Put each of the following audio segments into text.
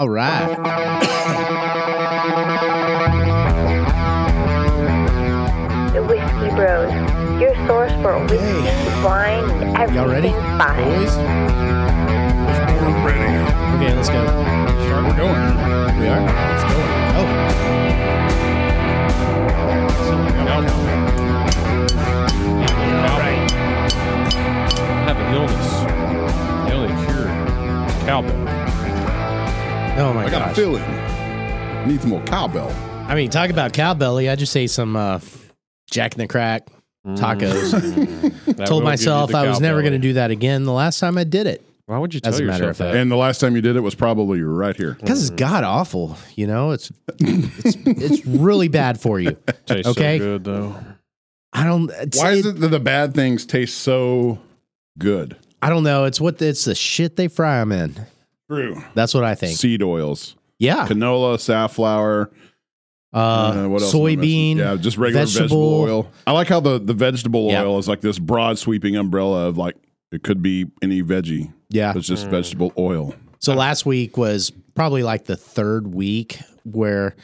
All right. The Whiskey Bros, your source for whiskey, wine, and everything Y'all ready? fine. Boys? I'm ready. Okay, let's go. We're going. We are? Let's go. Oh, Alright. I have an illness. The only cure cowbell. oh my I got a gosh. feeling. Need some more cowbell. I mean, talk about cowbelly. I just ate some uh, Jack in the Crack tacos. That will give Told you myself the I was never cowbell. going to do that again. The last time I did it, Why would you tell As a matter yourself of that? And the last time you did it was probably right here. because it's god awful. You know, it's it's it's really bad for you. Tastes okay. so good though. I don't. Why is it that the bad things taste so good? I don't know. It's what it's the shit they fry them in. True. That's what I think. Seed oils, Yeah. canola, safflower, Uh, uh, what else am I missing? soybean. Yeah, just regular vegetable. oil. I like how the, the vegetable Yeah. oil is like this broad sweeping umbrella of like, it could be any veggie. Yeah. It's just vegetable oil. So last week was probably like the third week where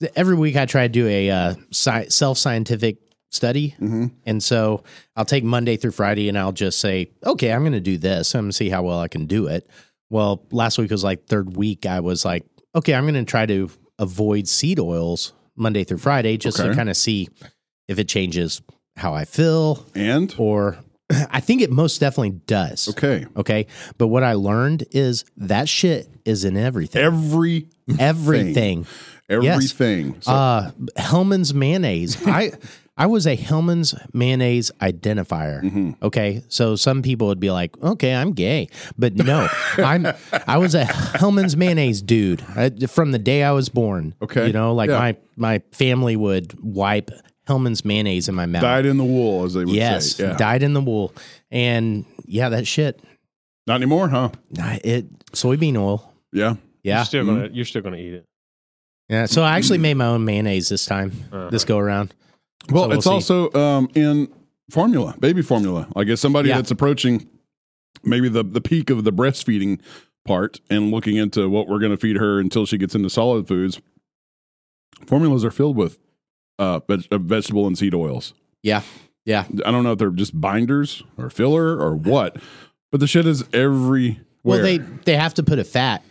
th- every week I try to do a uh, sci- self scientific study. Mm-hmm. And so I'll take Monday through Friday and I'll just say, okay, I'm going to do this. I'm going to see how well I can do it. Well, last week was like third week. I was like, okay, I'm going to try to avoid seed oils Monday through Friday just to Okay. kind of see if it changes how I feel And or I think it most definitely does. okay, Okay. But what I learned is that shit is in everything. every everything. everything. So Uh Hellman's mayonnaise. I I was a Hellman's mayonnaise identifier. Mm-hmm. Okay. So some people would be like, okay, I'm gay. But no, I'm I was a Hellman's mayonnaise dude I, from the day I was born. Okay. You know, like Yeah. my my family would wipe Hellman's mayonnaise in my mouth. dyed in the wool, as they would yes. say. Yeah. Dyed in the wool. And yeah, that shit. Not anymore, huh? Nah, It soybean oil. Yeah. Yeah. You're still Mm. gonna you're still gonna eat it. Yeah, so I actually made my own mayonnaise this time, Uh-huh. this go around. Well, So we'll it's see. also um, in formula, baby formula. I guess somebody Yeah. that's approaching maybe the, the peak of the breastfeeding part and looking into what we're going to feed her until she gets into solid foods. Formulas are filled with uh, veg- uh, vegetable and seed oils. Yeah, yeah, I don't know if they're just binders or filler or what, but the shit is everywhere. Well, they they have to put a fat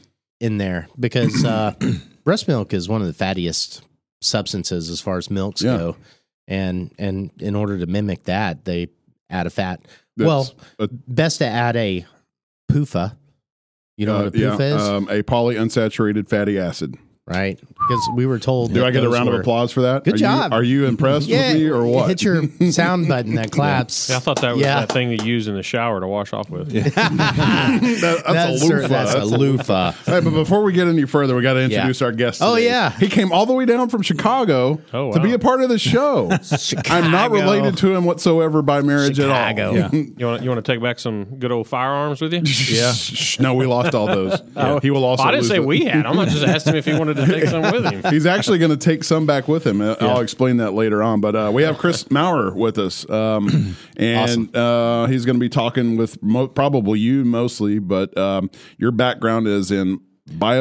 in there because uh, breast milk is one of the fattiest substances as far as milks Yeah. go, and and in order to mimic that, they add a fat. That's well, a- best to add a PUFA. You know Uh, what a PUFA is, um, a polyunsaturated fatty acid. right? Because we were told. Do that I get a those round were- of applause for that? Good Are you- job. are you impressed Yeah, with me or what? hit your sound button that claps. Yeah, I thought that was Yeah. that thing they use in the shower to wash off with. That- that's, That's, a cer- loofah. that's a That's a- loofah. Hey, but before we get any further, we got to introduce our guest. Oh, today. yeah. he came all the way down from Chicago Oh, to be wow. a part of the show. I'm not related to him whatsoever by marriage Chicago. at Yeah. all. You want you want to take back some good old firearms with you? Yeah. no, we lost all those. He will also. Oh. I didn't lose say the- we had them. I just asked him if he wanted to take some with him. He's actually going to take some back with him. Uh, I'll explain that later on. But uh, we have Chris Maurer with us, um, and uh, he's going to be talking with mo- probably you mostly, but um, your background is in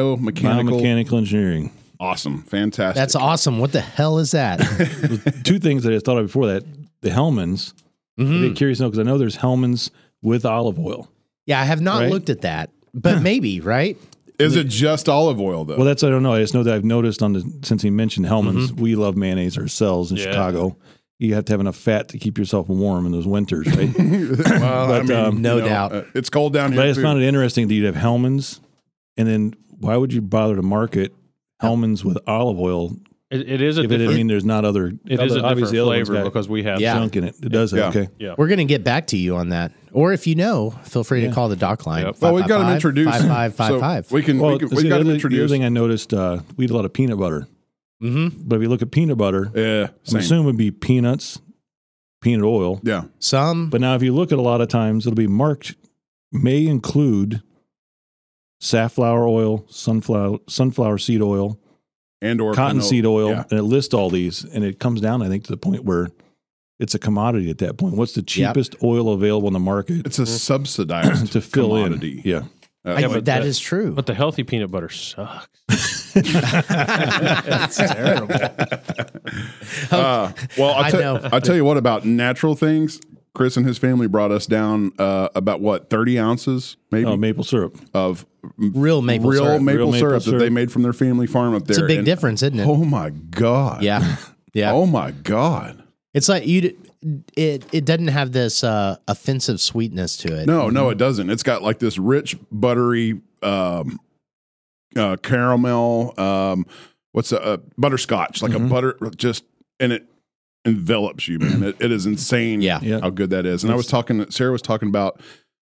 biomechanical. Biomechanical engineering. awesome, fantastic. That's awesome. What the hell is that? Two things that I thought of before that the Hellmans. Mm-hmm. I'd be curious to know because I know there's Hellmans with olive oil. yeah, I have not Right? looked at that, but maybe, right? Is it just olive oil though? Well, that's I don't know. I just know that I've noticed on the since he mentioned Hellmans, we love mayonnaise ourselves in Mm-hmm. Yeah. Chicago. You have to have enough fat to keep yourself warm in those winters, right? but Well, I mean, um, no you know, doubt. uh, it's cold down here. I just too. found it interesting that you'd have Hellmans, and then why would you bother to market Hellmans with olive oil It, it is a if it didn't different. mean there's not other? It is a different obviously the other one's flavor got because we have Yeah. some. junk in it. It does. Yeah. Okay. We're going to get back to you on that. Or if you know, feel free to call the doc line. Yep. well, we've got him 555 5555. introduced. So we can. we Well, can see, we've the got him other- The other introduced. thing I noticed, uh, we eat a lot of peanut butter. Mhm. But if you look at peanut butter, Yeah. I'm Same. assuming it would be peanuts, peanut oil. yeah. Some, But now, if you look at a lot of times, it'll be marked may include safflower oil, sunflower sunflower seed oil, And or cottonseed canola. oil, Yeah. and it lists all these. And it comes down, I think, to the point where it's a commodity at that point. What's the Yep. Mm-hmm. cheapest oil available in the market It's a subsidized uh, to fill commodity. in? Yeah. I, Yeah, but that the- is true. But the healthy peanut butter sucks. That's terrible. Uh, well, I'll I te- know. I'll tell you what about natural things. Chris and his family brought us down uh, about what thirty ounces, maybe, Oh, maple syrup. of Real maple real syrup. maple Real maple syrup that syrup. they made from their family farm up there. It's a big And- difference, isn't it? Oh my god! Yeah. Yeah. Oh my god! It's like you d- it it doesn't have this uh offensive sweetness to it. No, no, it doesn't. It's got like this rich, buttery, um, uh, caramel. Um, what's a, a butterscotch? Like Mm-hmm. a butter, just and it envelops you, man. it, it is insane. Yeah. Yeah. how good that is. And I was talking. Sarah was talking about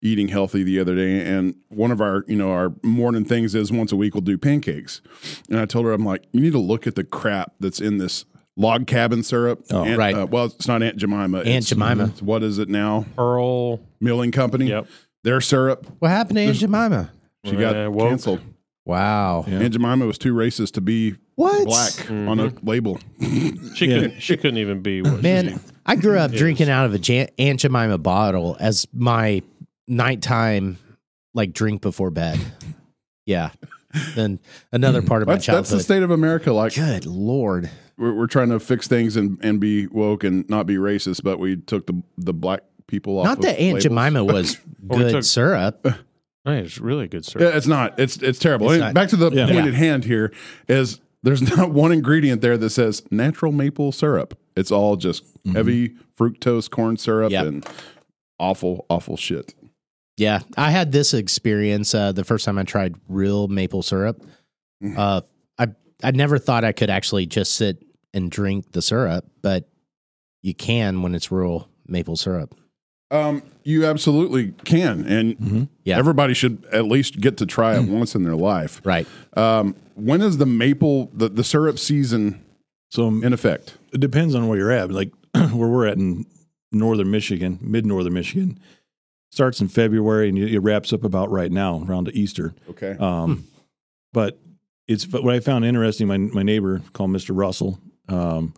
eating healthy the other day, and one of our, you know, our morning things is once a week we'll do pancakes. And I told her, I'm like, you need to look at the crap that's in this. Log cabin syrup. Oh, Aunt- right. uh, well, it's not Aunt Jemima. Aunt Jemima. What is it now? Pearl. Milling Company. Yep. Their syrup. What happened to Aunt Jemima? She got Uh, woke. canceled. Wow. Yeah. Mm-hmm. Aunt Jemima was too racist to be What? black on a label. She Yeah. couldn't. She couldn't even be. What she- Man, I grew up drinking out of a Jan- Aunt Jemima bottle as my nighttime like drink before bed. Yeah. Then another part of my That's that's the childhood. state of America. Like Good lord. we're, we're trying to fix things and, and be woke and not be racist, but we took the the black people off. Not of that Aunt labels. Oh, Jemima was Or we good took- syrup. Hey, it's really good, sir. Yeah, it's not. It's it's terrible. It's And not. Back to the Yeah. point Yeah. at hand here is there's not one ingredient there that says natural maple syrup. It's all just Mm-hmm. heavy fructose corn syrup Yep. and awful awful shit. Yeah, I had this experience uh, the first time I tried real maple syrup. Mm-hmm. Uh, I I never thought I could actually just sit and drink the syrup, but you can when it's real maple syrup. Um, you absolutely can, and Mm-hmm. Yeah. everybody should at least get to try Mm. it once in their life. Right. Um, when is the maple the, the syrup season So in effect? it depends on where you're at. Like where we're at in northern Michigan, mid northern Michigan, starts in February and it wraps up about right now, around to Easter. Okay, Um, But it's but what I found interesting. My my neighbor called Mister Russell. Um,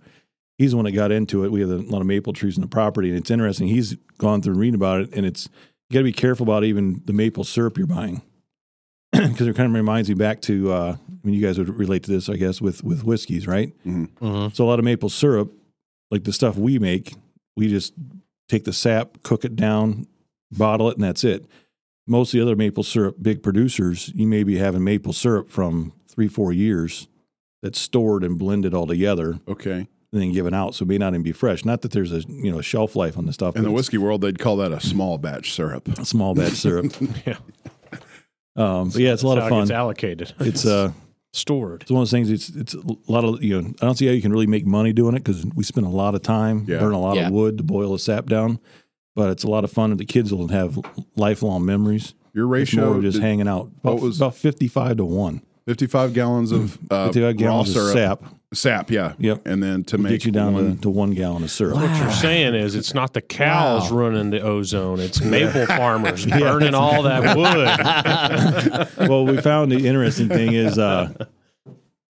he's the one that got into it. We have a lot of maple trees in the property, and it's interesting. He's gone through and reading about it, and it's you got to be careful about even the maple syrup you're buying because it kind of reminds me back to. Uh, I mean, you guys would relate to this, I guess, with with whiskeys, right? So a lot of maple syrup, like the stuff we make, we just take the sap, cook it down, bottle it, and that's it. Most of the other maple syrup big producers, you may be having maple syrup from three, four years that's stored and blended all together Uh, okay. and then given out. So it may not even be fresh. Not that there's a you know shelf life on the stuff. In the but whiskey world, they'd call that a small batch syrup. it's small batch syrup. Yeah. Um, but yeah, it's a lot That's of how it fun. gets allocated. It's uh, Stored. it's one of those things. It's it's a lot of you know. I don't see how you can really make money doing it because we spend a lot of time, Yeah. burn a lot Yeah. of wood to boil the sap down. But it's a lot of fun. The kids will have lifelong memories. Your It's more ratio of just did hanging out. About, was- about fifty-five to one? 55 gallons of uh, Fifty-five gallons raw of syrup. sap Sap, yeah. Yep. And then to make get you down one- to, to one gallon of syrup. What you're saying is it's not the cows running the ozone, it's maple farmers burning all that wood. well, we found the interesting thing is uh,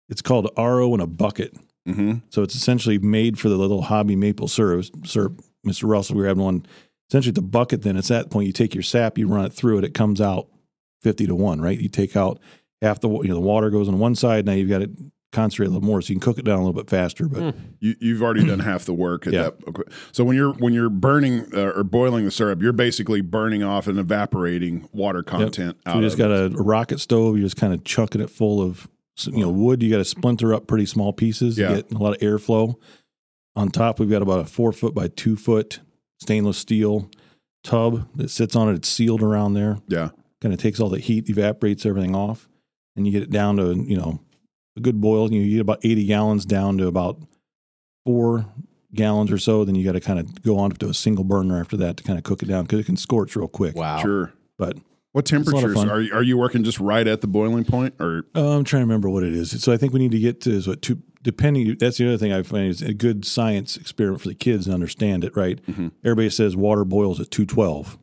it's called RO in a bucket. Mm-hmm. So it's essentially made for the little hobby maple syrup. syrup. Mr. Russell, we were having one. Essentially, the bucket. Then it's that point you take your sap, you run it through it. It comes out fifty to one, right? You take out half the wa- you know the water goes on one side. Now you've got to concentrate a little more, so you can cook it down a little bit faster. But you, you've already done half the work at Yeah. that. okay. So when you're when you're burning uh, or boiling the syrup, you're basically burning off and evaporating water content So out you of just got it. a, a rocket stove. You're just kind of chunking it full of s- you know wood. You got to splinter up pretty small pieces. to Yeah. get a lot of airflow. On top, we've got about a four foot by two foot stainless steel tub that sits on it. It's sealed around there. Yeah. Kind of takes all the heat, evaporates everything off, and you get it down to you know a good boil. You, you get about eighty gallons down to about four gallons or so. Then you got to kind of go on up to a single burner after that to kind of cook it down because it can scorch real quick. Wow. Sure. But What a lot of temperatures fun. are you, are you working just right at the boiling point or Uh, I'm trying to remember what it is. So I think we need to get to is what two depending. That's the other thing I find is a good science experiment for the kids to understand it. Right? Everybody says water boils at 212,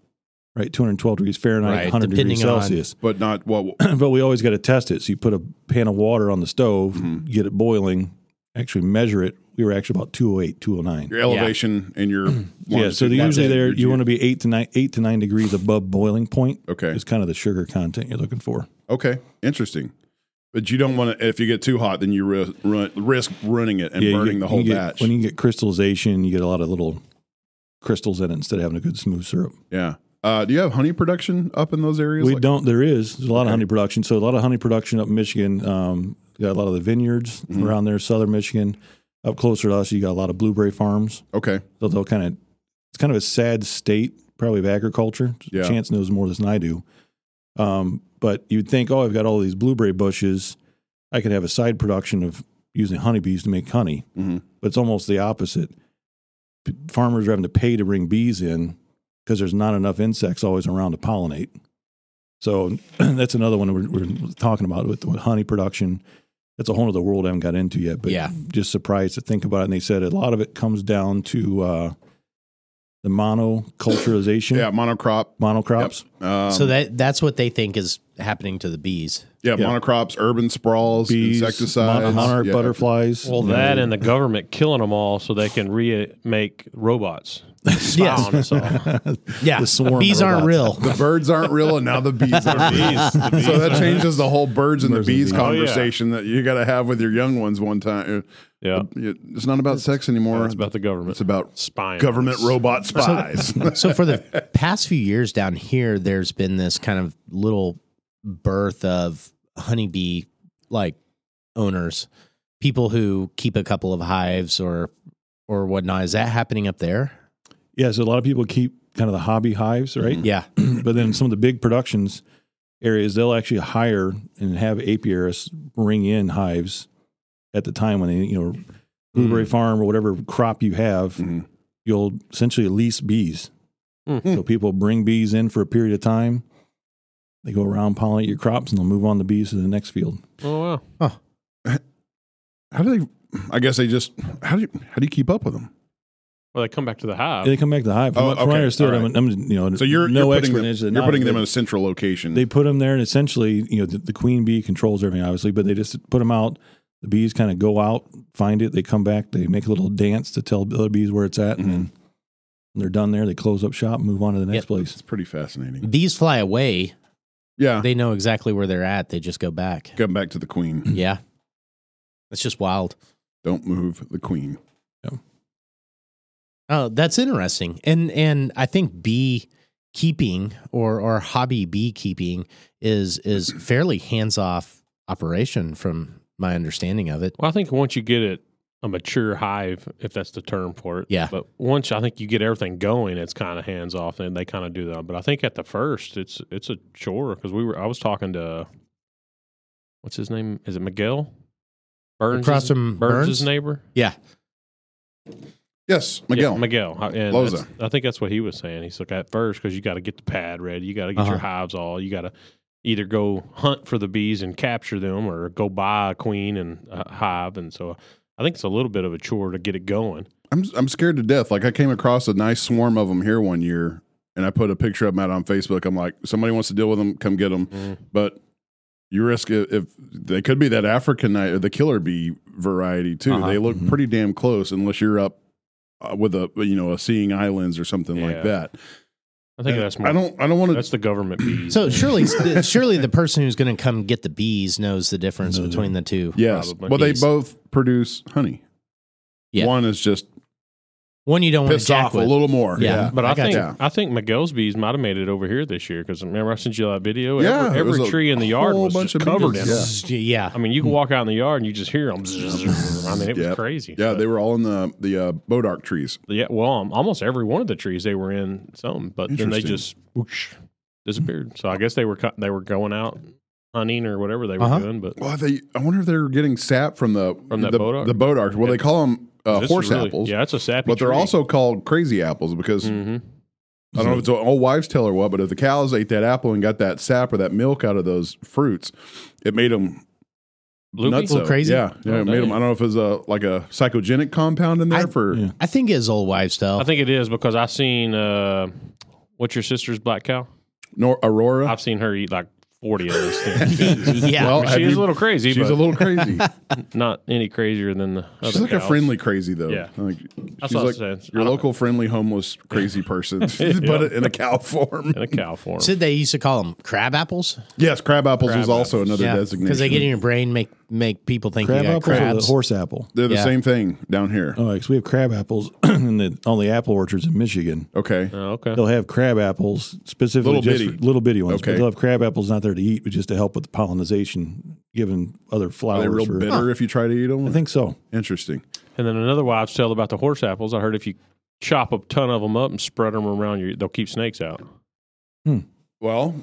right? 212 degrees Fahrenheit, Right, 100 degrees depending on- Celsius. but not what but we always got to test it. So you put a pan of water on the stove, get it boiling. actually measure it, we were actually about 208, 209. Your elevation and your Yeah, so longitude. they're usually That's it. there you Your want to be eight to nine eight to nine degrees above boiling point. Okay. It's kind of the sugar content you're looking for. Okay, interesting. But you don't want to. If you get too hot, then you ri- run, risk ruining it and you burning get- the you whole get- batch. When you get crystallization, you get a lot of little crystals in it instead of having a good smooth syrup. yeah. Uh, do you have honey production up in those areas? We Like- don't. There is there's a lot of honey production. So a lot of honey production up in Michigan. Um, you got a lot of the vineyards Mm-hmm. around there, southern Michigan. Up closer to us, you got a lot of blueberry farms. Okay. So they'll kind of it's kind of a sad state probably of agriculture. Yeah. Chance knows more than I do. Um, but you'd think, oh, I've got all these blueberry bushes. I could have a side production of using honeybees to make honey. Mhm. But it's almost the opposite. P- Farmers are having to pay to bring bees in because there's not enough insects always around to pollinate. So that's another one we're, we're talking about with, with honey production. That's a whole other world I haven't got into yet, but Yeah. just surprised to think about it. And they said a lot of it comes down to uh, the monoculturization, Yeah, monocrop. monocrops. Um, so that that's what they think is happening to the bees. yeah, yeah. monocrops, urban sprawls, Bees, insecticides, mon- monarch yeah. butterflies. Well, you know, that and the government killing them all so they can re make robots. Yes. Spawn us all. Yeah, The swarm bees aren't real. The birds aren't real, and now the bees are. so that changes the whole birds and the and bees bees. yeah. conversation that you got to have with your young ones one time. Yeah. It's not about sex anymore. It's about the government. It's about spying. government robot spies. so for the past few years down here, there's been this kind of little birth of honeybee like owners, people who keep a couple of hives or or whatnot. Is that happening up there? yeah, so a lot of people keep kind of the hobby hives, right? Yeah. but then some of the big productions areas, they'll actually hire and have apiarists bring in hives at the time when they, you know, blueberry Mm. farm or whatever crop you have, Mhm. you'll essentially lease bees. Mm. So people bring bees in for a period of time. They go around pollinate your crops and they'll move on the bees to the next field. Oh, wow. How do they? I guess they just how do you, how do you keep up with them? Well, they come back to the hive. And they come back to the hive. From, Oh, what- from what okay. I understood, All I'm, I'm, you know, So you're no you're expert putting in them, it. you're putting them in They- a central location. They put them there, and essentially, you know, the, the queen bee controls everything, obviously, but they just put them out. The bees kind of go out, find it, they come back, they make a little dance to tell the other bees where it's at, and then Mm-hmm. when they're done there. They close up shop, move on to the next Yep. place. it's pretty fascinating. Bees fly away. Yeah, They know exactly where they're at. They just go back. come back to the queen. Yeah. That's just wild. Don't move the queen. Oh, that's interesting. And and I think bee keeping or or hobby beekeeping is is fairly hands-off operation from my understanding of it. Well, I think once you get it a mature hive, if that's the term for it. Yeah. But once I think you get everything going, it's kind of hands off, and they kind of do that. But I think at the first, it's it's a chore because we were. I was talking to what's his name? Is it Miguel? Burns Across from Burns' Burns? neighbor. Yeah. Yes, Miguel. Yeah, Miguel. I- And Loza. that's- I think that's what he was saying. He's like at first because you got to get the pad ready, you got to get Uh-huh. your hives all, you got to either go hunt for the bees and capture them, or go buy a queen and a hive. And so I think it's a little bit of a chore to get it going. I'm I'm scared to death. Like I came across a nice swarm of them here one year, and I put a picture of them out on Facebook. I'm like, somebody wants to deal with them, come get them. But you risk if, if they could be that African night or the killer bee variety too. Uh-huh. They look Mm-hmm. pretty damn close unless you're up uh, with a you know a seeing eye lens or something like Yeah. that. I think that's more. I don't I don't want That's the government bees. So surely surely the person who's going to come get the bees knows the difference Knows between the two. Mm-hmm. Yes. Probably. Well, they Bees. both produce honey. Yeah. One is just One you don't want to pissed jack off with. a little more. Yeah. but I, I got think you. I think Miguel's bees might have made it over here this year because remember I sent you that video. Yeah, every, it was every a tree in the yard whole was bunch bunch of covered bees, in. 'em. yeah. yeah. I mean, you can walk out in the yard and you just hear them. I mean, it was Yep. crazy. Yeah, But- they were all in the the uh, bodark trees. Yeah, well, um, almost every one of the trees they were in some, but then they Interesting. just whoosh, disappeared. So I guess they were cut, they were going out hunting or whatever they were Uh-huh. doing. But Well, they I wonder if they were getting sap from the From that the bodark? The bodark. Well, they call them uh, this horse is really- apples. Yeah, it's a sappy. But they're tree. also called crazy apples because Mhm. I don't know if it's an old wives' tale or what, but if the cows ate that apple and got that sap or that milk out of those fruits, it made them Loopy? nuts. Little crazy? Yeah, yeah. Oh, it made dang. them. I don't know if it was a like a psychogenic compound in there I- for. Yeah. I think it's old wives' Oh. tale. I think it is because I've seen uh, what's your sister's black cow. Nor- Aurora. I've seen her eat like forty of those things. yeah. Well, have She is you- a little crazy, She's but a little crazy. not any crazier than the other. she's like cows. a friendly crazy though. Yeah. Like, she's what I like said. I your don't- local friendly homeless crazy person, but in a cow form. in a cow form. Said they used to call them crab apples. Yes, crab apples Crab was also apples. another designation. because they get in your brain, make make people think crab you got apples or the crabs. horse apple? They're the yeah. same thing down here. Oh, because we have crab apples in the on the apple orchards in Michigan. Okay. Oh, okay. They'll have crab apples specifically, Little just bitty. for- little bitty ones. Okay. But they'll have crab apples not there to eat, but just to help with the pollinization, giving other Are Oh, flowers. they real for- bitter if you try to eat them? I think so. Interesting. And then another wives tale about the horse apples. I heard if you chop a ton of them up and spread them around, you they'll keep snakes out. Well,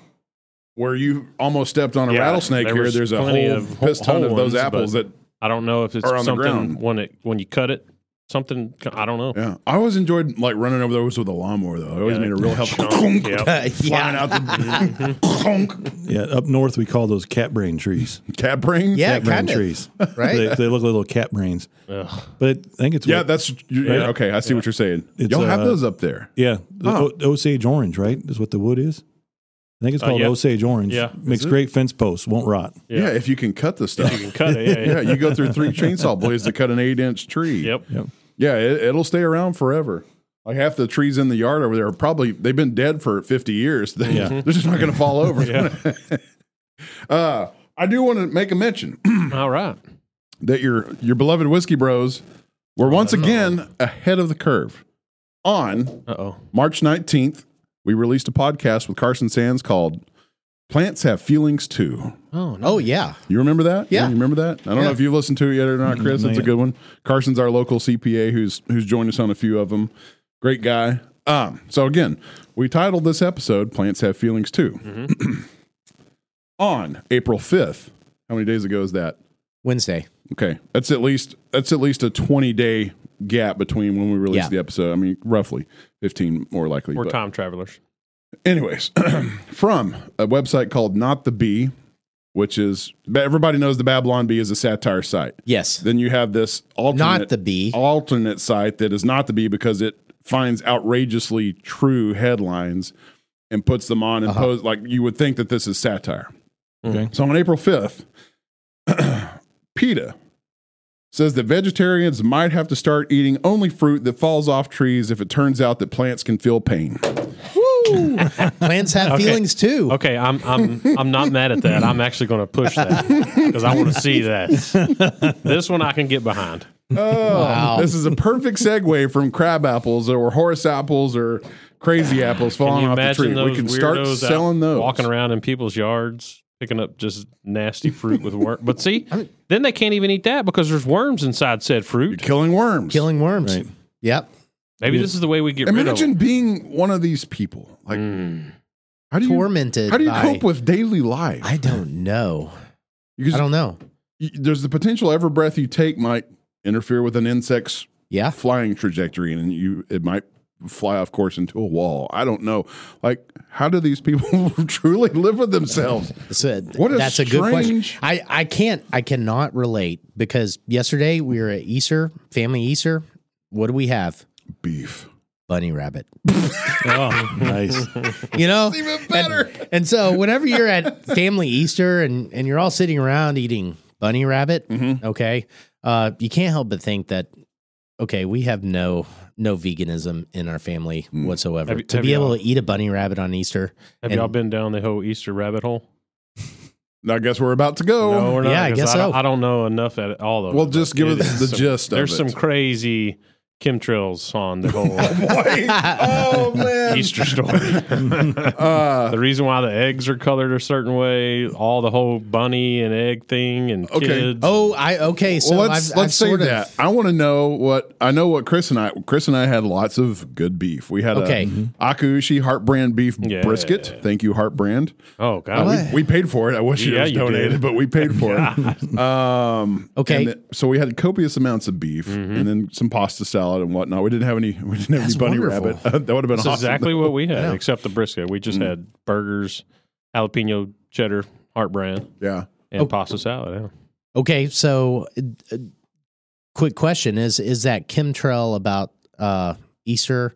where you almost stepped on a Yeah, rattlesnake there here, was there's a plenty whole of whole- piss ton whole of those ones, apples that. I don't know if it's Or on the something ground. when it when you cut it, something I don't know. Yeah, I always enjoyed like running over those with a lawnmower though. I always Yeah, made a that- real help flying Yep. out the Conk. Yeah, up north we call those cat brain trees. cat brain. Yeah, Cat brain kind of. trees, right? They, they look like little cat brains, Ugh. but I think it's yeah, what- that's you- yeah, Right. okay. I see what you're saying. It's, Y'all have uh, those up there. yeah. The Huh. O- Osage orange, right? Is what the wood is. I think it's Uh, called yeah. Osage orange. Yeah. makes great fence posts. Won't rot. Yeah. if you can cut the stuff. You can cut it. Yeah, yeah, yeah. you go through three chainsaw blades to cut an eight-inch tree. yep. Yeah, it, it'll stay around forever. Like half the trees in the yard over there are probably they've been dead for 50 years. They, Yeah. They're just not going to fall over. uh, I do want to make a mention All right. that your your beloved whiskey bros were once again ahead of the curve. On Uh oh. March 19th, we released a podcast with Carson Sands called "Plants Have Feelings Too." Oh no. Oh yeah, You remember that? Yeah. You remember that? I don't know Yeah. if you've listened to it yet or Mm, not, Chris. It's a good one. Carson's our local CPA who's who's joined us on a few of them. Great guy. Um, so again, we titled this episode Plants Have Feelings Too. Mm-hmm. on April 5th. How many days ago is that? Wednesday. Okay. That's at least that's at least a 20 day gap between when we released Yeah. the episode. I mean, roughly 15 more likely. We're but- time travelers. Anyways, from a website called Not the Bee, which is everybody knows the Babylon Bee is a satire site. Yes, Then you have this alternate not the bee. alternate site that is not the Bee because it finds outrageously true headlines and puts them on and Uh-huh. Mm-hmm. pose like you would think that this is satire. Okay. So on April 5th, PETA says that vegetarians might have to start eating only fruit that falls off trees if it turns out that plants can feel pain. Plants have Okay. feelings too. Okay, I'm I'm I'm not mad at that. I'm actually going to push that because I want to see that. This one I can get behind. Oh, Wow. this is a perfect segue from crab apples or horse apples or crazy apples Can falling you off the tree. imagine those We can start weirdos out selling those. Walking around in people's yards, picking up just nasty fruit with worm. But see, then they can't even eat that because there's worms inside said You're fruit. killing worms. Killing worms. Right. Yep. Maybe this is the way we get rid of Imagine them. being one of these people. Like, Mm. how do you Tormented. how do you by- cope with daily life? I don't know. Because I don't know. y- there's the potential every breath you take might interfere with an insect's Yeah. flying trajectory, and you it might fly off course into a wall. I don't know. Like, how do these people truly live with themselves? So th- What a that's a good question. strange- I, I can't I cannot relate because yesterday we were at Easter, family Easter. What do we have? Beef. Bunny rabbit. Oh, nice. You know? Even better. And, and so whenever you're at family Easter and, and you're all sitting around eating bunny rabbit, Mm-hmm. okay, uh, you can't help but think that okay, we have no no veganism in our family whatsoever. Hmm. Have you- to have be able y'all- to eat a bunny rabbit on Easter. Have and- y'all been down the whole Easter rabbit hole? I guess we're about to go. No, we're not. yeah, I 'cause guess don't- so. I don't know enough at all. Of Oh, Well, it, just but give it us is the some- gist of There's it. some crazy chemtrails on the whole Boy. Oh man. Easter story. Uh, The reason why the eggs are colored a certain way, all the whole bunny and egg thing, and Okay. kids. Oh, I okay. So well, let's I've, let's I've say sort of- that. I want to know what I know. What Chris and I, Chris and I had lots of good beef. We had Okay. a Akuushi Heart Brand beef Yeah. brisket. Thank you, Heart Brand. Uh, oh god, What? We paid for it. I wish Yeah, it was you donated, did. but we paid for it. Um, Okay. and th- so we had copious amounts of beef, Mm-hmm. and then some pasta salad and whatnot. We didn't have any. We didn't have That's any bunny wonderful. rabbit. that would have been That's awesome. exactly what we had, Yeah. except the brisket. We just Mm. had burgers, jalapeno cheddar, heart brand, Yeah. and Oh. pasta salad. Yeah. Okay, so uh, quick question is is that chemtrail about uh Easter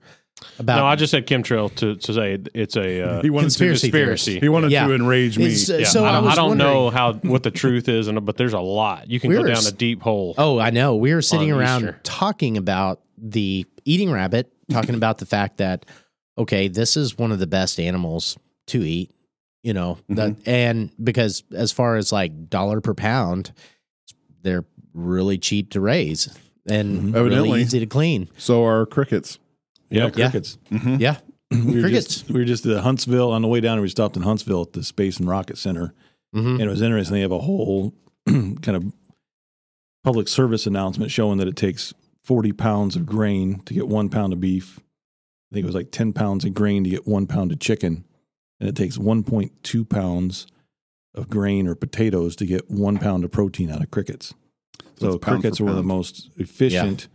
about no, I just said chemtrail to, to say it- it's a uh, He wanted Conspiracy to theorist. He wanted Yeah. to enrage me. It's, uh, yeah, so I, I don't- I was don't wondering- know how what the truth is, and but there's a lot. You can We go were down s- a deep hole. Oh, I know. We were sitting on around Easter. talking about the eating rabbit, talking about the fact that okay, this is one of the best animals to eat, you know, that Mm-hmm. and because as far as like dollar per pound, they're really cheap to raise Mm-hmm. and Evidently. really easy to clean. so are crickets. Yeah, Yeah. crickets. Mm-hmm. Yeah. We were Crickets. Just, we were just at Huntsville on the way down, and we stopped in Huntsville at the Space and Rocket Center, Mm-hmm. Hmm. and it was interesting. They have a whole kind of public service announcement showing that it takes 40 pounds of grain to get one pound of beef. I think it was like 10 pounds of grain to get one pound of chicken, and it takes 1.2 pounds of grain or potatoes to get one pound of protein out of crickets. So, it's pound for crickets are one of the pound. most efficient If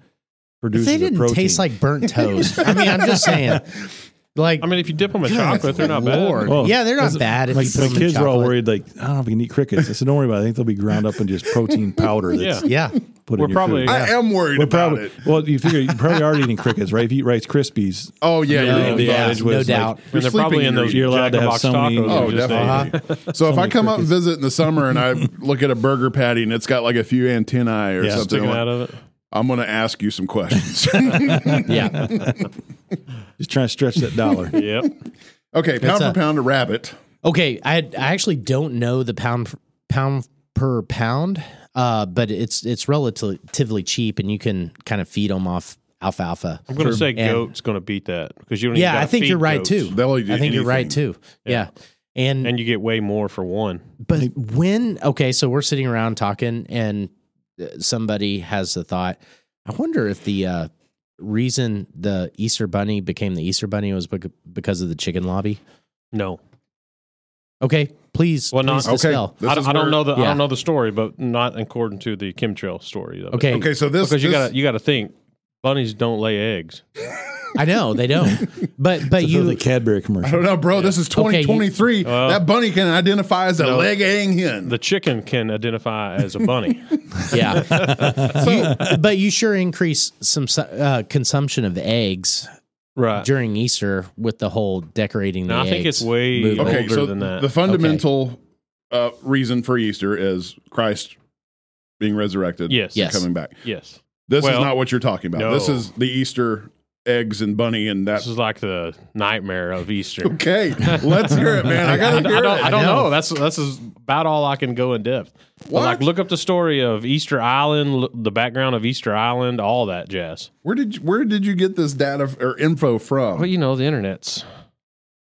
producers they of didn't protein. taste like burnt toast. I mean, I'm just saying. Like I mean, if you dip them in chocolate, they're not Lord. bad. Oh, yeah, they're that's- not bad. If Like you put the them in kids were all chocolate. worried, like I don't know if we can eat crickets. I said, don't worry about it. I think they'll be ground up in just protein powder that's Yeah. Yeah. put We're in your probably- food. I I am worried We're about probably it. well. You figure you probably are eating crickets, right? If you eat Rice Krispies, Oh yeah, Yeah, you're- yeah. you're advantage was, no like, doubt. And they're sleeping probably in in your those you're Jack allowed to in the have Box so many- tacos. Oh, you just definitely. ate. Uh-huh. So if I many come out and crickets. visit in the summer and I look at a burger patty and it's got like a few antennae or Yeah. something, Sticking like- out of it. I'm going to ask you some questions. okay, Yeah. just trying to stretch that dollar. Yep. pound a- for pound, a rabbit. Okay, I I actually don't know the pound pound per pound, uh, but it's it's relatively cheap, and you can kind of feed them off alfalfa. I'm going to say and- goat's going to beat that because you don't. even Yeah, gotta I think feed you're right goats. too. They'll I eat think you're right anything. too. Yeah, and, and you get way more for one. but when okay, so we're sitting around talking, and uh, somebody has the thought, I wonder if the uh, reason the Easter Bunny became the Easter Bunny was bec- because of the chicken lobby. No, Okay, please, Well, not- please dispel. This I, is I don't where- know the I yeah. don't know the story, but not according to the chemtrail story. Of it. Okay, Okay, so this because you this- got to you got to think bunnies don't lay eggs. I know they don't, but but That's you the Cadbury I commercial. don't know, bro. This is Okay, you- 2023. Well- that bunny can identify as a No. leg laying hen. The chicken can identify as a bunny. Yeah. You- but you sure increase some su- uh, consumption of eggs right. during Easter with the whole decorating the No, I eggs. think it's way movement. okay, older so than that. the fundamental uh, reason for Easter is Christ being resurrected. Yes. and Yes. coming back. yes. This Well, is not what you're talking about. no. This is the Easter eggs and bunny and that. This is like the nightmare of Easter. okay, let's hear it, man. I I, I gotta hear don't, I it. don't know. That's that's is about all I can go in depth. But, What? Like look up the story of Easter Island, l- the background of Easter Island, all that jazz. Where did you, where did you get this data f- or info from? Well, you know the internet's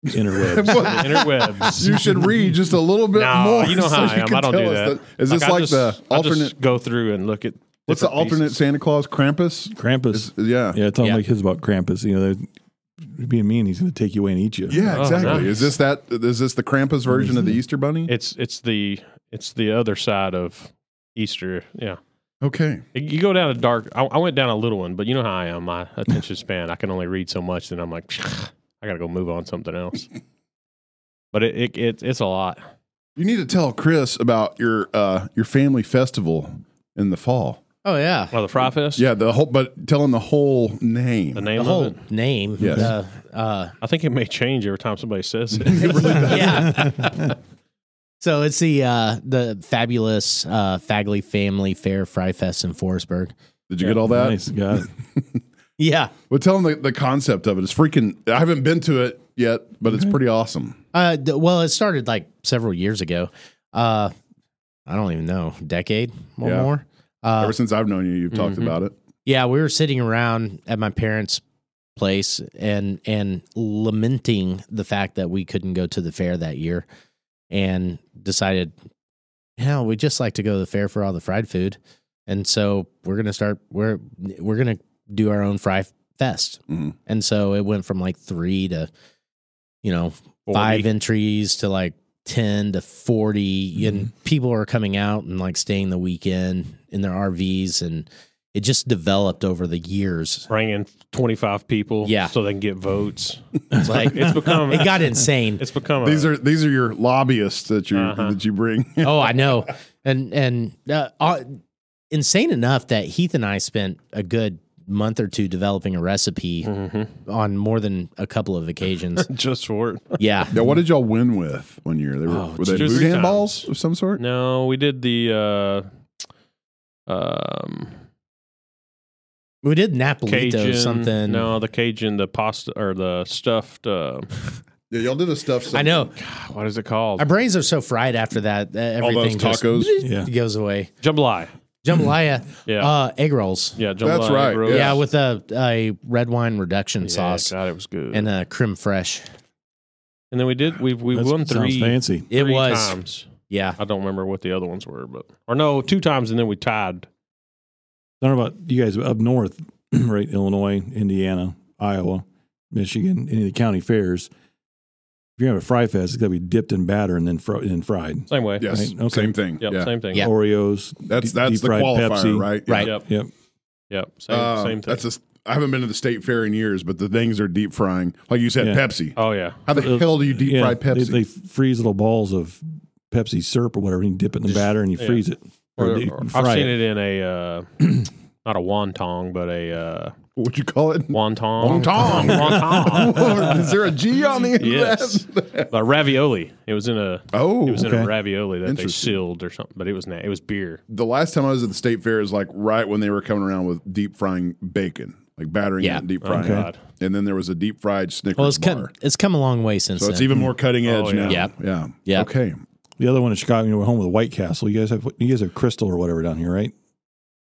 Interwebs. the What- interwebs. you should read just a little bit No, more. you know how I am. I don't do that. Is this I like just- the I just alternate? go through and look at What's the different alternate pieces. Santa Claus? Krampus. Krampus. Yeah. Yeah, I told Yeah. my kids about Krampus. You know, they're being mean. He's going to take you away and eat you. Yeah, Oh, exactly. nice. Is this that? Is this the Krampus version of the Easter Bunny? It's it's the it's the other side of Easter. Yeah. Okay. You go down a dark. I, I went down a little one, but you know how I am. My attention span. I can only read so much. Then I'm like, I gotta go move on to something else. But it, it, it it's a lot. You need to tell Chris about your uh, your family festival in the fall. oh yeah, Well, the Fry Fest. Yeah, the whole but tell him the whole name. The the name whole of it. name. Yes. Uh, uh, I think it may change every time somebody says it. yeah. so it's the uh, the fabulous uh, Fagley Family Fair Fry Fest in Forestburg. Did you get all that? Nice guy. Yeah. Well, tell him the, the concept of it. It's freaking. I haven't been to it yet, but it's pretty awesome. Uh, d- well, it started like several years ago. Uh, I don't even know, decade or Yeah. more. Uh, Ever since I've known you, you've talked mhm. about it. Yeah, we were sitting around at my parents' place and and lamenting the fact that we couldn't go to the fair that year and decided, hell, we just like to go to the fair for all the fried food. And so we're gonna start we're we're gonna do our own fry fest. Mhm. And so it went from like three to you know, five entries to like 10 to 40 and people are coming out and like staying the weekend in their RVs and it just developed over the years. Bring in twenty five people. Yeah. So they can get votes. It's like It's become. it got insane. It's become. These a, are these are your lobbyists that you Uh-huh. that you bring. oh, I know. And and uh, uh, insane enough that Heath and I spent a good month or two developing a recipe Hmm. Mm-hmm. on more than a couple of occasions. Just for it. yeah. Yeah, what did y'all win with one year? They were, Oh, were they just boot three handballs times. of some sort? No, we did the uh, um, We did Napolito Cajun something. No, the Cajun, the pasta or the stuffed. Uh, Yeah, y'all did the stuff. I know. what is it called? Our brains are so fried after that. that All those everything just tacos. Yeah. goes away. jambalaya. Jambalaya, Yeah, uh, egg rolls. yeah, jambalaya. That's right, bro. Yes. Yeah, with a, a red wine reduction Yeah, sauce God, it was good. and a creme fraiche. And then we did. We we That's- won Sounds three. fancy. It three was. times. Yeah. I don't remember what the other ones were, but or no, two times, and then we tied. I don't know about you guys but up north, right? Illinois, Indiana, Iowa, Michigan, any of the county fairs. If you have a fry fest, it's got to be dipped in batter and then fro- and then fried. Same way. Yes, Right, okay. same thing. Yep. yeah, Same thing. Yeah. Oreos. that's that's deep- the deep-fried qualifier, Pepsi. right? Right. Yep. Yep. Yep. Same. Uh, same thing. That's a, I haven't been to the state fair in years, but the things are deep frying. Like you said, Yeah. Pepsi. oh yeah. How the Uh, hell do you deep Yeah, fry They, Pepsi? they freeze little balls of Pepsi syrup or whatever, and you dip it in the Just- batter and you yeah. freeze it. Or, Or- they or- I've fry seen it it. in a uh, not a wonton, but a uh, What'd you call it? wonton. Wonton. wonton. Is there a G on the end yes. of that? But ravioli. It was in a. Oh, It was in okay. a ravioli that they Interesting. sealed or something, but it was na- it was beer. the last time I was at the state fair is like right when they were coming around with deep frying bacon, like battering Yeah. it and deep Oh, frying it. God. And then there was a deep fried Snickers Well, it's bar. come it's come a long way since so it's then. even more cutting edge Oh, now. yeah. Yeah. Yeah. Yeah. Okay. The other one in Chicago, you know, we're home with White Castle. You guys have you guys have Crystal or whatever down here, right?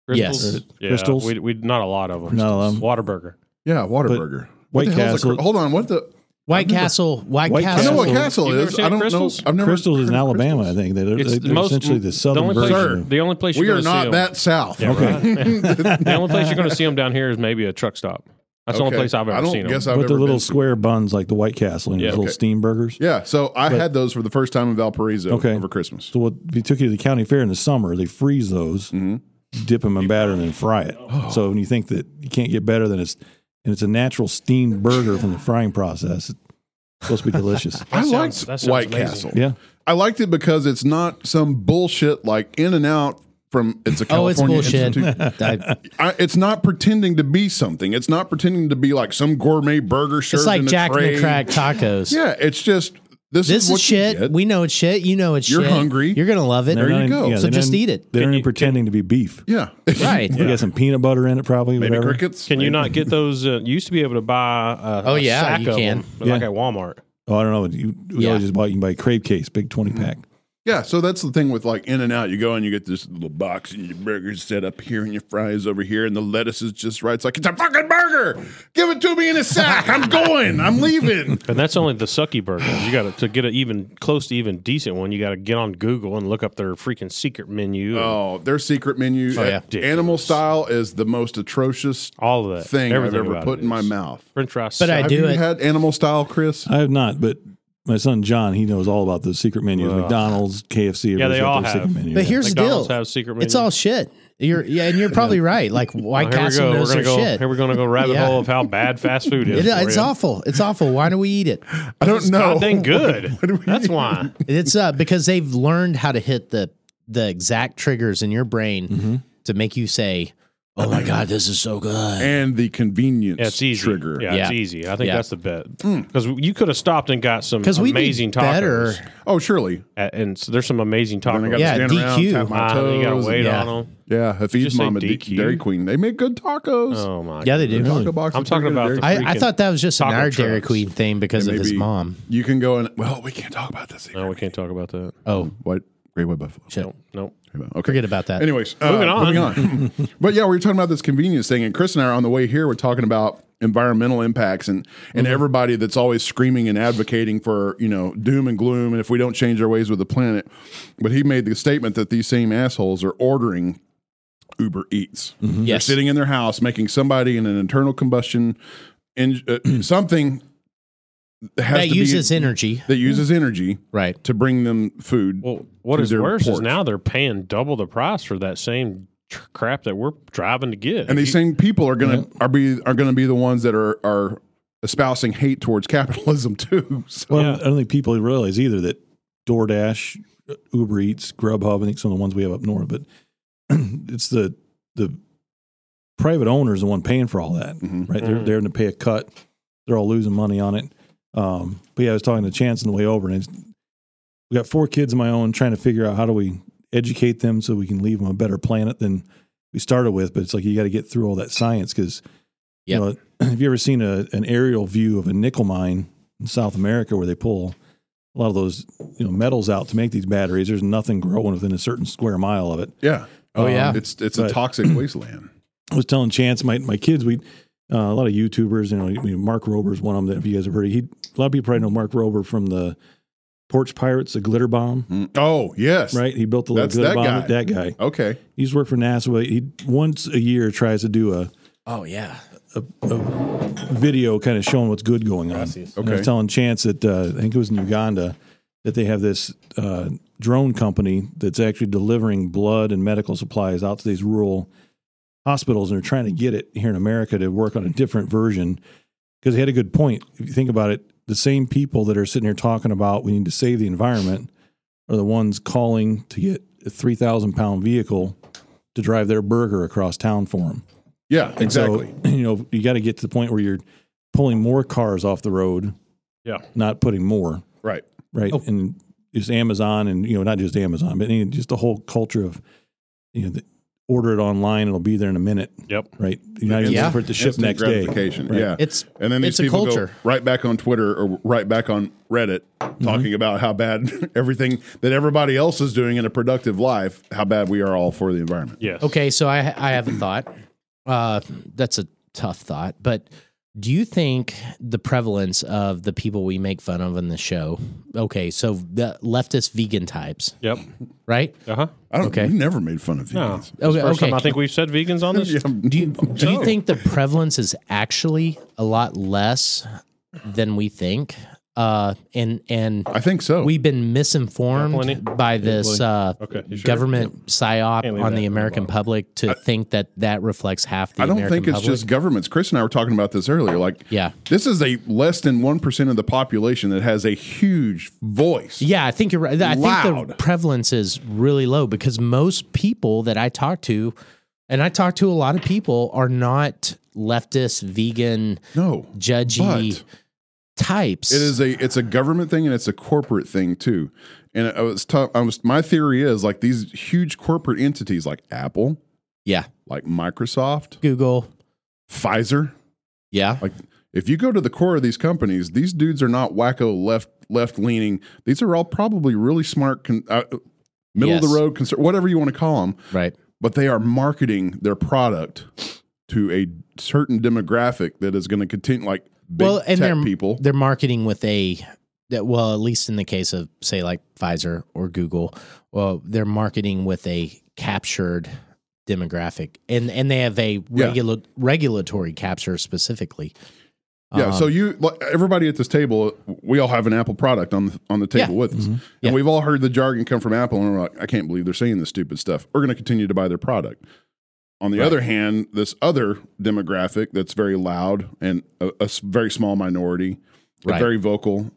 Yes. Uh, yeah, Crystals? We, we not a lot of them. Not a lot of 'em. Whataburger. Yeah. Whataburger. What White the hell's a Castle. cr- hold on. What the? White Castle, White, White I Castle. know what Castle. Castle You've never is. seen I don't Crystals? know. I've never Crystals is in heard of Alabama, Crystals. I think. They're, they're, It's the they're most essentially the southern only place, version. of- The only place We you're are gonna see not 'em- that south. Yeah, Okay. the only place you're going to see them down here is maybe a truck stop. That's the only Okay. place I've ever I don't seen them. guess I've But ever the been little to. square buns like the White Castle and Yeah. those little Okay. steam burgers. Yeah, so I But- had those for the first time in Valparaiso Okay. over Christmas. So what we took you to the county fair in the summer, they freeze those, Mm-hmm. dip them in batter, and then fry it. Oh. So when you think that you can't get better than it's, and it's a natural steamed burger from the frying process. It's supposed to be delicious. I sounds- liked that sounds White amazing. Castle. Yeah. I liked it because it's not some bullshit like In and Out from it's a Oh, it's California bullshit. institute. I- I, it's not pretending to be something. It's not pretending to be like some gourmet burger served it's like in a Jack tray. and the Crack tacos. Yeah, it's just this, This is, is, what you shit. get. We know it's shit. You know it's You're shit. hungry. You're gonna love it. They're not you in- go. yeah, So they're just not in- eat it. They're not even pretending to be beef. yeah, Right. We got some peanut butter in it, probably. maybe whatever. crickets. Can you maybe- not get those? Uh, you used to be able to buy. Uh, Oh, a yeah, sack you of can. 'em, but like Yeah. at Walmart. Oh, I don't know. You, we Yeah. always just bought. You can buy a crave case, big twenty pack. Yeah, so that's the thing with like In and Out. You go and you get this little box and your burger's set up here and your fries over here and the lettuce is just right. It's like it's a fucking burger. Give it to me in a sack. I'm going. I'm leaving. And that's only the sucky burger. You got to get an even close to even decent one. You got to get on Google and look up their freaking secret menu. and Oh, their secret menu, Oh, yeah. uh, animal style, is the most atrocious all of that thing Everything I've ever about put it in my is mouth. French fries. But I suck. Have do you it. had animal style, Chris? I have not, but my son John, he knows all about those secret menus. Ugh. McDonald's, KFC, Yeah, they everybody's got all their have. Secret menu. But Yeah. here's McDonald's the deal. has secret It's menu. all shit. You're yeah, and you're probably right. Like White Well, here Castle we go. knows We're gonna their go. shit. Here we're gonna go rabbit Yeah. hole of how bad fast food is. It- for it's you. awful. It's awful. Why do we eat it? I don't know. God dang good. That's why. It's uh because they've learned how to hit the the exact triggers in your brain Mm-hmm. to make you say, "Oh my god, this is so good." And the convenience Yeah, it's easy. trigger. Yeah, it's Yeah. easy. I think Yeah. that's the bet because you could have stopped and got some Because we amazing did better. tacos. Oh, surely. A- And so there's some amazing Then I tacos. got Yeah, to stand around, DQ. tap my Ah, toes. you gotta wait Yeah. on them. Yeah, Hafid's just say mom at D- DQ? Dairy Queen. They make good tacos. Oh my. Yeah, they do. Taco Really? box I'm is pretty talking good about at Dairy the Queen. I, I freaking thought that was just an taco our Dairy trucks. Queen thing because of his Maybe mom. You can go and well, we can't talk about this. No, we can't talk about that. Oh, White Great White Buffalo. shit. Nope. Nope. Okay. Forget about that. Anyways, uh, Moving on. on. but yeah, we were talking about this convenience thing, and Chris and I are on the way here. We're talking about environmental impacts and and Mm-hmm. everybody that's always screaming and advocating for you know doom and gloom, and if we don't change our ways with the planet. But he made the statement that these same assholes are ordering Uber Eats. Mm-hmm. They're yes. sitting in their house making somebody in an internal combustion in uh, something has That to be- uses energy, that uses energy right? to bring them food. Well, what To is their worse is porch. now they're paying double the price for that same tr- crap that we're driving to get. and these same people are gonna are be are gonna be the ones that are are espousing hate towards capitalism too. So Well, I don't- I don't think people realize either that DoorDash, Uber Eats, Grubhub, I think some of the ones we have up north, but it's the the private owner is the one paying for all that, Mhm. right? They're Mhm. they're going to pay a cut. They're all losing money on it. Um, but yeah, I was talking to Chance on the way over, and it's, we got four kids of my own trying to figure out how do we educate them so we can leave them a better planet than we started with. But it's like you got to get through all that science because, Yep. you know, have you ever seen a, an aerial view of a nickel mine in South America where they pull a lot of those you know metals out to make these batteries? There's nothing growing within a certain square mile of it. Yeah. Um, Oh, yeah. It's it's But- a toxic wasteland. I was telling Chance, my my kids, we uh, a lot of YouTubers, you know, you know, Mark Rober's one of them that if you guys have heard of. He a lot of people probably know Mark Rober from the Porch Pirates, the glitter bomb, Mm. Oh yes. right? He built the little That's glitter that guy. bomb. That guy. Okay. He used to work for NASA, but he once a year tries to do a Oh yeah. video kind of showing what's good going on. And I Okay. was telling Chance that uh, I think it was in Uganda that they have this uh, drone company that's actually delivering blood and medical supplies out to these rural hospitals, and they're trying to get it here in America to work on a different version. Because they had a good point. If you think about it, the same people that are sitting here talking about we need to save the environment are the ones calling to get a three thousand pound vehicle to drive their burger across town for them. Yeah. And so, Exactly. you know, you got to get to the point where you're pulling more cars off the road, Yeah. not putting more, right. right? Oh. And just Amazon and, you know, not just Amazon, but any- just the whole culture of, you know, the, order it online, it'll be there in a minute, Yep. right? You're not even Yeah. waiting for it to ship Instant next day. gratification. Right. Yeah. It's and then these it's a people culture. go right back on Twitter or right back on Reddit Mm-hmm. talking about how bad everything that everybody else is doing in a productive life, how bad we are all for the environment. Yes. Okay, so I I have a thought. Uh, that's a tough thought, but do you think the prevalence of the people we make fun of in the show? Okay, so the leftist vegan types, Yep. right? Uh huh. I don't Okay. we never made fun of No. vegans. Okay, First okay. time I think we've said vegans on this. Yeah. do you do you No. think the prevalence is actually a lot less than we think? Uh, and and I think so. we've been misinformed Yeah, plenty. by this uh, Okay, you sure? government psyop Can't leave on the that in the American bottom. public to think that that reflects half the I don't American think it's public. just governments. Chris and I were talking about this earlier. Like, Yeah. this is a less than one percent of the population that has a huge voice. Yeah, I think you're right. I think the Loud. prevalence is really low because most people that I talk to, and I talk to a lot of people, are not leftist, vegan, No, judgy But- types. It is a it's a government thing and it's a corporate thing too. And I was ta- I was my theory is like these huge corporate entities like Apple, Yeah. like Microsoft, Google. Pfizer. Yeah. Like if you go to the core of these companies, these dudes are not wacko left left leaning. These are all probably really smart, con- uh, middle of Yes. the road, conser- whatever you want to call them. Right. But they are marketing their product to a certain demographic that is going to continue like big well, and tech they're people. they're marketing with a that well, at least in the case of say like Pfizer or Google, well, they're marketing with a captured demographic, and and they have a Yeah. regula- regulatory capture specifically. Yeah. um so you, like, everybody at this table, we all have an Apple product on the, on the table Yeah. Mm-hmm. with us, and Yeah. we've all heard the jargon come from Apple, and we're like, I can't believe they're saying this stupid stuff. We're going to continue to buy their product. On the other hand, this other demographic that's very loud and a, a s- very small minority, but Right. very vocal,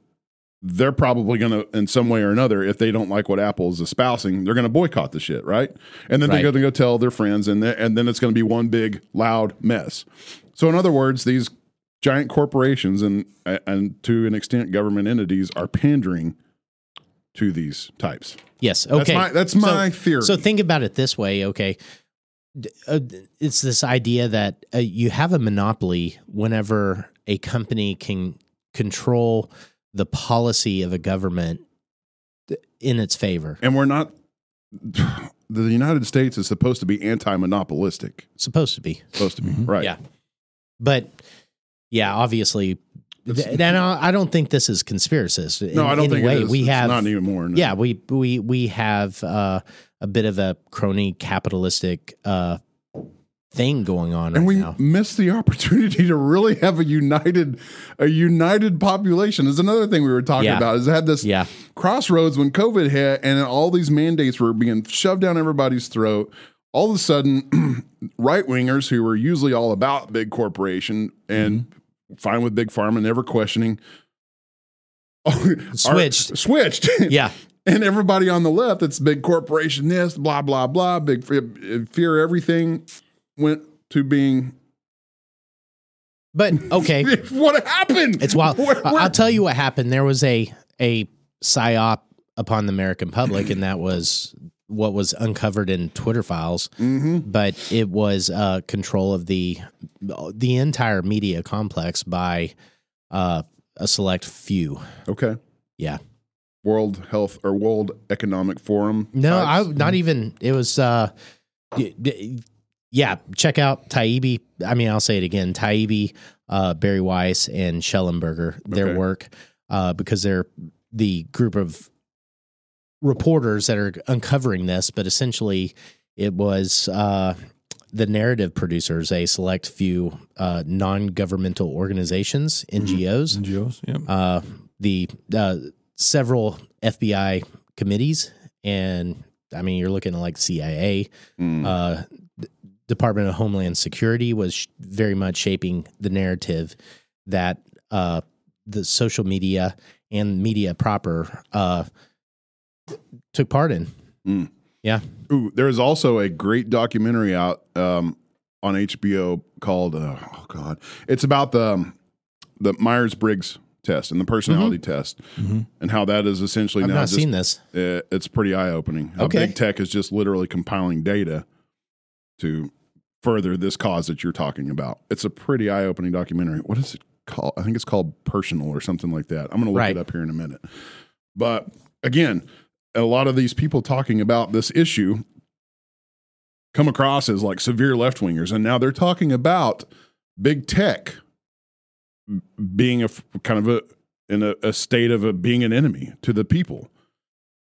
they're probably going to, in some way or another, if they don't like what Apple is espousing, they're going to boycott the shit, right? And then Right. they're going to go tell their friends, and, the- and then it's going to be one big loud mess. So, in other words, these giant corporations and and to an extent government entities are pandering to these types. Yes. That's Okay. my- that's So- my theory. So think about it this way. Okay. D- uh, d- It's this idea that uh, you have a monopoly whenever a company can control the policy of a government th- in its favor. And we're not the United States is supposed to be anti-monopolistic. It's supposed to be. Supposed to be. Right. Mm-hmm. Yeah. But yeah, obviously. th- And I I don't think this is conspiracist. In, No, I don't in a think way, it is. we It's have not anymore. no. yeah we we we have uh, a bit of a crony capitalistic uh, thing going on right And we now. missed the opportunity to really have a united, a united population. Is another thing we were talking Yeah. about. Is had this Yeah. crossroads when COVID hit, and all these mandates were being shoved down everybody's throat. All of a sudden, right wingers who were usually all about big corporation and Mm-hmm. fine with big pharma, never questioning, are- Switched. switched, Yeah. and everybody on the left, it's big corporation, this, blah, blah, blah, big fear, fear everything, went to being But okay, what happened? It's wild. Where- I- where- I'll tell you what happened. There was a a psyop upon the American public, and that was what was uncovered in Twitter files. Mhm. But it was uh, control of the the entire media complex by uh, a select few. Okay. Yeah. World Health or World Economic Forum. No, I types. not even. It was. Uh, y- y- yeah, check out Taibbi. I mean, I'll say it again: Taibbi, uh, Barry Weiss, and Schellenberger. Their Okay. work, uh, because they're the group of reporters that are uncovering this. But essentially, it was uh, the narrative producers, a select few uh, non-governmental organizations, NGOs, NGOs. Yeah. uh, the uh, several FBI committees, and I mean, you're looking at like CIA, Mm. uh, D- Department of Homeland Security was sh- very much shaping the narrative that uh, the social media and media proper uh, took part in. Uh, Ooh, there is also a great documentary out um, on HBO called uh, Oh God, it's about the um, the Myers Briggs test and the personality test and how that is essentially Mm-hmm. I've now not just seen this. uh, it's pretty eye opening. Okay. big tech is just literally compiling data to further this cause that you're talking about. It's a pretty eye opening documentary. What is it called? I think it's called Personal or something like that. I'm going to look Right. it up here in a minute. But again, a lot of these people talking about this issue come across as like severe left wingers, and now they're talking about big tech being a f- kind of a in a, a state of a, being an enemy to the people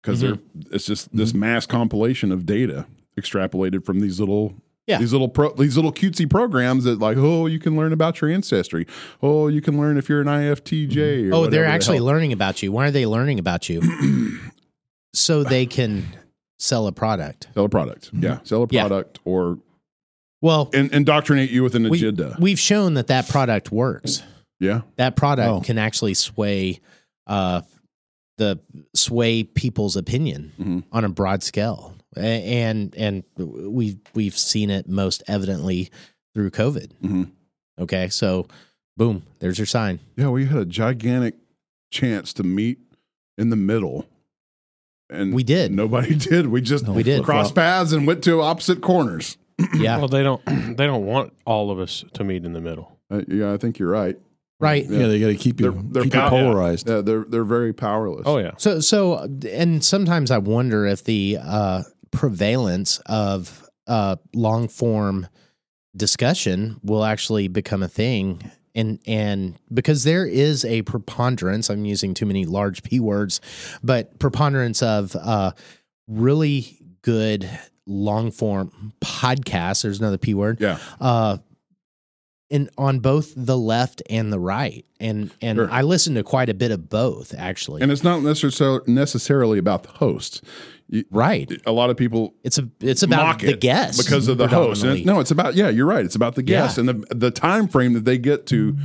because Mm-hmm. they're it's just this mass compilation of data extrapolated from these little Yeah. these little pro, these little cutesy programs that like oh you can learn about your ancestry oh you can learn if you're an IFTJ or Oh, whatever they're the actually hell. learning about you. Why are they learning about you? so they can sell a product. sell a product yeah sell a Mm-hmm. Yeah. product or Well, in, indoctrinate you with an we, agenda we've shown that that product works. yeah that product Oh. can actually sway uh the sway people's opinion Mhm. on a broad scale A- and and we've we've seen it most evidently through covid Mhm. okay so boom there's your sign yeah we had a gigantic chance to meet in the middle and We did. nobody did we just we did. crossed paths and went to opposite corners yeah Well, they don't. They don't want all of us to meet in the middle. Uh, yeah I think you're right right Yeah, they got to keep you, They're- they're keep you pow- polarized. yeah they're they're very powerless Oh yeah. So, so, and sometimes I wonder if the uh, prevalence of uh, long form discussion will actually become a thing, and and because there is a preponderance. I'm using too many large p words, but preponderance of uh, really good long form podcasts. There's another p word. yeah Uh, in on both the left and the right, and and Sure. I listen to quite a bit of both actually. And it's not necessarily necessarily about the host. right. A lot of people It's a it's about mock the it guest because of the host. And predominantly. it- no, it's about yeah, you're right. It's about the guest and the the time frame that they get to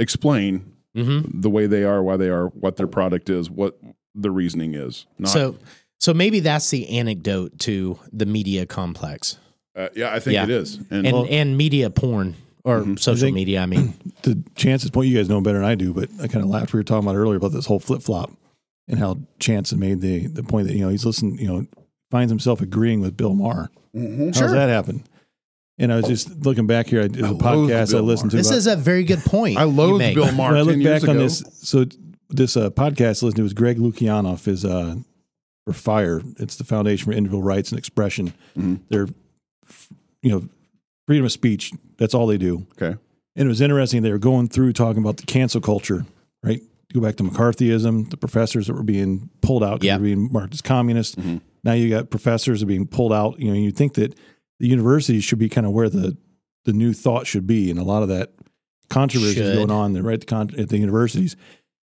explain Mm-hmm. the way they are, why they are, what their product is, what the reasoning is. Not, so so maybe that's the antidote to the media complex uh, yeah, I think Yeah. it is. And, and and media porn or social think- media. mm-hmm. I mean, The chances point, you guys know better than I do, but I kind of laughed. We were talking about earlier about this whole flip flop and how Chance had made the, the point that, you know, he's listening, you know, finds himself agreeing with Bill Maher. mm-hmm. How's that happen? And I was just looking back here. I, there's a loathe podcast I Bill listened to. this about- is a very good point. I you loathe make. Bill Maher When I ten look years back ago. on this, so this uh, podcast I listened to was Greg Lukianoff is uh, for Fire. It's the Foundation for Individual Rights and Expression. Mm-hmm. They're, f- you know, freedom of speech. That's all they do. Okay. And it was interesting. They were going through talking about the cancel culture, right? Go back to McCarthyism, the professors that were being pulled out 'cause Yeah. Mm-hmm. they were being marked as communists. Now you got professors that are being pulled out. You know, you think that the universities should be kind of where the the new thought should be, and a lot of that controversy Should. is going on there, right? at The con- at the universities,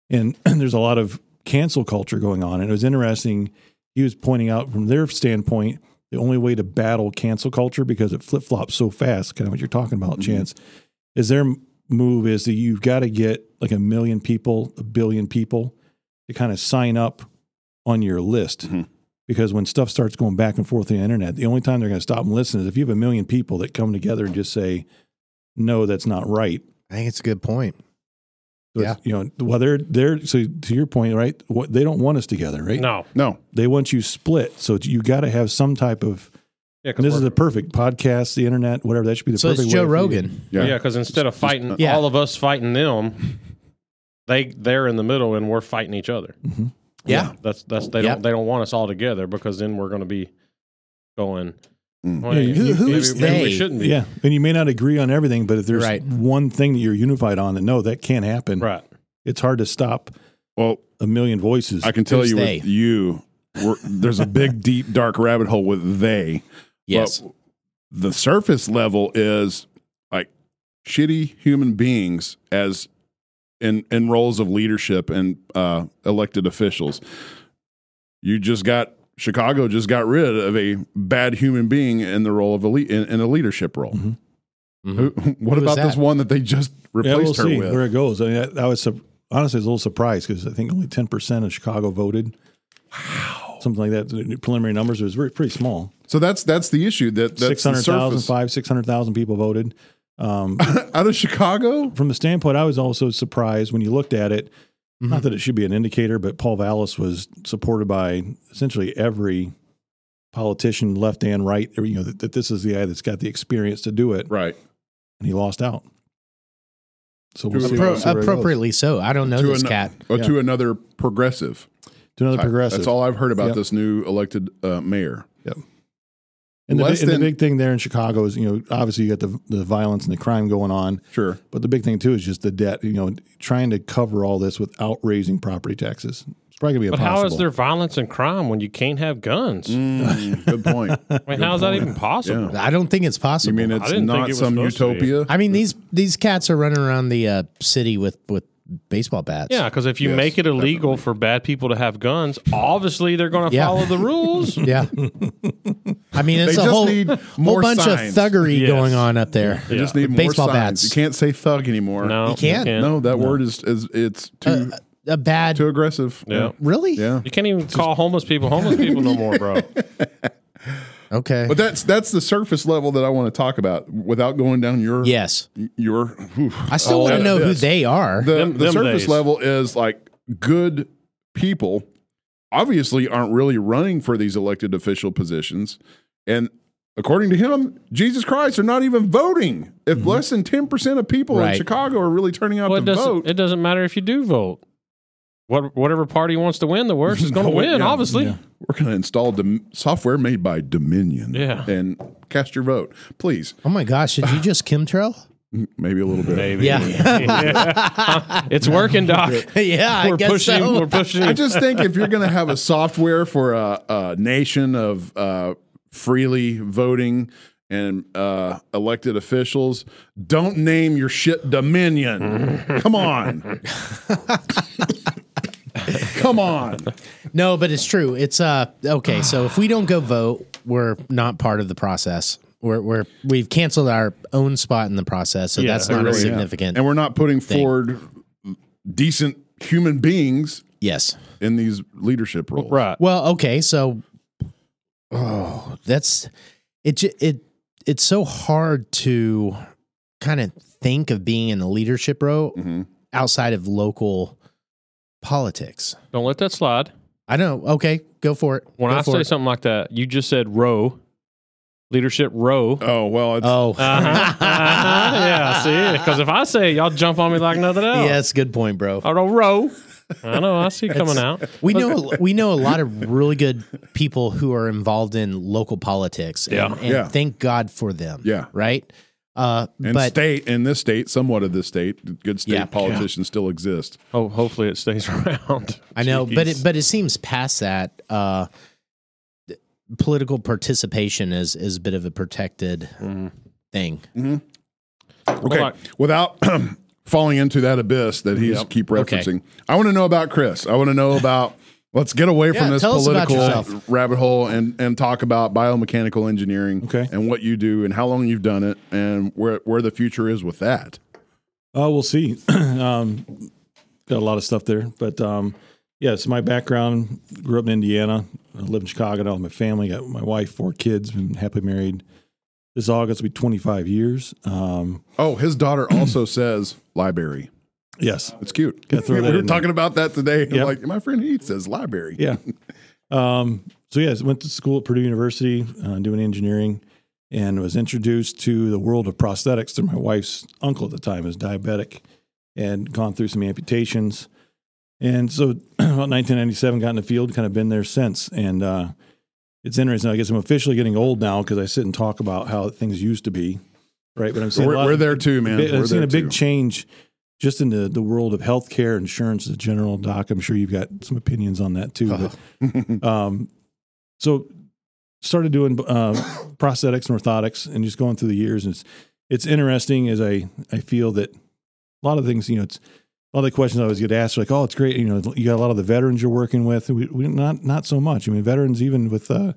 and there's a lot of cancel culture going on. And it was interesting. He was pointing out from their standpoint the only way to battle cancel culture because it flip flops so fast. Kind of what you're talking about, Chance is their m- move is that you've got to get like a million people, a billion people to kind of sign up on your list. because when stuff starts going back and forth on the internet, the only time they're going to stop and listen is if you have a million people that come together and just say, "No, that's not right." I think it's a good point. So it's- you know, well, they're they're so to your point, right? What they don't want us together, right? No. No, They want you split. So you got to have some type of. Yeah, 'cause And this is we're- the perfect podcast, the internet, whatever. That should be the So perfect. it's Joe way for you- Rogan. Yeah, because instead of fighting Yeah. all of us fighting them, they they're in the middle and we're fighting each other. Yeah. That's that's they Yep. don't they don't want us all together because then we're going to be going. Mm. well, Yeah, you- maybe- who- who's maybe they? We shouldn't be. Yeah, and you may not agree on everything, but if there's Right. one thing that you're unified on, that no, that can't happen. Right. It's hard to stop Well, a million voices. I can tell Who's you they? with you, we're, there's a big, deep, dark rabbit hole with they. Yes. But the surface level is like shitty human beings as in in roles of leadership and uh, elected officials. You just got Chicago just got rid of a bad human being in the role of a le- in, in a leadership role. Mhm. Who, what Mm-hmm. Who is about this that? one that they just yeah, replaced we'll her see with? where it goes. I, mean, I, I was sup- honestly I was a little surprised because I think only ten percent of Chicago voted. Wow, something like that. The preliminary numbers was very, pretty small. So that's that's the issue. That that's Six the hundred thousand, surface five, six hundred thousand people voted. Um, out of Chicago. from the standpoint, I was also surprised when you looked at it. Mm-hmm. Not that it should be an indicator, but Paul Vallis was supported by essentially every politician, left and right. You know that, that this is the guy that's got the experience to do it, Right. and he lost out. So we'll To see, appro- we'll see where it goes. uh, appropriately so. I don't know To this an- cat. Or Yeah. to another progressive. to another type. progressive. That's all I've heard about Yep. this new elected uh, mayor. And the, Less big, and the than- big thing there in Chicago is, you know, obviously you got the, the violence and the crime going on, Sure. but the big thing too is just the debt, you know, trying to cover all this without raising property taxes. It's probably going to be But impossible. how is there violence and crime when you can't have guns? Mm, good point. I mean, how is that even possible? I don't think it's You possible. mean I it's didn't think not it was some supposed to be. utopia? I mean these these cats are running around the uh, city with with baseball bats. Yeah, because if you Yes, make it illegal for bad people to have guns, obviously they're going to Yeah. follow the rules. Yeah. I mean They it's just a whole, need whole more bunch signs. of thuggery Yes. going on up there. You just need more Baseball signs. bats. You can't say thug anymore. No, You can't. No, that word is, is it's too A bad too aggressive. Yeah. really? Yeah. You can't even call homeless people homeless people no more, bro. Okay. But that's that's the surface level that I want to talk about without going down your yes. your whew. I still Oh, want to yeah. know who Yes. they are. the, Them- the them surface days. level is like good people obviously aren't really running for these elected official positions and according to him jesus christ are not even voting if less than 10% of people in Right. chicago are really turning Mm-hmm. out Well, it to doesn't, vote it doesn't matter if you do vote. What whatever party wants to win, the worst is going to win. Yeah. Obviously, Yeah. we're going to install dom- software made by dominion Yeah. and cast your vote please Oh my gosh, did you just chemtrail? maybe a little bit maybe. Yeah. Yeah. it's working, Doc. yeah, I We're guess pushing. so. We're pushing. I just think if you're going to have a software for a, a nation of uh, freely voting and uh, elected officials, don't name your shit Dominion. Come on. Come on. No, but it's true. It's uh okay. So if we don't go vote, we're not part of the process. We're we're we've canceled our own spot in the process, so Yeah, that's not really, as yeah. significant. And we're not putting forward decent human beings Yes. in these leadership roles. right. Well, okay. So, oh, that's it. ju- It it's so hard to kind of think of being in a leadership role Mhm. outside of local politics. Don't let that slide. I don't. Okay, go for it. When Go I for say it. something like that, you just said row, leadership row. Oh, well, it's, oh, Uh-huh. yeah, see, because if I say it, y'all jump on me like nothing else. yes, good point, bro. I don't row. I know. I see it coming out. We know we know a lot of really good people who are involved in local politics. And, Yeah. and Yeah. thank God for them. Yeah. Right. Uh, and but state, in this state, somewhat of this state, good state Yeah. politicians still exist. Oh, hopefully it stays around. I know, but Jeez. it but it seems past that. Uh, th- political participation is is a bit of a protected thing. Okay. Well, Without falling into that abyss that he's keep Okay. referencing, I want to know about Chris. I want to know about. Let's get away from Yeah, this tell us about political yourself. rabbit hole and, and talk about biomechanical engineering Okay. and what you do and how long you've done it and where where the future is with that. Oh, we'll see. um, got a lot of stuff there, but um, yeah, so my background grew up in Indiana. I live in Chicago. now with my family got my wife, four kids, been happily married. This August will be 25 years. Um, Oh, his daughter also says library. yes, It's cute. Gotta throw that we were in talking about that today. Yep. Like my friend Heath says library. yeah. Um, so yes, went to school at Purdue University uh, doing engineering, and was introduced to the world of prosthetics through my wife's uncle at the time, who was diabetic, and gone through some amputations, and so about 1997 got in the field, kind of been there since, and uh, it's interesting. I guess I'm officially getting old now because I sit and talk about how things used to be, right? But I'm So seeing a we're, lot we're of- there too, man. Bi- we're I've seen there a big too. change just in the, the world of healthcare, insurance, the general doc. I'm sure you've got some opinions on that too. but, Uh-huh. um, so started doing uh, prosthetics and orthotics, and just going through the years. And it's it's interesting as I I feel that a lot of things, you know, it's a lot of the questions I always get asked, are like, oh, it's great, you know, you got a lot of the veterans you're working with. We, we not not so much. I mean, veterans even with uh,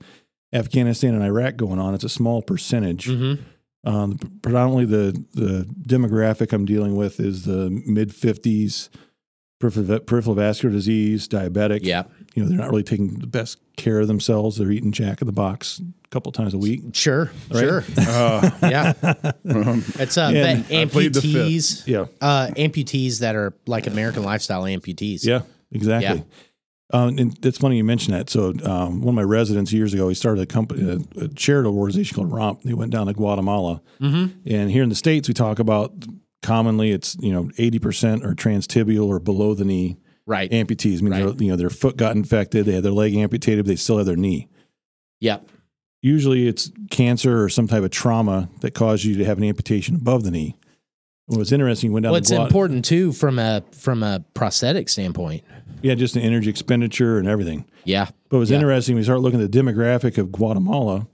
Afghanistan and Iraq going on, it's a small percentage. Mm-hmm. Um, predominantly, the the demographic I'm dealing with is the mid 50s, peripheral, peripheral vascular disease, diabetic. Yeah. you know they're not really taking the best care of themselves. They're eating Jack in the Box a couple times a week. Sure. Right? Sure. Uh, yeah. It's uh, And the I plead the fifth. amputees. Yeah, Uh, amputees that are like American lifestyle amputees. yeah, exactly. Um, and it's funny you mention that. So um, one of my residents years ago, he started a company, a, a charitable organization called Romp. They went down to Guatemala, and here in the states, we talk about commonly it's you know 80% are transtibial or below the knee. Right. amputees. I mean, Right. their- you know, their foot got infected, they had their leg amputated, but they still had their knee. yep. Usually it's cancer or some type of trauma that caused you to have an amputation above the knee. And what's interesting, you went down Well, to it's Guat- important too from a from a prosthetic standpoint. Yeah, just the energy expenditure and everything. Yeah. But what's Yeah. interesting, we start looking at the demographic of Guatemala.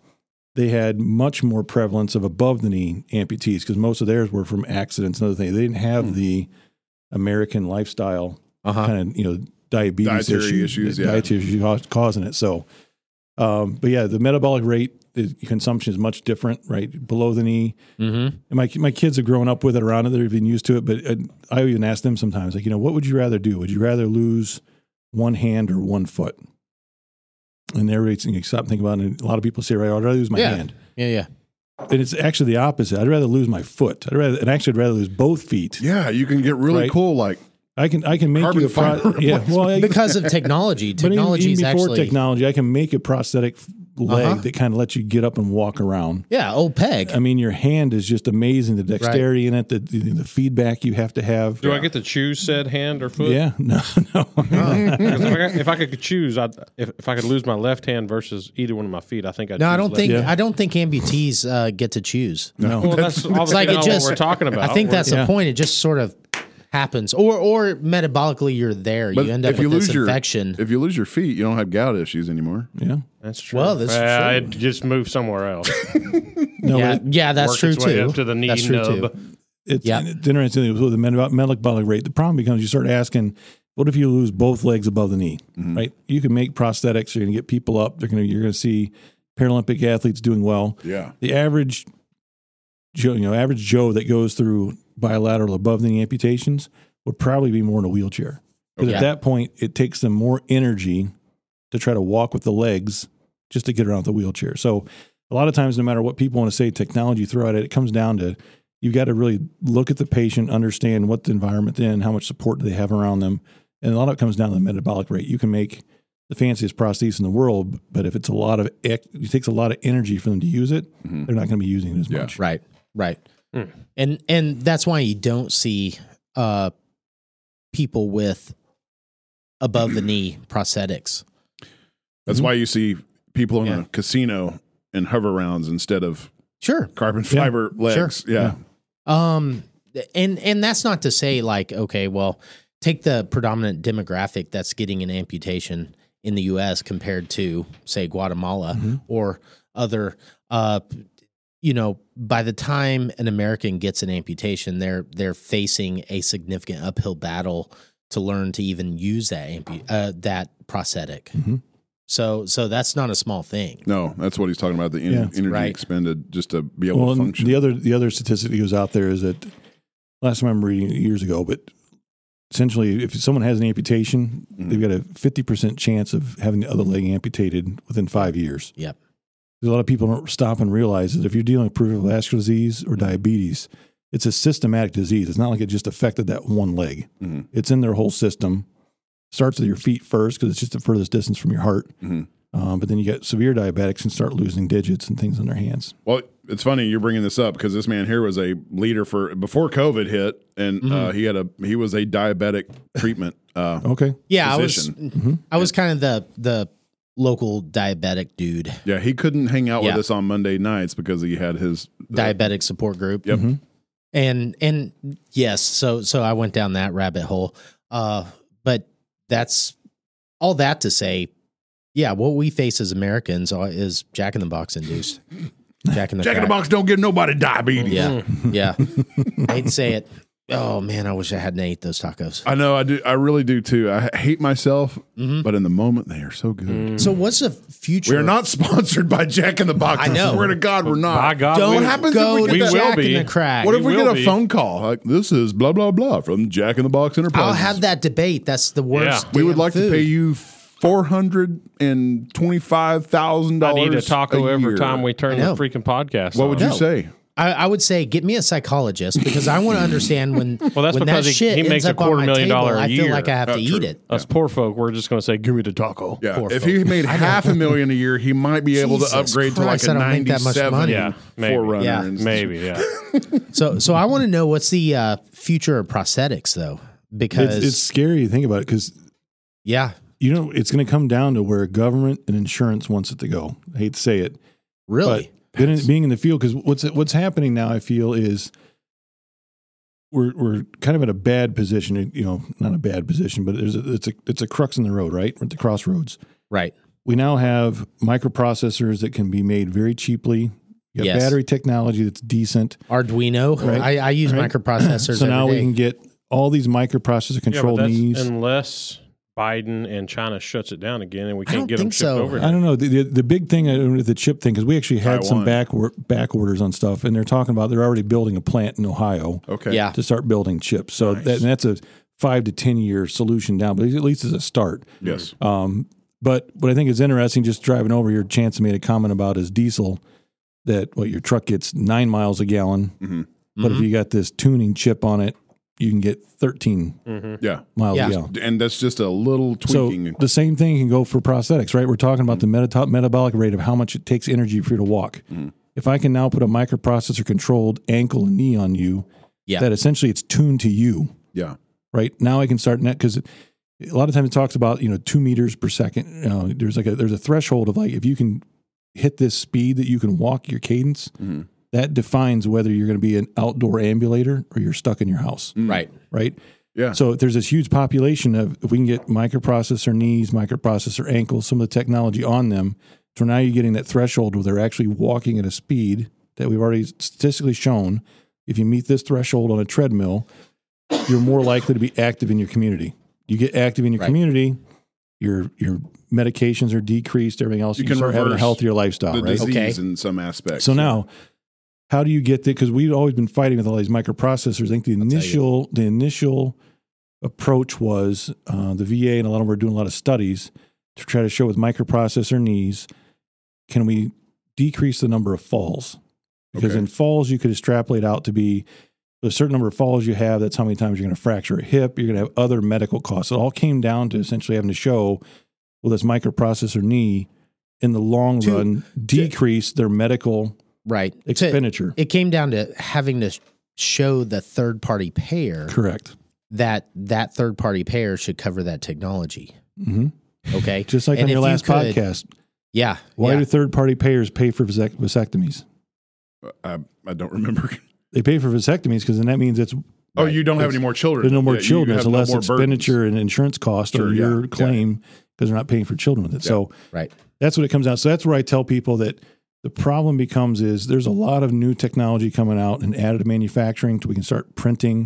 They had much more prevalence of above the knee amputees because most of theirs were from accidents and other things. They didn't have Hmm. the American lifestyle Uh huh. kind of you know diabetes Uh-huh. Dietary issue- issues, yeah. dietary issues caus- causing it. So, um, but yeah, the metabolic rate the consumption is much different, right? Below the knee, Mm-hmm. and my my kids have grown up with it around it; they've been used to it. But uh, I even ask them sometimes, like, you know, what would you rather do? Would you rather lose one hand or one foot? And everybody's thinking, stop and think about it. And a lot of people say, right, I'd rather lose my Yeah. hand. Yeah. Yeah. And it's actually the opposite. I'd rather lose my foot. I'd rather, and actually, I'd rather lose both feet. Yeah, you can get really Right. cool. Like I can, I can make Carbon you a pro- fiber yeah. Well, I, Because of technology. But even- Technology even is before actually technology, I can make a prosthetic f- leg Uh-huh. that kind of lets you get up and walk around. yeah. Old peg. I mean, your hand is just amazing. The dexterity in it, the, the, the feedback you have to have. Do I get to choose said hand or foot? Yeah, no, no. 'Cause if, I, got- if I could choose, I'd, if, if I could lose my left hand versus either one of my feet, I think I'd no, I choose don't left. think Yeah. I don't think amputees uh, get to choose. Well, that's obviously like it not just- what we're talking about. I think We're- that's Yeah. the point. It just sort of happens, or or metabolically you're there. but you end up if you with lose this your infection. if you lose your feet, you don't have gout issues anymore. yeah, that's true. Well, this is Uh, true. I'd just move somewhere else. no. yeah, it- yeah, that's Work true its way too. Up to the knee that's true nub. Mm. too. it's, Yeah. it's interesting with the metab- metabolic rate. The problem becomes you start asking, what if you lose both legs above the knee? Right? You can make prosthetics. You're going to get people up. They're going to. You're going to see Paralympic athletes doing well. Yeah, the average Joe, you know, average Joe that goes through bilateral above the knee amputations would probably be more in a wheelchair. Because Okay. at that point, it takes them more energy to try to walk with the legs just to get around with the wheelchair. So a lot of times, no matter what people want to say, technology throw at it, it comes down to you've got to really look at the patient, understand what the environment in, how much support do they have around them. And a lot of it comes down to the metabolic rate. You can make the fanciest prostheses in the world, but if it's a lot of ec- it takes a lot of energy for them to use it, they're not going to be using it as Yeah. much. Right, right, Mm. and and that's why you don't see uh, people with above the knee prosthetics. that's why you see people in Mm-hmm. Yeah. a casino in hover rounds instead of Sure, carbon fiber legs. Yeah. Um, and and that's not to say like okay, well, take the predominant demographic that's getting an amputation in the U.S. compared to say Guatemala Mm-hmm. or other. Uh, you know, by the time an American gets an amputation, they're they're facing a significant uphill battle to learn to even use that ampu- uh, that prosthetic. Mhm. So so that's not a small thing. No, that's what he's talking about. The en- Yeah. energy Right. expended just to be able Well, to and function. the other the other statistic that goes out there is that last time I'm reading it years ago, but essentially, if someone has an amputation, Mhm. they've got a 50% chance of having the other leg amputated within five years. Yep. There's a lot of people don't stop and realize that if you're dealing with peripheral vascular disease or diabetes, it's a systematic disease. It's not like it just affected that one leg. Mhm. It's in their whole system. Starts with your feet first because it's just the furthest distance from your heart. Mhm. Um, but then you get severe diabetics and start losing digits and things on their hands. Well, it's funny you're bringing this up because this man here was a leader for before COVID hit, and uh, Mm-hmm. he had a he was a diabetic treatment. Uh, Okay. Yeah, Physician. I was I was kind of the the local diabetic dude, yeah, he couldn't hang out Yeah. with us on Monday nights because he had his diabetic support group. Mm-hmm. Yep. Mhm. And and yes, so so I went down that rabbit hole. Uh but that's all that to say, yeah, what we face as Americans are, is Jack in the Box induced. Jack in the Jack in the Crack. Box don't give nobody diabetes. Yeah. Yeah. I'd say it. Oh man, I wish I hadn't ate those tacos. I know. I do. I really do too. I hate myself, Mm-hmm. but in the moment they are so good. So what's the future? We are not sponsored by Jack in the Box. I know. swear to God, we're not. By God, Don't what happens go if to we get that? Jack will be. in the Crack. What if We we get will a be. phone call? Like this is blah blah blah from Jack in the Box Enterprise. I'll have that debate. That's the worst. Yeah. We would damn like to food. pay you four hundred and twenty-five thousand I dollars. need a taco every year. time we turn I the know. freaking podcast. What would on. you say? I, I would say get me a psychologist because I want to understand when. Well, that's when that because he- shit he makes ends a up on quarter my million table, dollar a I feel year. like I have Not to true. eat it. Us poor folk, we're just going to say, "Give me the taco." Yeah, Poor if he made half a million a year, he might be able Jesus to upgrade Christ, to I like a don't make that much ninety-seven money. Yeah, maybe. forerunner. Yeah. and- Maybe, yeah. So, so I want to know what's the uh, future of prosthetics though, because It's, it's scary to think about it because yeah, you know it's going to come down to where government and insurance wants it to go. I hate to say it, really, but been in- being in the field because what's what's happening now, I feel is we're we're kind of in a bad position. You know, not a bad position, but there's a, it's a it's a crux in the road, right? We're at the crossroads. right, We now have microprocessors that can be made very cheaply. You got Yes. battery technology that's decent. Arduino. Right. I, I use Right. microprocessors. so now every we day. can get all these microprocessor yeah but controlled that's knees. unless Biden and China shuts it down again, and we I can't don't get them think shipped so. over. I don't know the the, the big thing uh, with the chip thing because we actually had some Taiwan. back or, back orders on stuff, and they're talking about they're already building a plant in Ohio Okay. Yeah. to start building chips. So that, and that's a five to ten year solution down, but at least it's a start. Yes. Uh, Um, but what I think is interesting, just driving over here, Chance made a comment about is diesel that well, your truck gets nine miles a gallon, Mhm. but if you got this tuning chip on it, you can get thirteen Mhm. Yeah. miles Yeah. a gallon. And that's just a little So tweaking. the same thing can go for prosthetics, right? We're talking about the meta- metabolic rate of how much it takes energy for you to walk. If I can now put a microprocessor controlled ankle and knee on you, Yeah. that essentially it's tuned to you, yeah. right? Now I can start net because a lot of times it talks about you know two meters per second. Uh, there's like a there's a threshold of like if you can hit this speed that you can walk your cadence, Mm-hmm. that defines whether you're going to be an outdoor ambulator or you're stuck in your house, right, right? Mm. Yeah. So there's this huge population of if we can get microprocessor knees, microprocessor ankles, some of the technology on them. So now you're getting that threshold where they're actually walking at a speed that we've already statistically shown. If you meet this threshold on a treadmill, you're more likely to be active in your community. You get active in your Right. community, your your medications are decreased, everything else. You You, can can start having a reverse healthier lifestyle, the right? disease Okay. in some aspects. So now, how do you get that? Because we've always been fighting with all these microprocessors. I think the initial the initial approach was uh, the VA and a lot of them were doing a lot of studies to try to show with microprocessor knees, can we decrease the number of falls? Because Okay. in falls, you could extrapolate out to be a certain number of falls you have. That's how many times you're going to fracture a hip. You're going to have other medical costs. It all came down to essentially having to show, well, this microprocessor knee in the long To- run decrease their medical right. To- expenditure. it came down to having to show the third party payer Correct. that that third party payer should cover that technology. hmm Okay, Just like And on your if you last could- podcast, Yeah, why yeah. do third party payers pay for vasect- vasectomies? I, I don't remember. They pay for vasectomies because then that means it's Oh, you don't have It's- any more children. there's no more Yeah, you children. have It's a no less more burdens. expenditure and insurance cost Sure, on yeah, your yeah. claim because they're not paying for children with it. So right. that's what it comes out. So that's where I tell people that the problem becomes is there's a lot of new technology coming out and additive manufacturing so we can start printing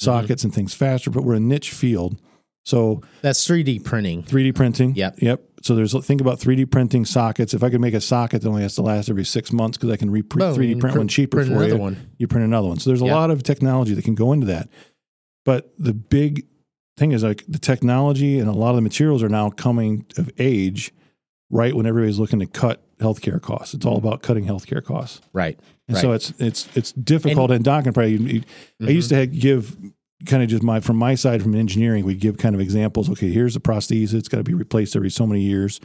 Mm-hmm. sockets and things faster, but we're a niche field. So That's 3D printing. 3D printing. Yep. Yep. So there's think about 3D printing sockets. If I could make a socket that only has to last every six months because I can re- Boom, 3D print pr- one cheaper print for another you, one. you print another one. So there's a Yeah. lot of technology that can go into that. But the big thing is like the technology and a lot of the materials are now coming of age right when everybody's looking to cut healthcare costs. It's all about cutting healthcare costs. Right. And right. so it's it's it's difficult and, Doc can probably you- you- Mm-hmm. I used to ha- give kind of just my from my side from engineering we give kind of examples. Okay, here's the prosthesis; it's got to be replaced every so many years.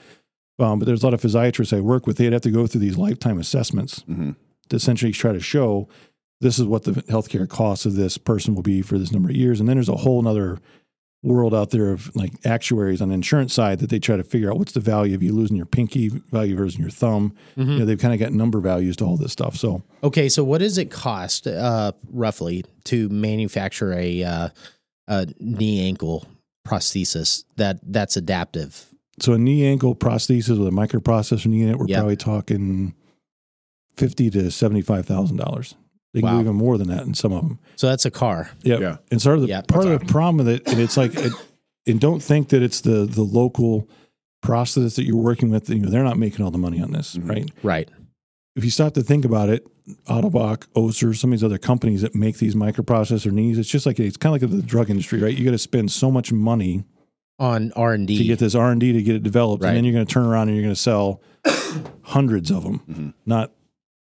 Um, but there's a lot of physiatrists I work with; they'd have to go through these lifetime assessments Mhm. to essentially try to show this is what the healthcare costs of this person will be for this number of years. And then there's a whole nother world out there of like actuaries on the insurance side that they try to figure out what's the value of you losing your pinky, value of losing your thumb. Hmm. You know, they've kind of got number values to all this stuff. So Mm-hmm, Okay, so what does it cost uh, roughly to manufacture a, uh, a knee ankle prosthesis that that's adaptive? So a knee ankle prosthesis with a microprocessor knee in it, we're Yeah. probably talking fifty to seventy five thousand dollars. They can Wow. do even more than that in some of them. So that's a car. Yeah. And sort of the Yeah. part of the problem with it, and it's like, it, and don't think that it's the the local prosthetists that you're working with. You know, they're not making all the money on this, Mhm. right? Right. If you stop to think about it, Autobach, Oser, some of these other companies that make these microprocessor knees, it's just like it's kind of like the drug industry, right? You got to spend so much money On R and to D. get this R and D to get it developed, Right. and then you're going to turn around and you're going to sell hundreds of them, Mhm. not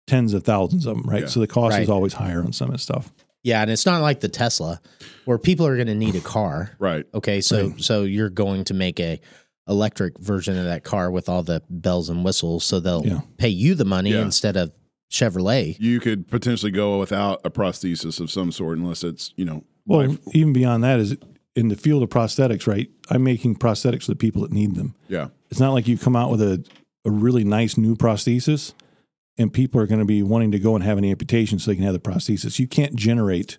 tens of thousands of them, right? Yeah. So the cost Right. is always higher on some of this stuff. Yeah, and it's not like the Tesla where people are gonna need a car. Right. Okay, so so you're going to make a electric version of that car with all the bells and whistles, so they'll Yeah. pay you the money Yeah. instead of Chevrolet. You could potentially go without a prosthesis of some sort, unless it's you know. Well, life- even beyond that is in the field of prosthetics, right? I'm making prosthetics for the people that need them. Yeah. It's not like you come out with a a really nice new prosthesis, and people are going to be wanting to go and have an amputation so they can have the prosthesis. You can't generate.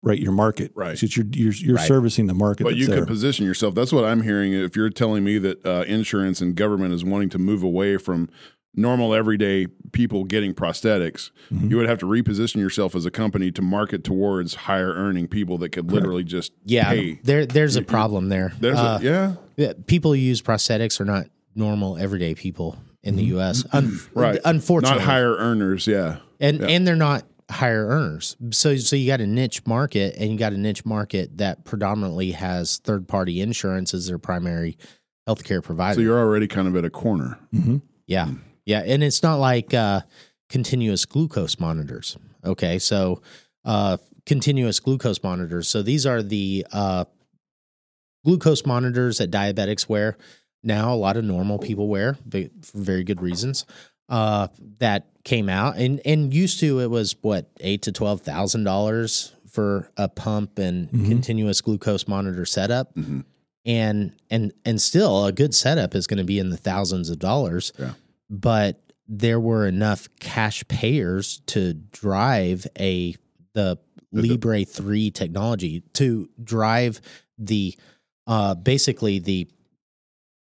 Right, your market. Right. So it's you're you're, you're Right. servicing the market. But that's you there. could position yourself. That's what I'm hearing. If you're telling me that uh, insurance and government is wanting to move away from normal everyday people getting prosthetics, Mm-hmm. you would have to reposition yourself as a company to market towards higher earning people that could literally just Yeah, pay. there there's a problem there. There's Uh, a, yeah, Yeah, people who use prosthetics are not normal everyday people in the U.S. Un- Mm-hmm. right. Unfortunately, not higher earners. Yeah, and and they're not higher earners. So so you got a niche market, and you got a niche market that predominantly has third party insurance as their primary healthcare provider. so you're already kind of at a corner. Mm-hmm. yeah, yeah, and it's not like uh, continuous glucose monitors. Okay, so uh, continuous glucose monitors. So these are the uh, glucose monitors that diabetics wear now. A lot of normal people wear but for very good reasons. Uh, that came out and and used to it was what eight to twelve thousand dollars for a pump and continuous glucose monitor setup. Mm-hmm. And and and still a good setup is going to be in the thousands of dollars. Yeah. But there were enough cash payers to drive a the Libre 3 technology to drive the uh, basically the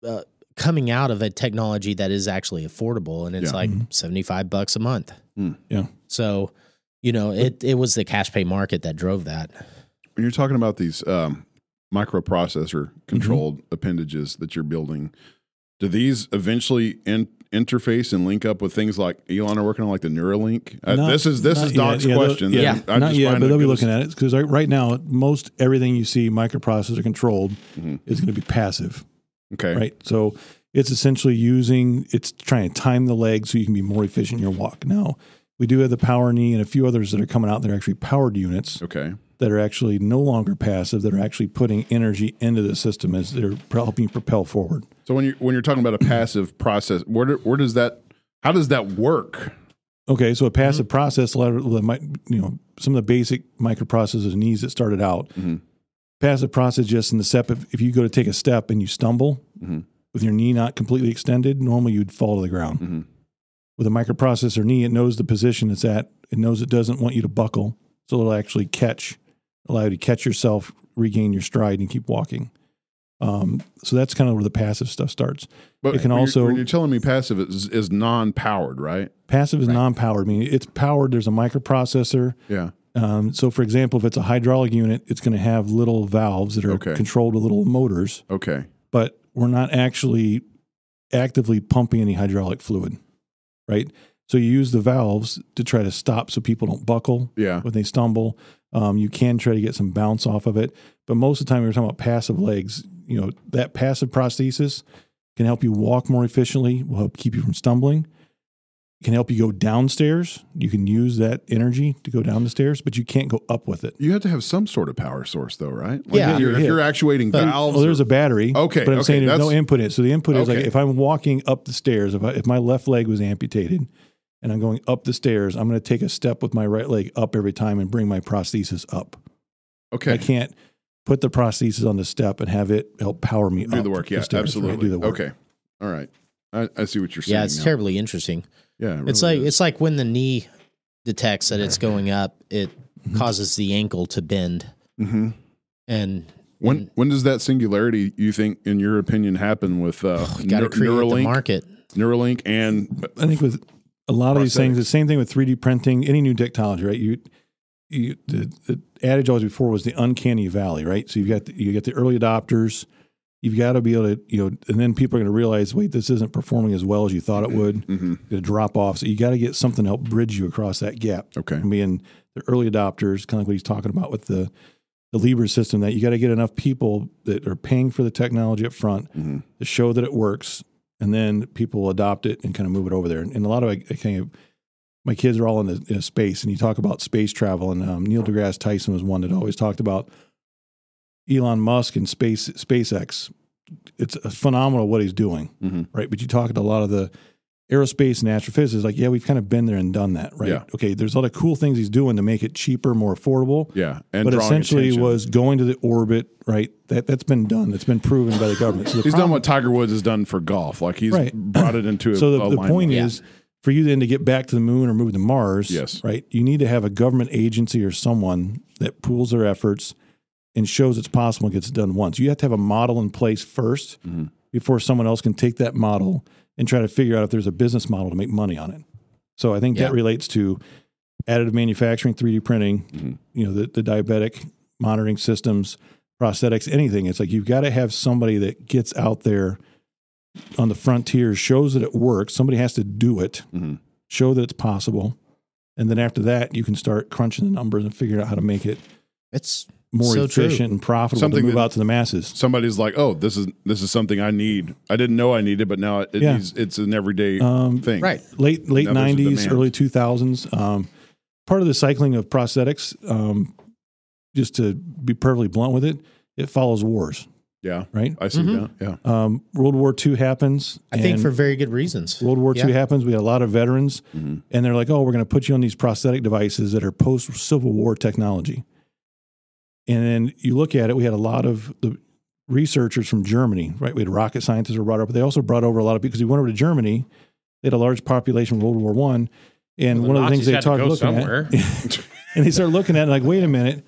uh, coming out of a technology that is actually affordable and it's Yeah. like 75 bucks a month. Mm. Yeah. So, you know, it it was the cash pay market that drove that. When you're talking about these um, microprocessor Mm-hmm. controlled appendages that you're building, do these eventually in- interface and link up with things like Elon are working on, like the Neuralink? Uh, Not- this is this not is yet. Doc's Yeah, they'll- question. Yeah, I'm- I'm not just yet, trying but to they'll be give looking us- at it because right, right now, most everything you see microprocessor controlled Mhm. is going to be passive, Okay, right? So it's essentially using it's trying to time the leg so you can be more efficient in your walk. Now we do have the power knee and a few others that are coming out. They're actually powered units okay, that are actually no longer passive. That are actually putting energy into the system as they're pro- helping you propel forward. So when you when you're talking about a passive process, where do, where does that how does that work? Okay, so a passive process, a lot of the, mi- you know, some of the basic microprocessors and knees that started out. Mhm. Passive process just in the step. If, if you go to take a step and you stumble Mhm. with your knee not completely extended, normally you'd fall to the ground. Mhm. With a microprocessor knee, it knows the position it's at. It knows it doesn't want you to buckle, so it'll actually catch, allow you to catch yourself, regain your stride, and keep walking. Um, so that's kind of where the passive stuff starts. But It can when you're- also- when you're telling me passive is, is non powered, right? Passive is non-powered, meaning it's powered. There's a microprocessor. Yeah. Um, so, for example, if it's a hydraulic unit, it's going to have little valves that are Okay. controlled with little motors, Okay. but we're not actually actively pumping any hydraulic fluid, right? So, you use the valves to try to stop so people don't buckle Yeah. when they stumble. Um, you can try to get some bounce off of it, but most of the time, we we're talking about passive legs. You know that passive prosthesis can help you walk more efficiently. Will help keep you from stumbling. It can help you go downstairs. You can use that energy to go down the stairs, but you can't go up with it. You have to have some sort of power source, though, right? Like Yeah. If you're, if you're actuatuating valves, Well, oh, there's or- a battery. Okay, but I'm okay, saying there's no that's- input in it. So the input is like Okay. if I'm walking up the stairs, if I, if my left leg was amputated and I'm going up the stairs, I'm going to take a step with my right leg up every time and bring my prosthesis up. I okay. can't put the prosthesis on the step and have it help power me Do up the work, yeah, stairs, right? absolutely. Do the work. Okay, all right. I, I see what you're saying. Yeah, it's now. terribly interesting. Yeah, it It's really like is. it's like when the knee detects that it's going up, it causes the ankle to bend. Mm-hmm. Mhm. And Mm. when when does that singularity, you think, in your opinion, happen with uh, got to Neur- Oh, create the Neuralink, market. Neuralink, and I think with a lot of these things, the same thing with 3D printing, any new technology, right? You, you the, the adage always before was the uncanny valley, right? So you've got the, you got the early adopters, you've got to be able to, you know, and then people are going to realize, wait, this isn't performing as well as you thought it would. mm-hmm, Going to drop off, so you got to get something to help bridge you across that gap. Okay. and being the early adopters, kind of like what he's talking about with the the Libra system, that you got to get enough people that are paying for the technology up front Mm-hmm. to show that it works, and then people will adopt it and kind of move it over there. And, and a lot of I, I kind of my kids are all in, the, in a space, and you talk about space travel, and um, Neil deGrasse Tyson was one that always talked about Elon Musk and space SpaceX. It's phenomenal what he's doing, Mhm. right? But you talk to a lot of the aerospace and astrophysics, like yeah, we've kind of been there and done that, right? Yeah. Okay, there's a lot of cool things he's doing to make it cheaper, more affordable. yeah, and but drawing essentially, attention. was going to the orbit, right? That that's been done. That's been proven by the government. So the he's problem- done what Tiger Woods has done for golf. Like he's Right. brought it into a, So a the, the limelight. point Yeah. is for you then to get back to the moon or move to Mars, Yes. right? You need to have a government agency or someone that pools their efforts and shows it's possible and gets it done once. You have to have a model in place 1st before someone else can take that model and try to figure out if there's a business model to make money on it. So I think Yeah. that relates to additive manufacturing, 3D printing, you know, the, the diabetic monitoring systems, prosthetics, anything. It's like you've got to have somebody that gets out there on the frontier, shows that it works. Somebody has to do it, Mhm. show that it's possible. And then after that, you can start crunching the numbers and figuring out how to make it It's more So true. efficient and profitable Something to move that- out to the masses. somebody's like, "Oh, this is this is something I need. I didn't know I needed, but now it, it Yeah. needs, it's an everyday Um, thing." right. late late Now there's a nineties, demand. early two thousands. Um, part of the cycling of prosthetics, um, just to be perfectly blunt with it, it follows wars, Yeah, right? I see Mhm. that. Yeah, Um, World War II happens. I think and for very good reasons. World War Yeah. II happens. We had a lot of veterans, Mhm. and they're like, "Oh, we're going to put you on these prosthetic devices that are post Civil War technology." And then you look at it. We had a lot of the researchers from Germany, right? We had rocket scientists were brought over. They also brought over a lot of people because we went over to Germany. They had a large population of World War One, and Well, the one of the Nazis things they had to talked go looking somewhere. at, and they started looking at it like, "Wait a minute."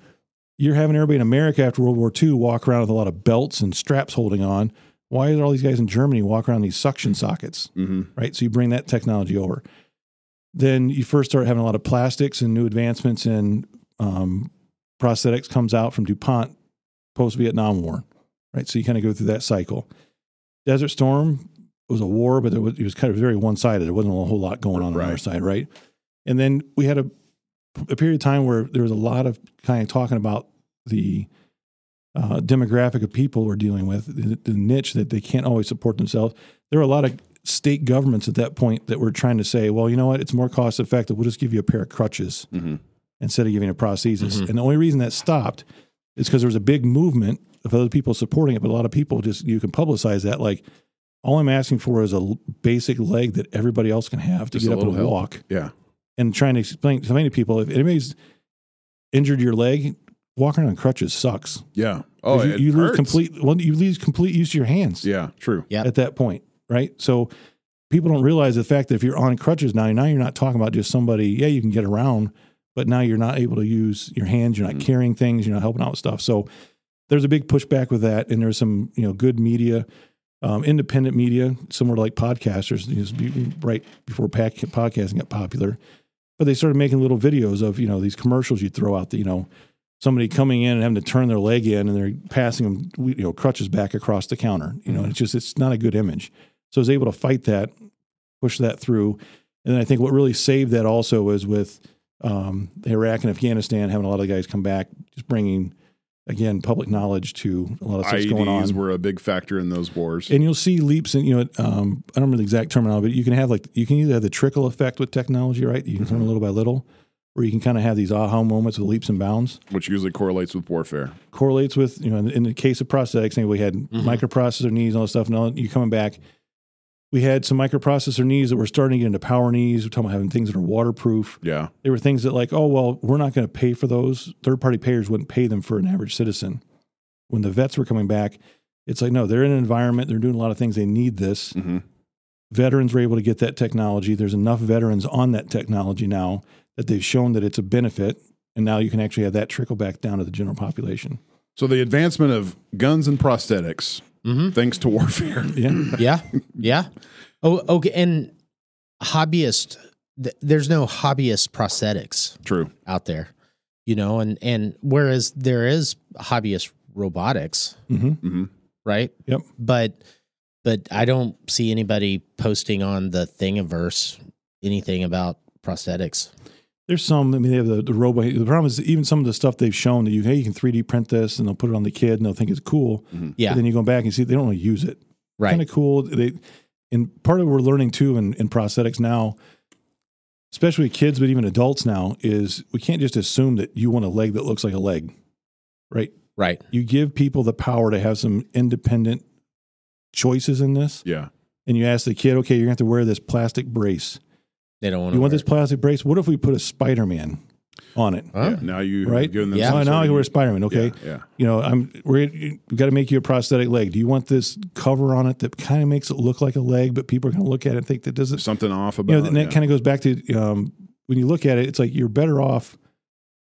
You're having everybody in America after World War II walk around with a lot of belts and straps holding on. Why are all these guys in Germany walk around these suction sockets? hmm right? So you bring that technology over. Then you first start having a lot of plastics and new advancements in um, prosthetics comes out from DuPont post Vietnam War, right? So you kind of go through that cycle. Desert Storm was a war, but it was, it was kind of very one sided. There wasn't a whole lot going on on our Right. side, right? And then we had a, a period of time where there was a lot of kind of talking about the uh, demographic of people we're dealing with, the, the niche that they can't always support themselves. There were a lot of state governments at that point that were trying to say, well, you know what, it's more cost effective. We'll just give you a pair of crutches Mhm. instead of giving a prosthesis. And the only reason that stopped is because there was a big movement of other people supporting it, but a lot of people just, you can publicize that. Like, all I'm asking for is a l- basic leg that everybody else can have to Just a get up little and help. walk Yeah, and trying to explain, explain to people if anybody's injured your leg, walking on crutches sucks. yeah. Oh, you, it you lose hurts. complete well, you lose complete use of your hands Yeah, true. Yeah. at that point, right? So people don't realize the fact that if you're on crutches now, now you're not talking about just somebody. Yeah, you can get around, but now you're not able to use your hands. You're not Mm-hmm. carrying things. You're not helping out with stuff. So there's a big pushback with that, and there's some you know good media. Um, independent media, similar to like podcasters, you know, be- right before pac- podcasting got popular, but they started making little videos of you know these commercials you throw out that you know somebody coming in and having to turn their leg in and they're passing them you know crutches back across the counter you know and it's just it's not a good image so i was able to fight that push that through and i think what really saved that also was with um, Iraq and Afghanistan, having a lot of guys come back, just bringing again public knowledge to a lot of stuff going on. IEDs E were a big factor in those wars. And you'll see leaps in, you know, um, I don't remember the exact terminology, but you can have like, you can either have the trickle effect with technology, right? You can learn little by little, or you can kind of have these aha moments with leaps and bounds. which usually correlates with warfare. Correlates with, you know, in, in the case of prosthetics, anyway, we had microprocessor knees and all that stuff. And all, you're coming back. We had some microprocessor knees that were starting to get into power knees. We're talking about having things that are waterproof. Yeah. There were things that, like, oh, well, we're not going to pay for those. Third party payers wouldn't pay them for an average citizen. When the vets were coming back, it's like, no, they're in an environment, they're doing a lot of things, they need this Mm-hmm. veterans were able to get that technology. There's enough veterans on that technology now that they've shown that it's a benefit. And now you can actually have that trickle back down to the general population. So the advancement of guns and prosthetics, Mhm. thanks to warfare. Yeah. yeah, yeah. Oh, okay. And hobbyist, th- there's no hobbyist prosthetics True. out there, you know, and and whereas there is hobbyist robotics, hmm hmm right? Yep. But but I don't see anybody posting on the Thingiverse anything about prosthetics. There's some, I mean, they have the, the robot. The problem is even some of the stuff they've shown that you, hey, you can 3D print this and they'll put it on the kid and they'll think it's cool. Yeah, But then you go back and see they don't really use it. right. kind of cool. They and part of what we're learning too in, in prosthetics now, especially with kids, but even adults now, is we can't just assume that you want a leg that looks like a leg, right? Right. You give people the power to have some independent choices in this, Yeah. and you ask the kid, okay, you're gonna have to wear this plastic brace. They don't want You want this plastic brace? What if we put a Spider Man on it? Huh? Yeah. Now you have Right? given them Yeah. Oh, some now I sort can of- wear Spider Man. Okay, Yeah. yeah. you know, I'm we're we got to make you a prosthetic leg. Do you want this cover on it that kind of makes it look like a leg, but people are going to look at it and think that doesn't? There's something off about You know, and it. that kind of goes back to um, when you look at it, it's like you're better off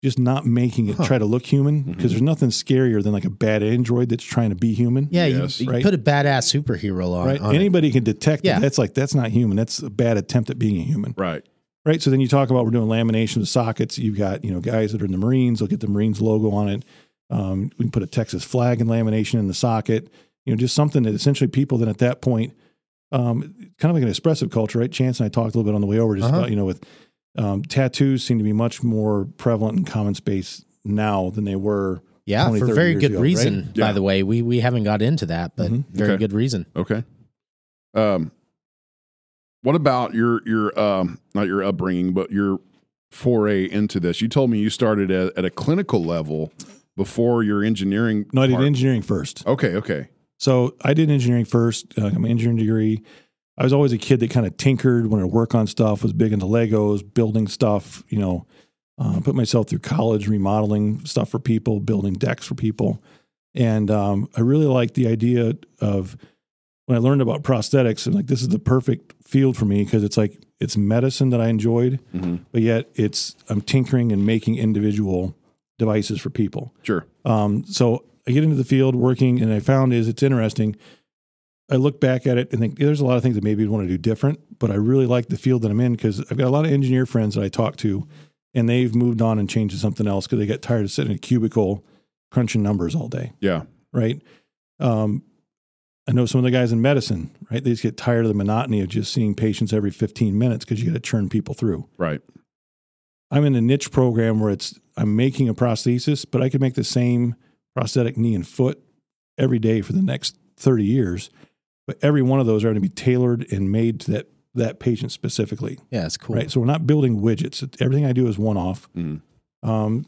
just not making it Huh. Mm-hmm. try to look human because there's nothing scarier than like a bad android that's trying to be human. Yeah, you- Yes. you, Right. put a badass superhero on. Right. on it. Anybody can detect Yeah. that. That's like that's not human. That's a bad attempt at being a human. right. Right. So then you talk about we're doing lamination of sockets. You've got, you know, guys that are in the Marines, they'll get the Marines logo on it. Um, we can put a Texas flag and lamination in the socket, you know, just something that essentially people then at that point, um, kind of like an expressive culture, right? Chance and I talked a little bit on the way over just Uh-huh. about, you know, with um, tattoos seem to be much more prevalent in common space now than they were. Yeah, 20, for 30 very years good ago, right? reason. Yeah. By the way, we we haven't got into that, but Mhm. very Okay. good reason. Okay. Um, what about your your um not your upbringing, but your foray into this? You told me you started at, at a clinical level before your engineering. No, I did part. engineering first. Okay. Okay. So I did engineering first. Uh, I got my engineering degree. I was always a kid that kind of tinkered, wanted to work on stuff, was big into Legos, building stuff, you know, uh, put myself through college, remodeling stuff for people, building decks for people. And um, I really liked the idea of when I learned about prosthetics, I'm like, this is the perfect field for me because it's like, it's medicine that I enjoyed, Mhm. but yet it's, I'm tinkering and making individual devices for people. Sure. Um, so I get into the field working, and I found is it's interesting. I look back at it and think yeah, there's a lot of things that maybe I'd want to do different, but I really like the field that I'm in because I've got a lot of engineer friends that I talk to, and they've moved on and changed to something else because they got tired of sitting in a cubicle crunching numbers all day, Yeah. right? Um, I know some of the guys in medicine, right? They just get tired of the monotony of just seeing patients every 15 minutes because you got to churn people through. Right. I'm in a niche program where it's I'm making a prosthesis, but I could make the same prosthetic knee and foot every day for the next 30 years. But every one of those are going to be tailored and made to that that patient specifically, Yeah, it's cool. right? So we're not building widgets. It- Everything I do is one off. Mhm. Um,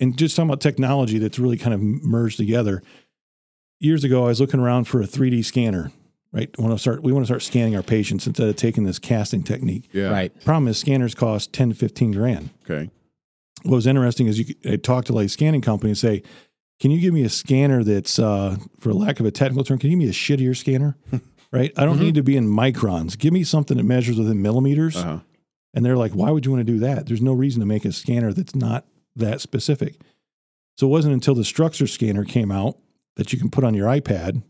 and just talking about technology that's really kind of merged together. Years ago, I was looking around for a 3D scanner, right? Want to start? We want to start scanning our patients instead of taking this casting technique. Yeah. Right. Problem is, scanners cost 10 to 15 grand Okay. what was interesting is you could- I talked to like scanning company and say, can you give me a scanner that's, uh, for lack of a technical term, can you give me a shittier scanner? right. I don't need to be in microns. Give me something that measures within millimeters. Uh huh. And they're like, why would you want to do that? There's no reason to make a scanner that's not that specific. So it wasn't until the structure scanner came out that you can put on your iPad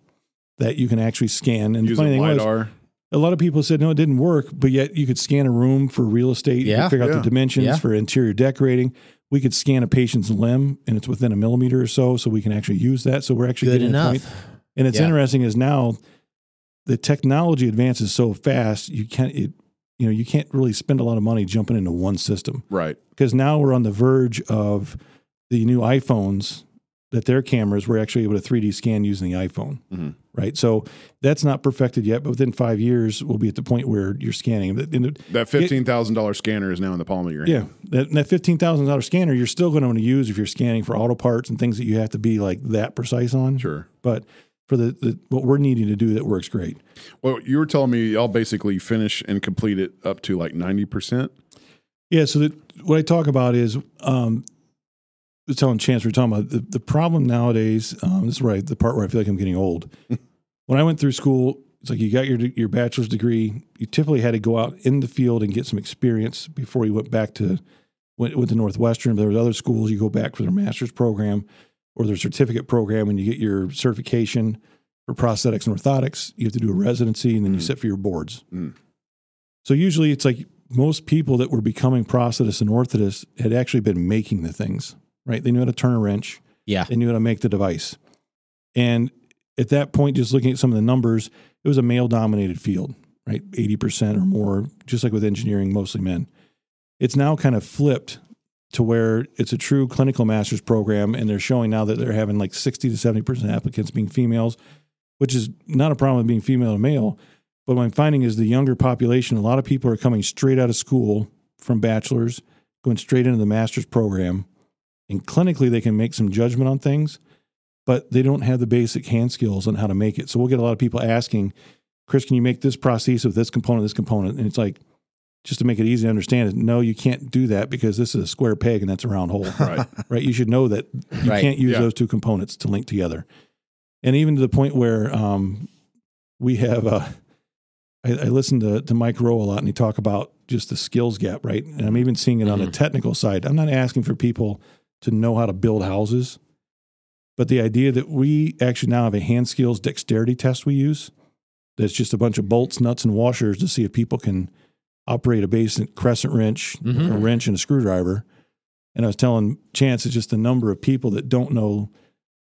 that you can actually scan. And the funny Using thing was, lidar. a lot of people said no, it didn't work, but yet you could scan a room for real estate. you Yeah, could figure out yeah, the dimensions yeah. for interior decorating. We could scan a patient's limb, and it's within a millimeter or so, so we can actually use that. So we're actually Good getting to the enough. point. And it's Yeah. interesting is now the technology advances so fast you can it you know you can't really spend a lot of money jumping into one system Right. because now we're on the verge of the new iPhones that their cameras were actually able to 3D scan using the iPhone, Mhm. right? So that's not perfected yet, but within five years we'll be at the point where you're scanning. But in the- That fifteen thousand dollar scanner is now in the palm of your hand. yeah, that, that fifteen thousand dollar scanner you're still going to want to use if you're scanning for auto parts and things that you have to be like that precise on. Sure. but for the, the what we're needing to do that works great. Well, you were telling me y'all basically finish and complete it up to like ninety percent. Yeah. So that what I talk about is, um, I was telling Chance we we're talking about the, the problem nowadays. Um, this is where I, the part where I feel like I'm getting old. when I went through school, it's like you got your your bachelor's degree. You typically had to go out in the field and get some experience before you went back to went, went to Northwestern. There was other schools you go back for their master's program or their certificate program, and you get your certification for prosthetics and orthotics. You have to do a residency, and then you sit for your boards. Mm. So usually, it's like most people that were becoming prosthetists and orthotists had actually been making the things, right? They knew how to turn a wrench. Yeah. They knew how to make the device. And at that point, just looking at some of the numbers, it was a male dominated field, right? 80% or more, just like with engineering, mostly men. It's now kind of flipped to where it's a true clinical master's program. And they're showing now that they're having like 60 to 70% applicants being females, which is not a problem with being female to male. But what I'm finding is the younger population, a lot of people are coming straight out of school from bachelor's, going straight into the master's program. And clinically, they can make some judgment on things, but they don't have the basic hand skills on how to make it. So we'll get a lot of people asking, Chris, can you make this prosthesis with this component, this component? And it's like, just to make it easy to understand, is no, you can't do that because this is a square peg and that's a round hole Right. right? You should know that you Right. can't use Yeah. those two components to link together. And even to the point where um, we have, uh, I, I listen to, to Mike Rowe a lot and he talk about just the skills gap, right? And I'm even seeing it on the technical side. I'm not asking for people to know how to build houses, but the idea that we actually now have a hand skills dexterity test we use that's just a bunch of bolts, nuts, and washers to see if people can operate a basic crescent wrench, Mm-hmm. a wrench, and a screwdriver. And I was telling Chance, it's just the number of people that don't know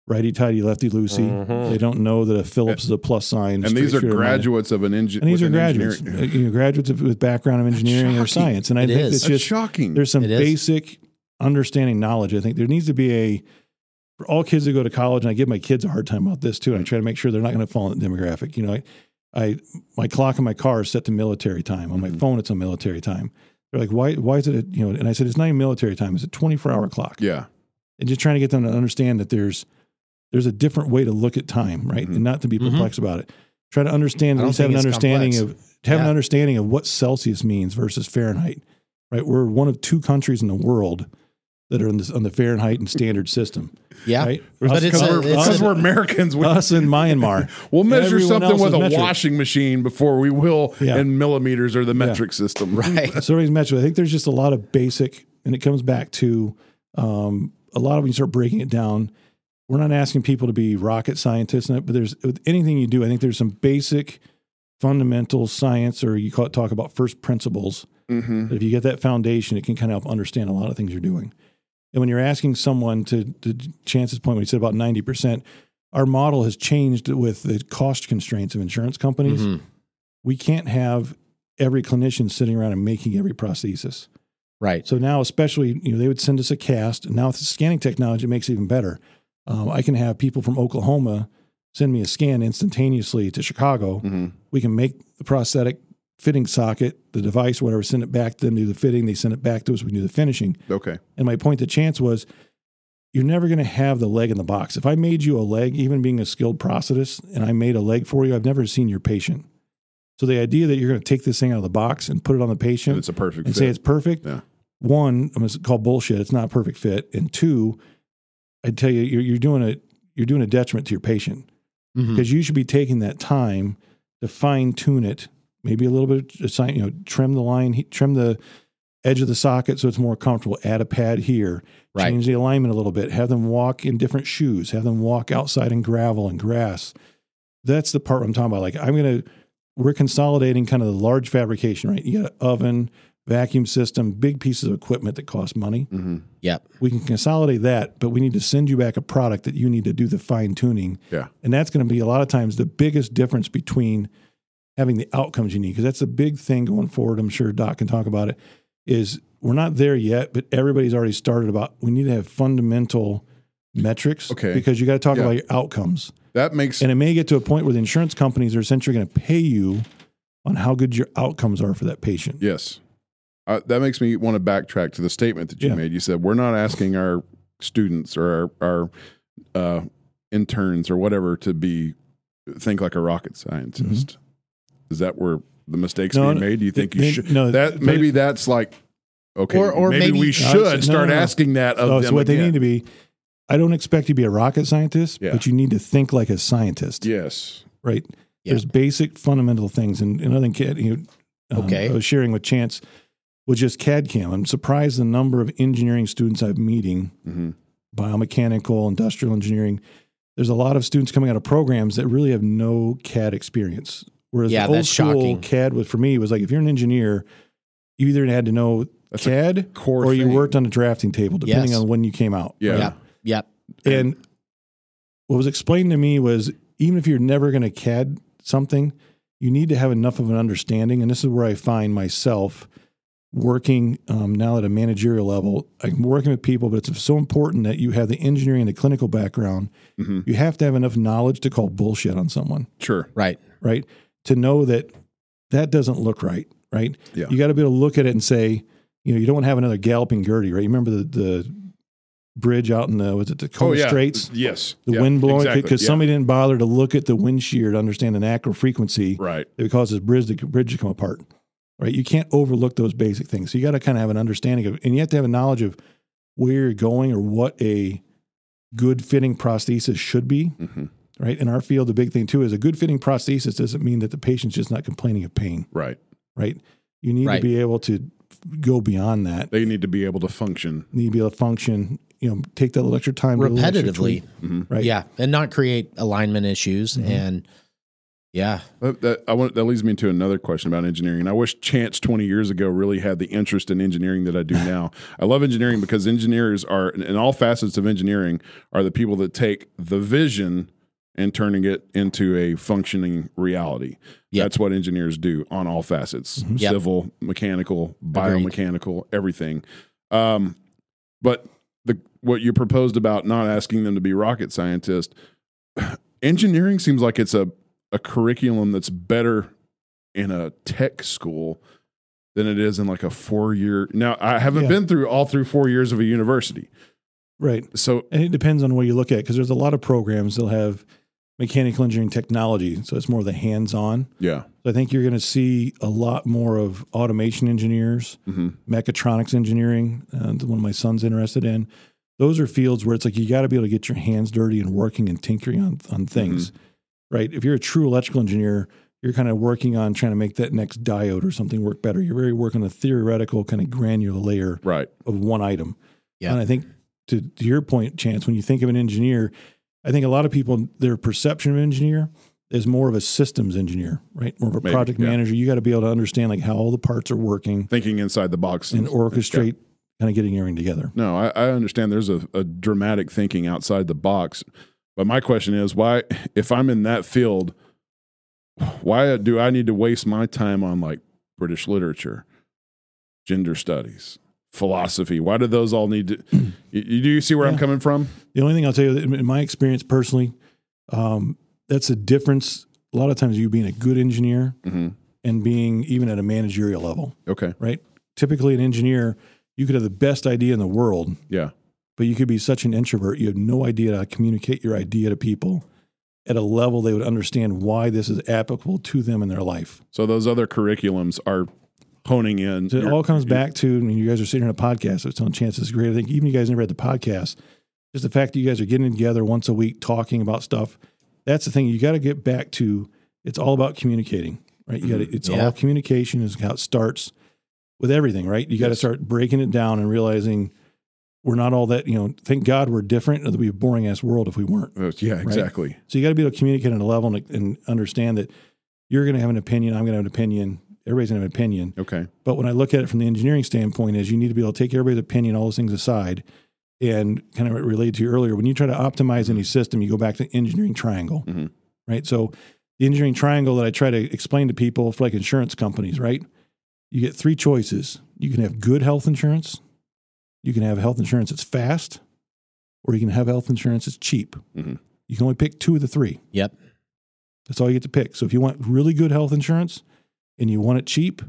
righty tighty, lefty loosey. Mhm. They don't know that a Phillips is a plus sign. Mm-hmm. And these straight are through a minus. graduates of an engine. And these are graduates, uh, you know, graduates of- with background of engineering or shocking. science. And I It think is. it's That's just shocking. there's some It is. basic understanding knowledge. I think there needs to be a for all kids that go to college, and I give my kids a hard time about this too. And I try to make sure they're not going to fall in the demographic. You know, I, I my clock in my car is set to military time. On my phone, it's on military time. They're like, why? Why is it? You know, and I said it's not even military time. It's a 24 hour clock yeah. and just trying to get them to understand that there's there's a different way to look at time, right? And not to be perplexed about it. Try to understand Mm-hmm. I at don't least have think an it's understanding complex. of have an Yeah. understanding of what Celsius means versus Fahrenheit, right? We're one of two countries in the world that are in this, on the Fahrenheit and standard system, Mm-hmm. Yeah. right? But it's us, a- it's us, a- We're Americans. We, us and Myanmar. will measure Uh-huh. Everyone something else with is a metric. washing machine before we will Yeah. in millimeters or the metric system. Right. So everybody's metric. I think there's just a lot of basic, and it comes back to um, a lot of when you start breaking it down. We're not asking people to be rocket scientists, and that, but there's with anything you do. I think there's some basic, fundamental science, or you call it talk about first principles. Mm-hmm. But if you get that foundation, it can kind of help understand a lot of things you're doing. And when you're asking someone to, to Chance's point, when he said about ninety percent, our model has changed with the cost constraints of insurance companies Mm-hmm. we can't have every clinician sitting around and making every prosthesis. Right. So now, especially, you know, they would send us a cast. And now with the scanning technology, it makes it even better. Um, I can have people from Oklahoma send me a scan instantaneously to Chicago. Mm. Mm-hmm. We can make the prosthetic fitting socket, the device, whatever, send it back to them, do the fitting. They send it back to us. We can do the finishing. Okay. And my point to Chance was, you're never going to have the leg in the box. If I made you a leg, even being a skilled prosthetist, and I made a leg for you, I've never seen your patient. So the idea that you're going to take this thing out of the box and put it on the patient And it's a perfect and fit. say it's perfect, Yeah. one, I'm going to call bullshit. It's not a perfect fit, and two, I tell you, you're, you're doing a you're doing a detriment to your patient Mhm. because you should be taking that time to fine tune it, maybe a little bit, of sign- you know, trim the line, he- trim the edge of the socket so it's more comfortable. Add a pad here, Right. change the alignment a little bit. Have them walk in different shoes. Have them walk outside in gravel and grass. That's the part I'm talking about. Like I'm gonna, we're consolidating kind of the large fabrication, right? You got an oven, vacuum system, big pieces of equipment that cost money Mm-hmm. Yep. we can consolidate that, but we need to send you back a product that you need to do the fine tuning. Yeah. And that's going to be a lot of times the biggest difference between having the outcomes you need because that's a big thing going forward. I'm sure Doc can talk about it. Is we're not there yet, but everybody's already started about we need to have fundamental metrics Okay. because you got to talk Yeah. about your outcomes. That makes And it may get to a point where the insurance companies are essentially going to pay you on how good your outcomes are for that patient. yes. Uh, that makes me want to backtrack to the statement that you Yeah. made. You said we're not asking our students or our, our uh, interns or whatever to be think like a rocket scientist. Is that where the mistakes Mm-hmm. No, being no, made? Do you think you they- should? no, that but- maybe that's like okay. Or- or maybe, maybe- we No, should it's- no, start no, no. asking that of Oh, them. so what they again. need to be. I don't expect you to be a rocket scientist, Yeah. but you need to think like a scientist, Yes. right? Yeah. There's basic fundamental things, and another thing, CAD, you know, um, Okay. I was sharing with Chance was just CAD CAM. I'm surprised the number of engineering students I'm meeting, hmm biomechanical, industrial engineering. There's a lot of students coming out of programs that really have no CAD experience. Whereas Yeah, the old that's school shocking. CAD was for me was like if you're an engineer, you either had to know That's a CAD core or you thing. worked on a drafting table, depending Yes. on when you came out. Yeah. Yep. Yep. And what was explained to me was even if you're never going to CAD something, you need to have enough of an understanding. And this is where I find myself working um, now at a managerial level. I'm working with people, but it's so important that you have the engineering and the clinical background. Mhm. You have to have enough knowledge to call bullshit on someone, Sure. Oh, Right. right? To know that that doesn't look right, right? Yeah. You got to be able to look at it and say, you know, you don't have another galloping Gertie, right? You remember the, the bridge out in the, was it Oh, Tacoma Straits? Yes. the Yeah, wind blowing because exactly. Yeah. somebody didn't bother to look at the wind shear to understand an accurate frequency Right. that causes bridge to, bridge to come apart. Right, you can't overlook those basic things. So you got to kind of have an understanding of, and you have to have a knowledge of where you're going or what a good fitting prosthesis should be. Mhm. Right, in our field, the big thing too is a good fitting prosthesis doesn't mean that the patient's just not complaining of pain. Right. Right, you need Right. to be able to go beyond that. They need to be able to function. You need to be able to function. You know, take that little extra time do a little extra Repetitively. tweak, Mm-hmm. Right. Mm-hmm. Yeah. And not create alignment issues. And yeah. That, that- I want, that leads me to another question about engineering. And I wish Chance 20 years ago really had the interest in engineering that I do now. I love engineering because engineers are, in in all facets of engineering, are the people that take the vision and turning it into a functioning reality. Yep. That's what engineers do on all facets Yep. civil, mechanical, biomechanical, everything. Um, but the what you proposed about not asking them to be rocket scientists, engineering seems like it's a a curriculum that's better in a tech school than it is in like a four year. Now I haven't Yeah. been through all through four years of a university, Right. so And it depends on what you look at because there's a lot of programs that'll have mechanical engineering technology. So it's more of the hands on. yeah, So I think you're going to see a lot more of automation engineers, Mhm. mechatronics engineering, uh, the one my son's interested in. Those are fields where it's like you got to be able to get your hands dirty and working and tinkering on, on things, right? If you're a true electrical engineer, you're kind of working on trying to make that next diode or something work better. You're very working on the theoretical kind of granular layer right, of one item. Yeah. And I think to, to your point, Chance, when you think of an engineer, I think a lot of people, their perception of engineer is more of a systems engineer, right? More of a Maybe, project yeah. manager. You got to be able to understand like how all the parts are working thinking inside the box and Yeah. orchestrate kind of getting everything together. No, I, I understand there's a, a dramatic thinking outside the box. But my question is why, if I'm in that field, why do I need to waste my time on like British literature, gender studies, philosophy? Why do those all need to? you, you- do you see where I'm Yeah. coming from? The only thing I'll tell you that in in my experience personally, um, that's a difference. A lot of times you being a good engineer Mm-hmm. and being even at a managerial level, Okay. right? Typically an engineer, you could have the best idea in the world, Yeah. but you could be such an introvert you have no idea how to communicate your idea to people at a level they would understand why this is applicable to them in their life So those other curriculums are honing in. so it your- all comes back to i mean you guys are sitting on a podcast so it's on chance is great i think even you guys never had the podcast just the fact that you guys are getting together once a week talking about stuff that's the thing you got to get back to it's all about communicating right you got to it's Yeah. all communication is how it starts with everything right you got to Yes. start breaking it down and realizing we're not all that you know thank god we're different it'd be a boring ass world if we weren't Uh, yeah, exactly. so you got to be able to communicate on a level and, and understand that you're going to have an opinion i'm going to have an opinion everybody's going to have an opinion Okay. but when I look at it from the engineering standpoint, is you need to be able to take everybody's opinion, all those things aside, and kind of relate to you earlier. When you try to optimize any system, you go back to engineering triangle, Mhm. right? So the engineering triangle that I try to explain to people for like insurance companies, right? You get three choices. You can have good health insurance, you can have health insurance that's fast, or you can have health insurance that's cheap. Mhm. You can only pick two of the three. Mm-hmm. Yep. That's all you get to pick. So if you want really good health insurance and you want it cheap,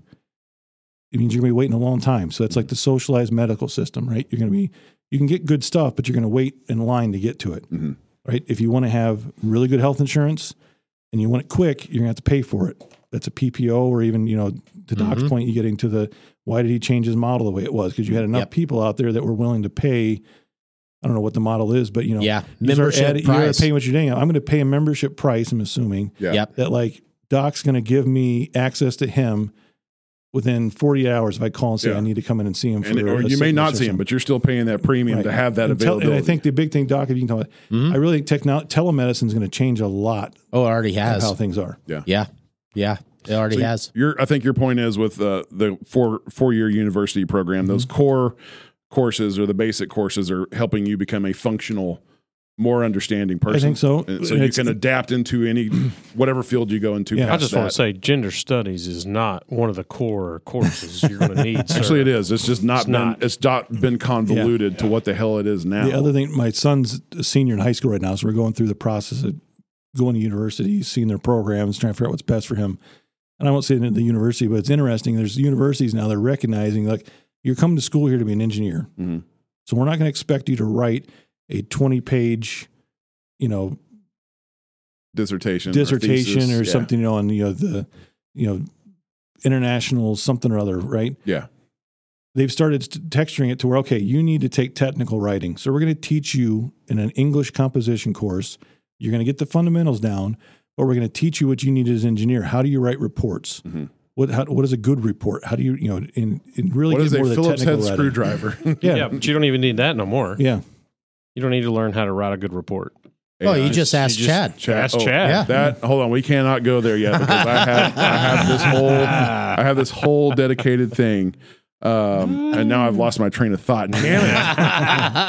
it means you're going to be waiting a long time. So that's like the socialized medical system, right? You're going to be you can get good stuff, but you're going to wait in line to get to it. Mm-hmm. Mhm. Right? If you want to have really good health insurance and you want it quick, you're going to have to pay for it. That's a PPO or even, you know, to Doc's Mhm. point, you get into the why did he change his model the way it was? Because you had enough Yep. people out there that were willing to pay. I don't know what the model is, but you know, Yeah. you start Membership adding- You price. gotta pay what you're doing. I'm going to pay a membership price. I'm assuming Yeah. Yep. that like Doc's going to give me access to him within 40 hours if I call and say Yeah. I need to come in and see him. For And, or a you may sickness not or see him, something. but you're still paying that premium to Right. have that and tel- availability. and I think the big thing, Doc, if you can tell me, Mhm. I really think techno- telemedicine is going to change a lot Oh, it already of has. how things are. Yeah. Yeah. It already So has. Your, I think your point is with uh, the four four year university program. Those Mm-hmm. core courses or the basic courses are helping you become a functional, more understanding person. I think so. And so And you it's- can adapt into any whatever field you go into. I Yeah. past just want that. to say, gender studies is not one of the core courses you're going to need. sir. Actually, it is. It's just not It's been. not. It's not been convoluted to what the hell it is now. The other thing, my son's a senior in high school right now, so we're going through the process of going to university, seeing their programs, trying to figure out what's best for him. And I won't say it at the university, but it's interesting. There's universities now they're recognizing like you're coming to school here to be an engineer, Mhm. so we're not going to expect you to write a 20 page, you know, dissertation, or dissertation thesis. or, Yeah. something you know, on you know the you know international something or other, right? Yeah. they've started st- texturing it to where okay you need to take technical writing so we're going to teach you in an english composition course you're going to get the fundamentals down but we're going to teach you what you need as an engineer how do you write reports Mm-hmm. Mhm. what how, what is a good report how do you you know and, and really What get is a more of the Phillips head technical writing. screwdriver? yeah Yeah, yeah, but you don't even need that no more. You don't need to learn how to write a good report. Oh, you just asked just- Chad. That's oh, Chad. Yeah. That hold on, we cannot go there yet because I have I have this whole I have this whole dedicated thing, um, and now I've lost my train of thought. Damn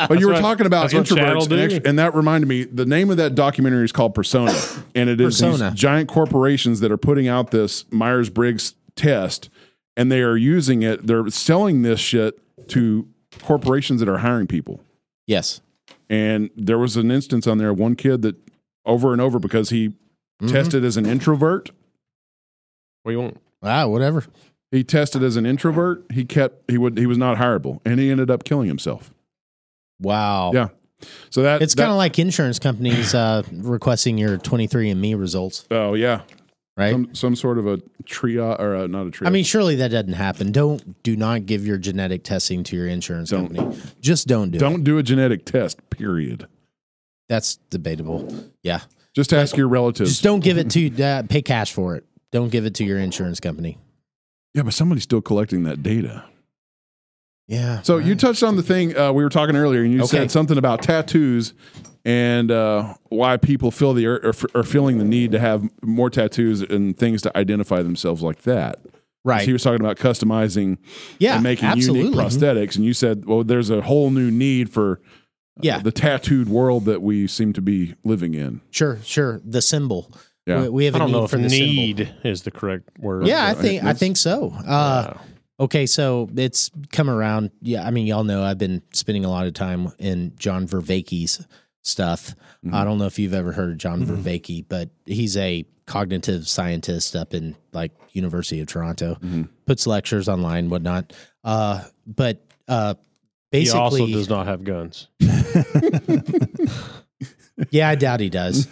it! But you were what- talking about that's what Chad'll introverts, and, do. ext- and that reminded me. The name of that documentary is called Persona, and it is Persona. these giant corporations that are putting out this Myers Briggs test, and they are using it. They're selling this shit to corporations that are hiring people. Yes. And there was an instance on there of one kid that over and over because he Mm-hmm. tested as an introvert. What do you want? Ah, whatever. He tested as an introvert. He kept he would he was not hireable, and he ended up killing himself. Wow. Yeah, so that Oh. It's that- kind of like insurance companies uh, requesting your 23andMe results, oh yeah, right? some some sort of a tria or uh not a tria. I mean, surely that doesn't happen. Don't do not give your genetic testing to your insurance Don't. company. Just don't do it. don't do a genetic test. Period. That's debatable. Yeah. Just ask your relatives. Just don't give it to uh, pay cash for it. Don't give it to your insurance company. yeah, but somebody's still collecting that data. Yeah. So you touched on the thing uh, we were talking earlier, and you Okay. said something about tattoos and uh, why people feel the or, or feeling the need to have more tattoos and things to identify themselves like that. right. He was talking about customizing yeah. and making absolutely. Mm-hmm. unique prosthetics, and you said, "Well, there's a whole new need for uh, Yeah. the tattooed world that we seem to be living in." Sure. Sure. The symbol. Yeah. We, we have I a don't need know if for the need symbol. is the correct word. Yeah, I think I think so. Uh, Wow. Okay, so it's come around. Yeah, I mean, y'all know I've been spending a lot of time in John Vervaeke's stuff. I don't know if you've ever heard of John Vervaeke, but he's a cognitive scientist up in like University of Toronto. Puts lectures online, whatnot. Uh, but uh, he basically, also does not have guns. yeah, I doubt he does.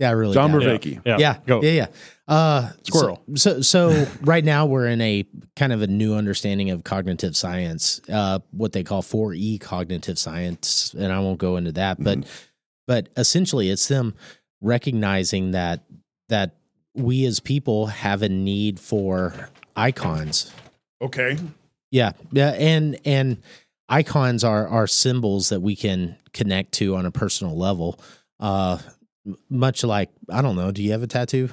yeah, I really. John doubt it. Vervaeke. Yeah, yeah, go. yeah, yeah. Uh, Squirrel. So, so, so right now we're in a kind of a new understanding of cognitive science, uh, what they call 4E cognitive science, and I won't go into that, Mm-hmm. but but essentially it's them recognizing that that we as people have a need for icons. Okay. Yeah, yeah, and and icons are are symbols that we can connect to on a personal level. Uh, m- much like I don't know, do you have a tattoo?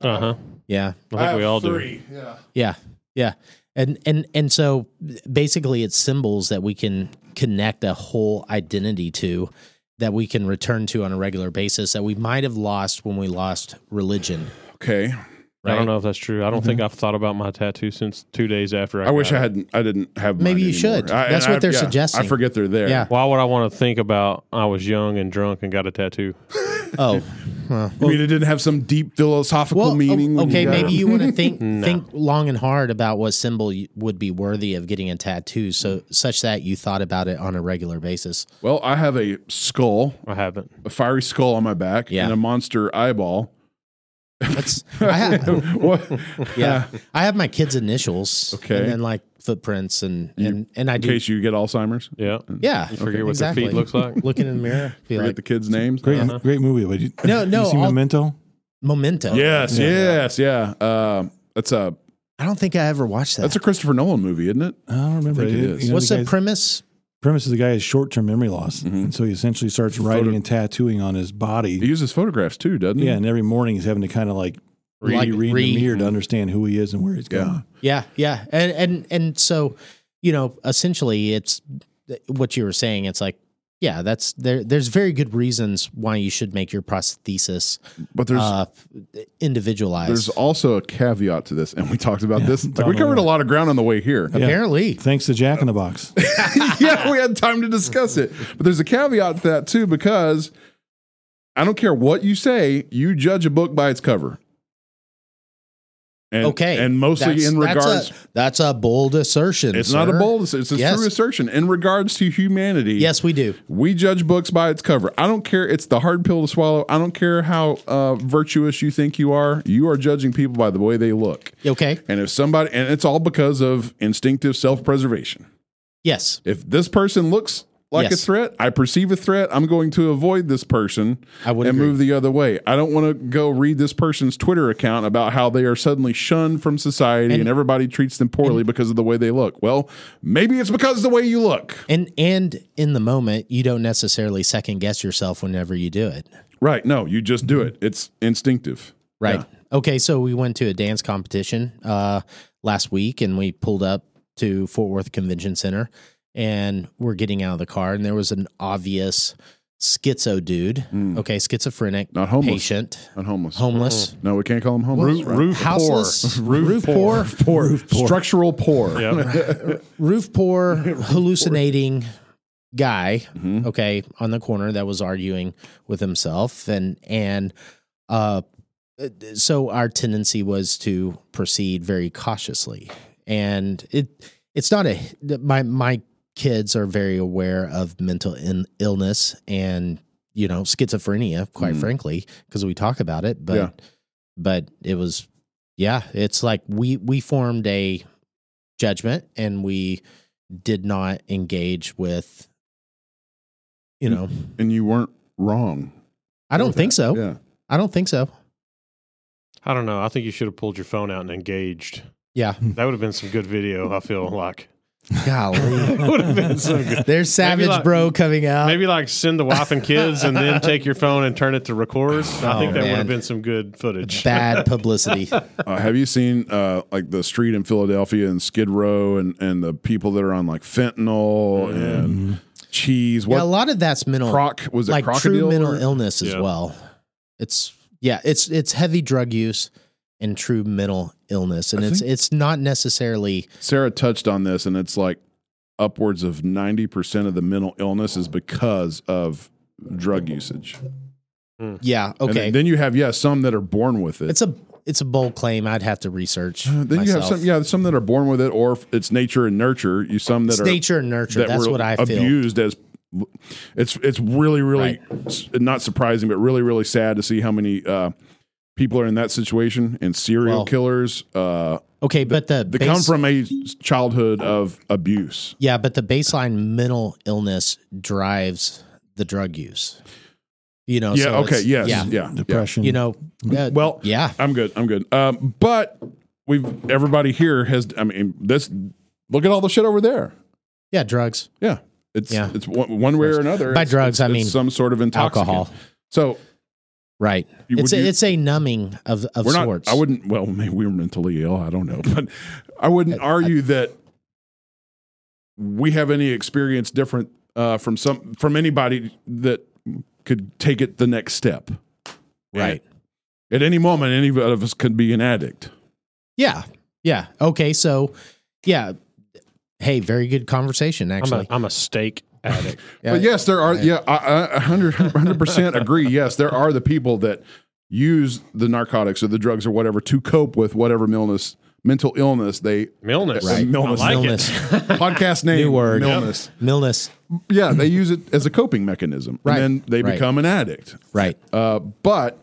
Uh huh. Yeah, I think we all do. Yeah. yeah, yeah, and and and so basically, it's symbols that we can connect a whole identity to, that we can return to on a regular basis that we might have lost when we lost religion. Okay. Right? Mm-hmm. I don't know if that's true. I don't think I've thought about my tattoo since two days after I I wish got I it. hadn't. I didn't have. Maybe mine you should. anymore. I- That's and what I- they're yeah, I suggesting. forget they're there. Yeah. Why would I want to think about I was young and drunk and got a tattoo? Oh, well. I mean, it didn't have some deep philosophical Well, meaning. o- when okay, got maybe it. you want to think No. think long and hard about what symbol you- would be worthy of getting a tattoo, so such that you thought about it on a regular basis. Well, I have a skull, I haven't. a fiery skull on my back, Yeah. and a monster eyeball. That's I have, what? yeah. I have my kids' initials, Okay. and then like footprints, and You- and and I In do, case you get Alzheimer's, Yeah. yeah, You forget what exactly. their feet looks like. Looking in the mirror, be forget like the kids' names. Uh, Great, Uh-huh. great movie. But you, No, no, You see I'll- Memento? memento. Yes, Yeah. yes, yeah. Um that's a I don't think I ever watched that. that's a Christopher Nolan movie, isn't it? I don't remember. think it You is. know, What's the guy's- premise? premise is the guy has short term memory loss, Mhm. and so he essentially starts writing and tattooing on his He body. uses photographs too, doesn't he? Yeah, and every morning he's having to kind of like read, Like, read re- the mirror to understand who he is and where he's Yeah. going. Yeah, yeah, and and and so you know, essentially, it's what you were saying. It's like, yeah, that's there. There's very good reasons why you should make your prosthesis But there's uh, individualized. there's also a caveat to this, and we talked about this. Like we totally. covered a lot of ground on the way here. apparently, Thanks to Jack in the Box. yeah, we had time to discuss it. But there's a caveat to that too, because I don't care what you say, you judge a book by its cover. And, okay, And mostly That's- in that's a- regards, that's a, bold assertion. it's not a sir. bold, it's a Yes. true assertion. In regards to humanity, Yes, we do. we judge books by its cover. I don't care. It's the hard pill to swallow. I don't care how uh, virtuous you think you are. You are judging people by the way they look. Okay. And if somebody, and it's all because of instinctive self preservation. Yes. If this person looks like a Yes. threat, I perceive a threat, I'm going to avoid this person I would and agree. move the other way. I don't want to go read this person's Twitter account about how they are suddenly shunned from society and, And- everybody treats them poorly because of the way they look. Well, maybe it's because of the way you look. And and in the moment, you don't necessarily second guess yourself whenever you do it. Right. No, you just do it. It's instinctive. Right. Yeah. Okay, so we went to a dance competition uh last week and we pulled up to Fort Worth Convention Center and we're getting out of the car and there was an obvious schizo dude. Okay, schizophrenic Hmm. Not homeless. Oh. patient, Not homeless. homeless, no, we can't call them homeless. Roof, right? roof houseless, poor. roof, poor, Roof poor. Structural poor. Yep. roof poor hallucinating guy Mm-hmm. okay on the corner that was arguing with himself and and uh so our tendency was to proceed very cautiously and it it's not a my my kids are very aware of mental in, illness and you know schizophrenia quite Mhm. frankly because we talk about it but Yeah. but it was yeah it's like we we formed a judgment and we did not engage with you know And you weren't wrong. i don't think so Yeah. i don't think so I don't know. I think you should have pulled your phone out and engaged. yeah That would have been some good video. I feel like golly would have been some good. there's savage like- bro coming out Maybe like send the wife and kids, and then take your phone and turn it to record. I Oh, think that would man. have been some good footage. bad publicity Uh, have you seen uh, like the street in Philadelphia and Skid Row and, and the people that are on like fentanyl and cheese? What Mm-hmm. yeah a lot of that's mental croc was it? like crocodile true mental or- illness as Yeah. well it's yeah it's it's heavy drug use and true mental illness and I it's think- it's not necessarily Sarah touched on this, and it's like upwards of ninety percent of the mental illness is because of drug usage. Hmm. yeah And okay then you have yeah some that are born with it. it's a it's a bold claim i'd have to research Uh, then you have some yeah some that are born with it, or if it's nature and nurture. You some that it's are nature and nurture that that's were what i feel abused as it's it's really really s- not surprising but really really sad to see how many uh people are in that situation and serial Well, killers uh okay but the they base- come from a s- childhood of abuse Yeah, but the baseline mental illness drives the drug use. You know. yeah so okay it's- yes yeah, Yeah. yeah Depression. You know. uh, well Yeah. i'm good i'm good um but we've everybody here has i mean this look at all the shit over there Yeah. Drugs. yeah it's Yeah. it's one, one way or another By it's- drugs, I it's- mean it's some sort of intoxicant Alcohol. so Right. You- it's would a, you- it's a numbing of of we're sorts. not. I wouldn't. Well, maybe we were mentally ill. I don't know, but I wouldn't argue that we have any experience different uh, from some from anybody that could take it the next step. Right. At any moment, any of us could be an addict. Yeah. Yeah. Okay. So, yeah. Hey, very good conversation, I'm actually. a, I'm a steak addict. Yeah. But yes, there are. Yeah, I, I 100 percent agree. Yes, there are the people that use the narcotics or the drugs or whatever to cope with whatever illness, mental illness. They Milness. Right. Milness. I like it. podcast name New word. illness. Milness. Yeah, they use it as a coping mechanism, Right. and then they Right. become an addict. Right. Uh, but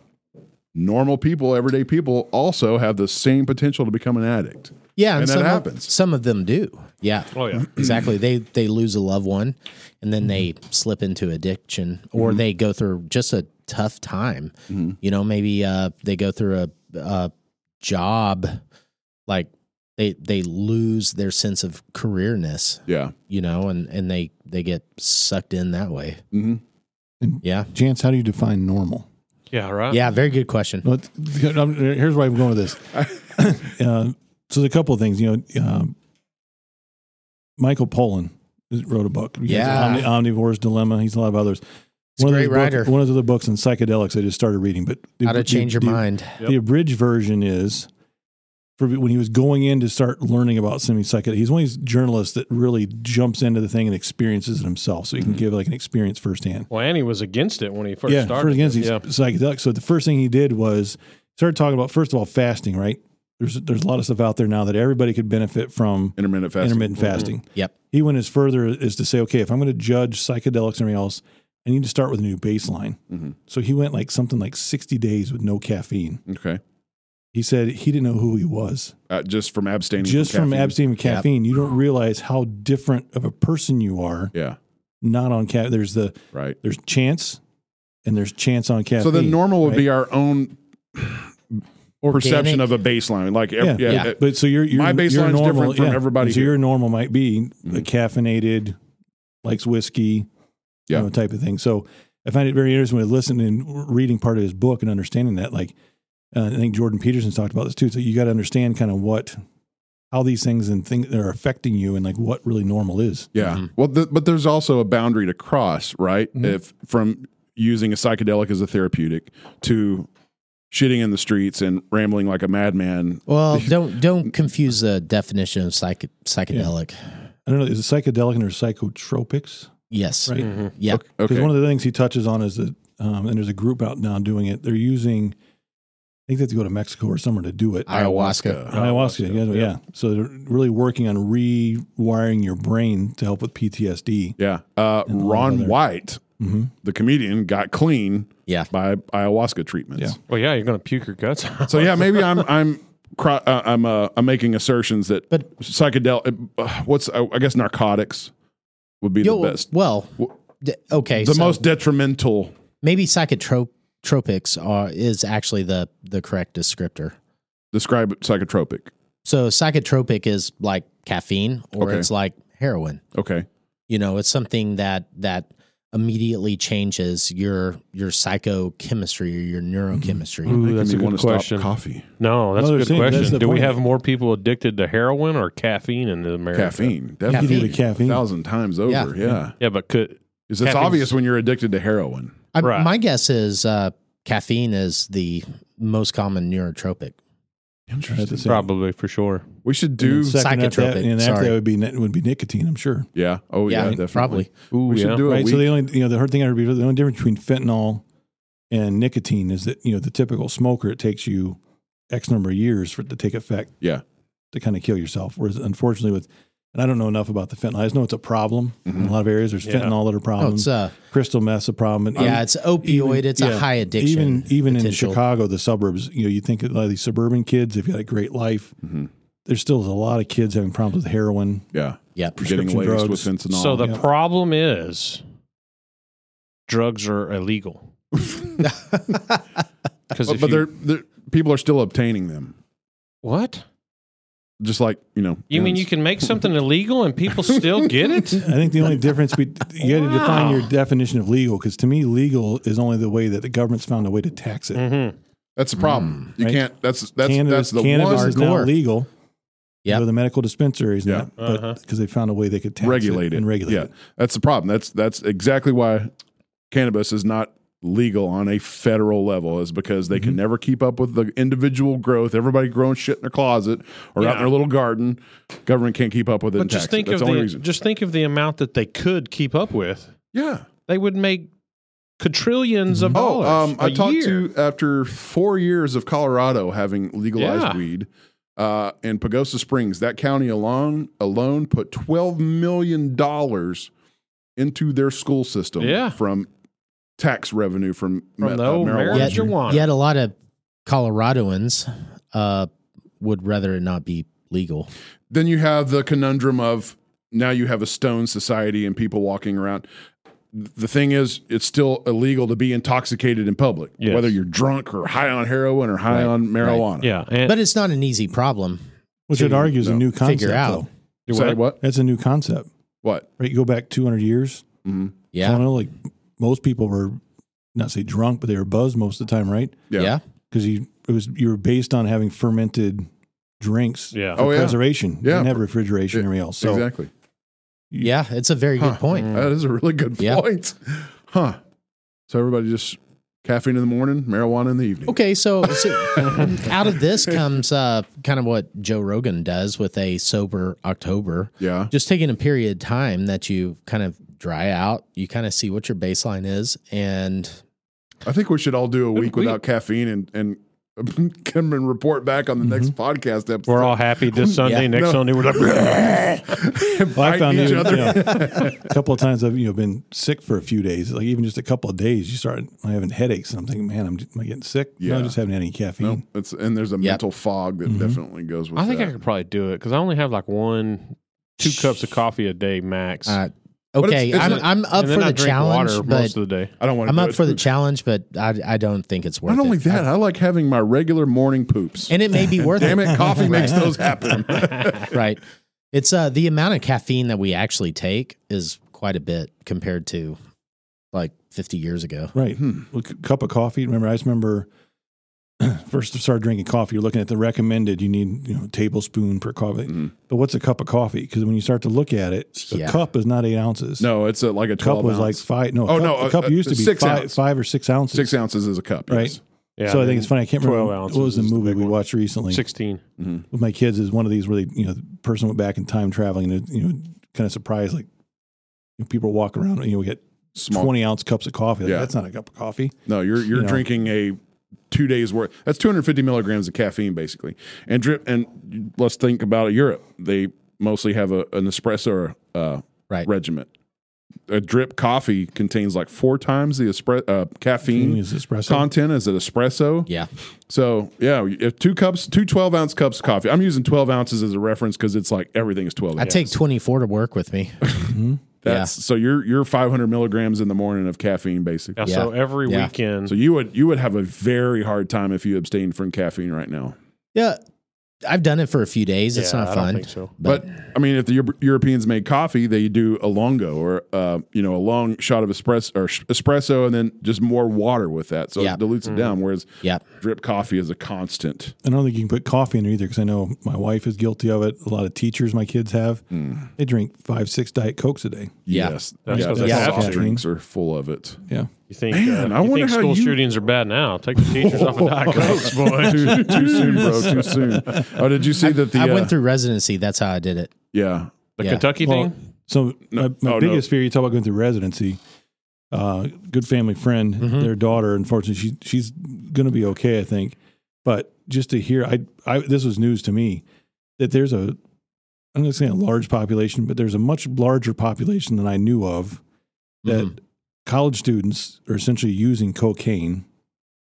normal people, everyday people, also have the same potential to become an addict. Yeah. And that some of- happens. some of them do. Yeah. oh, yeah. exactly. They they lose a loved one, and then they Mm-hmm. slip into addiction, or they go through just a tough time. Mm-hmm. You know, maybe uh, they go through a, a job, like they they lose their sense of careerness. Yeah. You know, and and they they get sucked in that way. Mm-hmm. Yeah, Chance, how do you define normal? Yeah, right? yeah. Very good question. Well, it's- I'm- here's where I'm going with this. uh, so there's a couple of things, you know, um, Michael Pollan wrote a book. You guys- Yeah. Omni- Omnivore's Dilemma. He's a lot of others. He's a of great those books- writer. one of the other books in psychedelics I just started reading, but the- How to the- change your the- mind? The abridged version is for when he was going in to start learning about semi psychedelics. He's one of these journalists that really jumps into the thing and experiences it himself, so he Mm-hmm. can give like an experience firsthand Well, Annie was against it when he first yeah, started. first against it. these psychedelics. So the first thing he did was started talking about first of all fasting. Right? There's there's a lot of stuff out there now that everybody could benefit from Intermittent fasting. Mm-hmm. intermittent fasting. Yep. He went as further as to say, okay, if I'm going to judge psychedelics and everything else, I need to start with a new baseline. Mhm. So he went like something like 60 days with no caffeine. Okay. He said he didn't know who he was Uh, just from abstaining. just from caffeine. abstaining from caffeine. You don't realize how different of a person you are Yeah. not on caffeine. There's the Right. there's chance and there's chance on caffeine. So the normal would be our own Organic. perception of a baseline. Like, yeah, yeah, Yeah. uh, But so your your My baseline's your normal, different from everybody So here. Mm-hmm. your normal might be a caffeinated, likes whiskey, Yeah. you know, type of thing. So I find it very interesting when I listen and reading part of his book and understanding that. Like uh, I think Jordan Peterson's talked about this too. So you got to understand kind of what how these things and things that are affecting you and like what really normal is. yeah. Mm-hmm. Well, th- but there's also a boundary to cross, right? If from using a psychedelic as a therapeutic to shitting in the streets and rambling like a madman. Well, don't don't confuse the definition of psych psychedelic. I don't know. Is it psychedelic and or psychotropics? Yes. Right. Mm-hmm. Yeah. Because Okay. one of the things he touches on is that, um, and there's a group out now doing it. They're using, I think they have to go to Mexico or somewhere to do it. Ayahuasca. Ayahuasca, Ayahuasca, yeah, yeah. yeah. So they're really working on rewiring your brain to help with PTSD. Yeah. Uh, a lot of Ron other- White, Mhm. the comedian, got clean Yeah. by ayahuasca treatments. Yeah. Well, yeah, you're going to puke your guts out. So yeah, maybe I'm I'm cro- uh, I'm uh, I'm making assertions that But- psychedelic uh, what's uh, I guess narcotics would be Yo, the best. Well, d- okay. the so- most detrimental. maybe psychotropics are is actually the the correct descriptor. Describe it psychotropic. So psychotropic is like caffeine or Okay. it's like heroin. Okay. You know, it's something that that immediately changes your your psychochemistry or your neurochemistry. Ooh, that's a Making me good wanna stop question. Coffee, No, that's No, a they're good saying that's question. the Do we point. have more people addicted to heroin or caffeine in America? caffeine, You definitely do the caffeine. a thousand times over. Yeah, Yeah. Yeah, but could It's, it's Caffeine's- obvious when you're addicted to heroin. I, Right. My guess is uh, caffeine is the most common neurotropic. At the same- probably for sure. We should and do. then second after that- Psychotropic, and after sorry. that would be ni- would be nicotine. I'm sure. Yeah. Oh yeah. Yeah, definitely. probably. Ooh, We should yeah. do it. right. We, So the only you know the hard thing I would be the only difference between fentanyl and nicotine is that you know the typical smoker it takes you x number of years for it to take effect yeah. to kind of kill yourself. Whereas unfortunately with and I don't know enough about the fentanyl. I just know it's a problem in a lot of areas. There's Yeah. fentanyl that Mm-hmm. are Oh, problems. it's uh, crystal meth's a problem. And yeah, Um, I'm- it's opioid. even- it's yeah. a high addiction. Even even potential. in Chicago, the suburbs, you know, you think a lot of these suburban kids, they've got a great life. There's still a lot of kids having problems with heroin. Mm-hmm. Yeah. Yeah. Getting Prescription laced with drugs. fentanyl. So the Yeah. problem is drugs are illegal. Because Uh, but, but they're, they're people are still obtaining them. what? Just like you know. You mean you it's- can make something illegal and people still get it? I think the only difference be, you got to define Wow. your definition of legal because to me, legal is only the way that the government's found a way to tax it. Mm-hmm. That's the problem. you Right. can't. That's Mm. that's that's cannabis the cannabis one is now Hardcore. legal. Yeah. You know, the medical dispensaries, Yeah. Uh-huh. yeah, because they found a way they could tax regulate it it. and regulate yeah, it. that's the problem. That's that's exactly why cannabis is not legal on a federal level is because they can never keep up with the individual growth. Everybody growing shit in their closet or out in Yeah. their little garden. Government can't keep up with it. But and just tax it. think That's of the only the reason. just think of the amount that they could keep up with. yeah. They would make quadrillions of Oh, dollars. um, I a talked year. to after four years of Colorado having legalized Yeah. weed uh, in Pagosa Springs. That county alone alone put twelve million dollars into their school system Yeah. from tax revenue from, From ma- the old marijuana. Yet, Orange or wine? yet a lot of Coloradoans uh, would rather it not be legal. Then you have the conundrum of now you have a stone society and people walking around. The thing is, it's still illegal to be intoxicated in public, Yes. whether you're drunk or high on heroin or high Right, on marijuana. yeah, and But it's not an easy problem. Which I'd To, argue is no, a new concept. figure out. though. You Say what? what? That's a new concept. What? Right? You go back 200 years. Mhm. I don't Yeah. know. Like most people were not say drunk, but they were buzzed most of the time, right? Yeah. Because you it was you were based on having fermented drinks. Yeah. For Oh, yeah. preservation. You Yeah. didn't have refrigeration Yeah, or anything else. So exactly. Yeah. It's a very Huh. good point. That is a really good Yeah. point. Huh. So everybody just caffeine in the morning, marijuana in the evening. Okay, so, so out of this comes uh, kind of what Joe Rogan does with a sober October, Yeah. just taking a period of time that you kind of dry out. You kind of see what your baseline is, and I think we should all do a week we- without caffeine and and come and report back on the next Mm-hmm. podcast episode. We're all happy this Sunday. Yeah. Next No. Sunday, we're like, Well, I Fight found each even, other. you know, a couple of times I've you know been sick for a few days, like even just a couple of days, you start I'm having headaches, and I'm thinking, man, I'm am I getting sick? No, Yeah. I just haven't had any caffeine. No, it's and there's a mental fog Mm-hmm. that definitely goes with. I think that. I could probably do it because I only have like one, two cups of coffee a day max. uh, it's- okay, it's I'm a- I'm up and then for I the drink water challenge, most but of the day. I don't want. I'm up for the challenge, but I I don't think it's worth Not only it. that, I, like having my regular morning poops. and it may be worth Damn it, coffee makes Right. those happen. right. It's uh the amount of caffeine that we actually take is quite a bit compared to like 50 years ago. Right. Hmm. Look, a cup of coffee. Remember, I just remember first I started drinking coffee. You're looking at the recommended. You need you know a tablespoon per coffee. Mm-hmm. But what's a cup of coffee? Because when you start to look at it, a Yeah. cup is not eight ounces. no, it's a, like a a cup twelve. was like ounce. five. No, a Oh, cup, no, a uh, cup uh, used to be six five, ounce. five or six ounces. six ounces is a cup. Right. Yes. Yeah, so I and think it's funny. I can't remember 12 what was ounces the is the movie big we one. watched recently. sixteen. with my kids is one of these where they, you know, the person went back in time traveling and, you know, kind of surprised, like, you know, people walk around and, you know, we get Small 20 ounce cups of coffee. Like, Yeah. That's not a cup of coffee. No, you're you're know. drinking a two days worth. That's 250 milligrams of caffeine, basically. And drip. And let's think about Europe. They mostly have a an espresso uh, Right. regiment. A drip coffee contains like four times the espre- uh, Bean caffeine is espresso. content as an espresso. Yeah. So yeah, if two cups, two 12 ounce cups of coffee. I'm using 12 ounces as a reference because it's like everything is 12. I ounces. take 24 to work with me. That's so you're you're 500 milligrams in the morning of caffeine, basically. Yeah, So Yeah. every Yeah. weekend, So you would you would have a very hard time if you abstained from caffeine right now. Yeah. I've done it for a few days. It's Yeah, not I fun. Don't think so. But I mean, if the Euro- Europeans make coffee, they do a longo or uh, you know a long shot of espresso or sh- espresso, and then just more water with that, so Yeah. it dilutes it down. Whereas Yeah. drip coffee is a constant. I don't think you can put coffee in there either because I know my wife is guilty of it. A lot of teachers my kids have. Mm. They drink five, six Diet Cokes a day. Yeah. Yes, That's yeah, 'cause that's they why have soft to. drinks are full of it. Yeah. You think, Man, uh, I you wonder think how school you- shootings are bad now. Take the teachers off of Diet Cokes, boy. too, too soon, bro. Too soon. Oh, did you see that the I uh, went through residency. That's how I did it. Yeah, The Yeah. Kentucky Well, thing. so No, my, my oh, no. biggest fear, you talk about going through residency. Uh, good family friend, Mm-hmm. their daughter. Unfortunately, she she's going to be okay, I think. But just to hear, I, I this was news to me that there's a I'm not saying a large population, but there's a much larger population than I knew of that Mm-hmm. college students are essentially using cocaine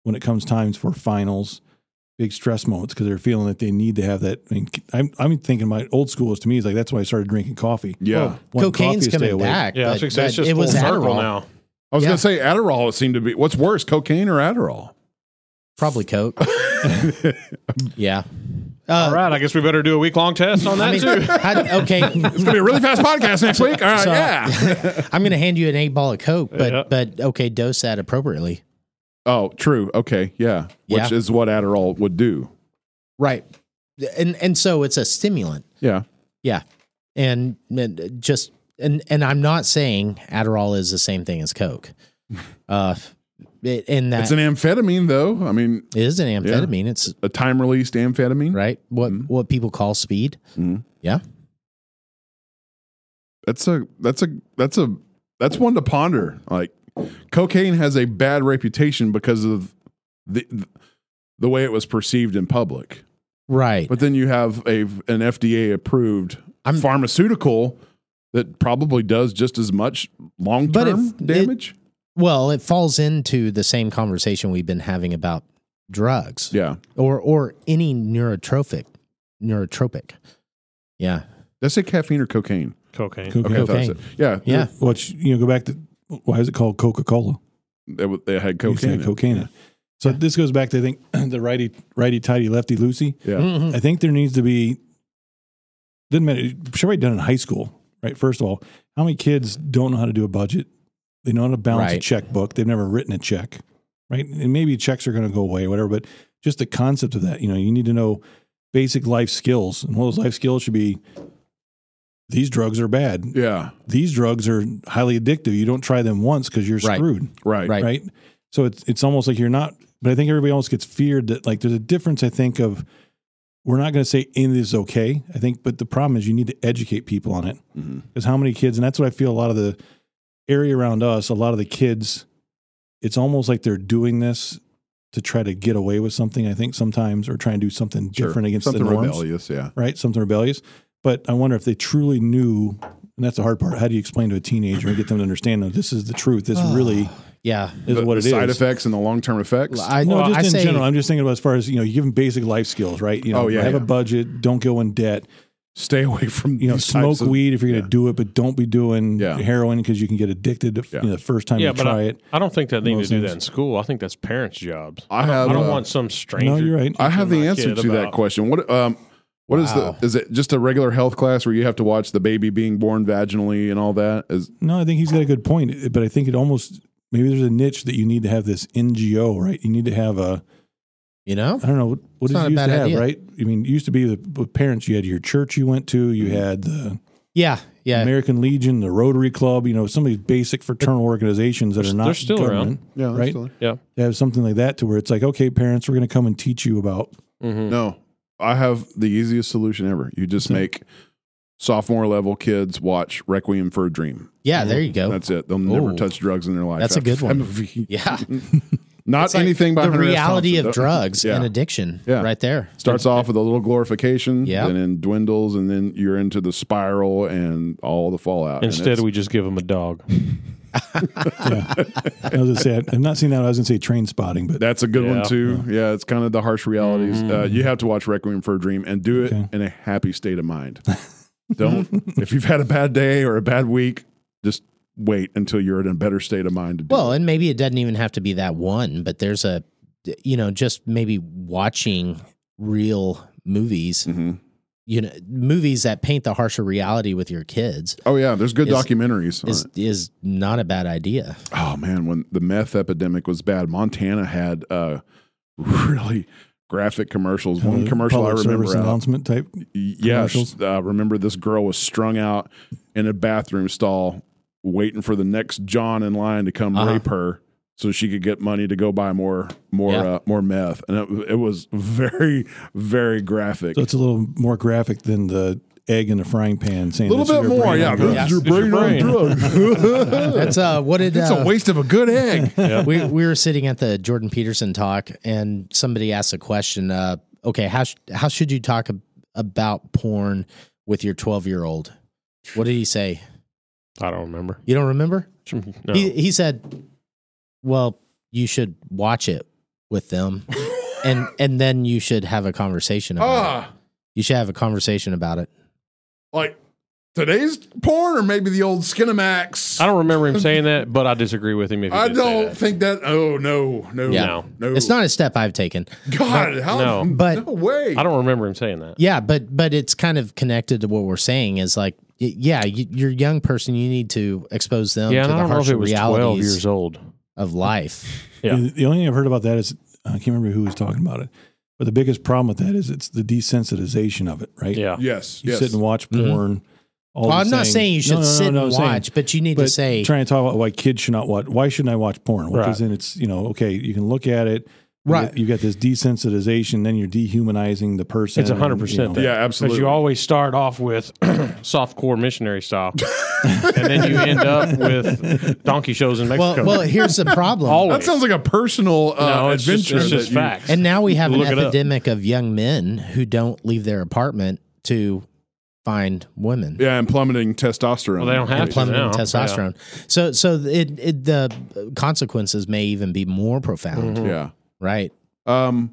when it comes times for finals, big stress moments because they're feeling that they need to have that. I mean, I'm, I'm thinking my old school is to me is like that's why I started drinking coffee. yeah. Wanting Cocaine's coffee to stay coming awake. back. Yeah, I was but- gonna say, it's but just it was full circle Adderall. now. I was Yeah. gonna say Adderall. It seemed to be what's worse, cocaine or Adderall? Probably Coke. yeah. Uh, All right, I guess we better do a week long test on that I mean, too. I- okay. It's gonna be a really fast podcast next week. All right, So- yeah. I'm going to hand you an eight ball of Coke, but Yeah. but okay, dose that appropriately. Oh, true. Okay, yeah. Which Yeah. is what Adderall would do. Right. And and so it's a stimulant. Yeah. Yeah. And, and just and and I'm not saying Adderall is the same thing as Coke. Uh, it, and that It's an amphetamine, though. I mean, is an amphetamine. It's a time released amphetamine. right. What Mhm. what people call speed. Mhm. Yeah. That's a that's a that's a that's one to ponder. Like, cocaine has a bad reputation because of the the way it was perceived in public. Right. But then you have a an FDA approved I'm- pharmaceutical that probably does just as much long term if it- damage. well, it falls into the same conversation we've been having about drugs yeah. or or any neurotrophic neurotropic. Yeah. Did I say caffeine or cocaine? Cocaine. Okay, I thought I Cocaine. said- yeah, Yeah. Which you know, go back to why is it called Coca Cola? They, w- they had Cocaine. cocaine. in it. cocaine. in it. So this goes back to I think the righty righty tighty lefty loosey. Yeah. Mhm. I think there needs to be doesn't matter. it Should be done in high school, right? First of all, how many kids don't know how to do a budget? They know how to balance a Right. checkbook. They've never written a check, right? And maybe checks are going to go away, or whatever. But just the concept of that, you know, you need to know basic life skills, and one of those life skills should be these drugs are bad. Yeah. These drugs are highly addictive. You don't try them once because you're Right. screwed Right. Right. right? So it's it's almost like you're not. But I think everybody else gets feared that like there's a difference. I think of we're not going to say any of this is okay. I think, but the problem is you need to educate people on it Mhm. because how many kids and that's what I feel a lot of the area around us. A lot of the kids, it's almost like they're doing this to try to get away with something. I think sometimes or try and do something Sure. different against something the norms, rebellious. Yeah. right? Something rebellious. But I wonder if they truly knew. And that's the hard part. How do you explain to a teenager and get them to understand that this is the truth? This really Yeah. is the, what the it is side effects and the long term effects. I know. no, just I in say general. I'm just thinking about as far as you know, you give them basic life skills, right? You know, Oh, yeah, have yeah. a budget, don't go in debt. Stay away from You know, these smoke types of- weed if you're going to yeah. do it, but don't be doing Yeah. heroin because you can get addicted to, Yeah. you know, the first time Yeah, you but try I, it. I don't think that they need to Those do that things. in school. I think that's parents' jobs. I have. I don't uh, want some stranger. No, you're right. I have the my answer kid to that about- question. What um what is Wow. the is it just a regular health class where you have to watch the baby being born vaginally and all that? Is No, I think he's got a good point, but I think it almost maybe there's a niche that you need to have this NGO, right? You need to have a You know. I don't know It's what did not you a used to bad have, idea. right? I mean, it used to be the with parents. You had your church you went to, Mm-hmm. you had the Yeah. Yeah. American Legion, the Rotary Club. You know, some of these basic fraternal organizations that are not they're still around. government, yeah, right? Yeah. to have something like that to where it's like, okay, parents, we're going to come and teach you about. Mm-hmm. No, I have the easiest solution ever. You Mm-hmm. just make sophomore level kids watch Requiem for a Dream. yeah. There you go. That's it. They'll never Oh. touch drugs in their life. That's a after good that one. movie. Yeah. Not It's like anything by the Hunter S. reality Thompson. of drugs Yeah. and addiction. Yeah. Right there. Starts off with a little glorification, Yeah. and then dwindles, and then you're into the spiral and all the fallout. And Instead, it's- we just give them a dog. I was going to say, I've not seen that. I was going to say train spotting, but That's a good Yeah. one too. Yeah, it's kind of the harsh realities. Mm-hmm. Uh, you have to watch Requiem for a Dream and do it Okay. in a happy state of mind. Don't if you've had a bad day or a bad week, just wait until you're in a better state of mind to do Well, it. and maybe it doesn't even have to be that one, but there's a, you know, just maybe watching real movies, Mhm. you know, movies that paint the harsher reality with your kids Oh yeah, there's good Is- documentaries. on is it. is not a bad idea. Oh man, when the meth epidemic was bad, Montana had uh, really graphic commercials. kind of Oh, One a commercial I public remember service out- announcement type. Yeah, sh- commercials? uh, remember this girl was strung out in a bathroom stall, waiting for the next John in line to come Uh-huh. rape her, so she could get money to go buy more, more, Yeah. uh, more meth. And it, it was very, very graphic. So it's a little more graphic than the egg in the frying pan saying a little this is bit your more, brain yeah. on drugs. This is your This is brain your on drugs. That's uh, what did It's uh, a waste of a good egg. we we were sitting at the Jordan Peterson talk, and somebody asked a question. Uh, okay, how sh- how should you talk ab- about porn with your twelve year old? What did he say? I don't remember. You don't remember? No. He he said, "Well, you should watch it with them, and and then you should have a conversation about it. Ah, You should have a conversation about it." like today's porn, or maybe the old Skinamax. I don't remember him saying that, but I disagree with him if he I did say don't that. think that. Oh no, no, Yeah. No. no. It's not a step I've taken. God. How? no. But- no way. I don't remember him saying that. Yeah, but but it's kind of connected to what we're saying is like, y- yeah, you, you're a young person. You need to expose them to Yeah, and I the don't know if harsher it was 12 realities years old. of life. Yeah. The- The only thing I've heard about that is I can't remember who was talking about it, but the biggest problem with that is it's the desensitization of it, right? Yeah. Yes. You yes. sit and watch Mhm. porn. all Well, I'm not these saying you things- should No, no, no, sit no, I'm and saying- watch, but you need to but say trying to talk about why kids should not watch. Why shouldn't I watch porn? Because Right. then it's you know okay, you can look at it. Right. You got this desensitization, then you're dehumanizing the person. It's 100% and, that. you know. Yeah, Because absolutely. you always start off with softcore missionary style, and then you end up with donkey shows in Mexico. well, well, here's the problem. Always. that sounds like a personal uh, no, it's just, adventure. it's just that you- facts. and now we have an Look it up. epidemic of young men who don't leave their apartment to find women. Yeah, and plummeting testosterone. well, they don't have and to plummeting now. testosterone. So, so it, it the consequences may even be more profound, Yeah. right? um,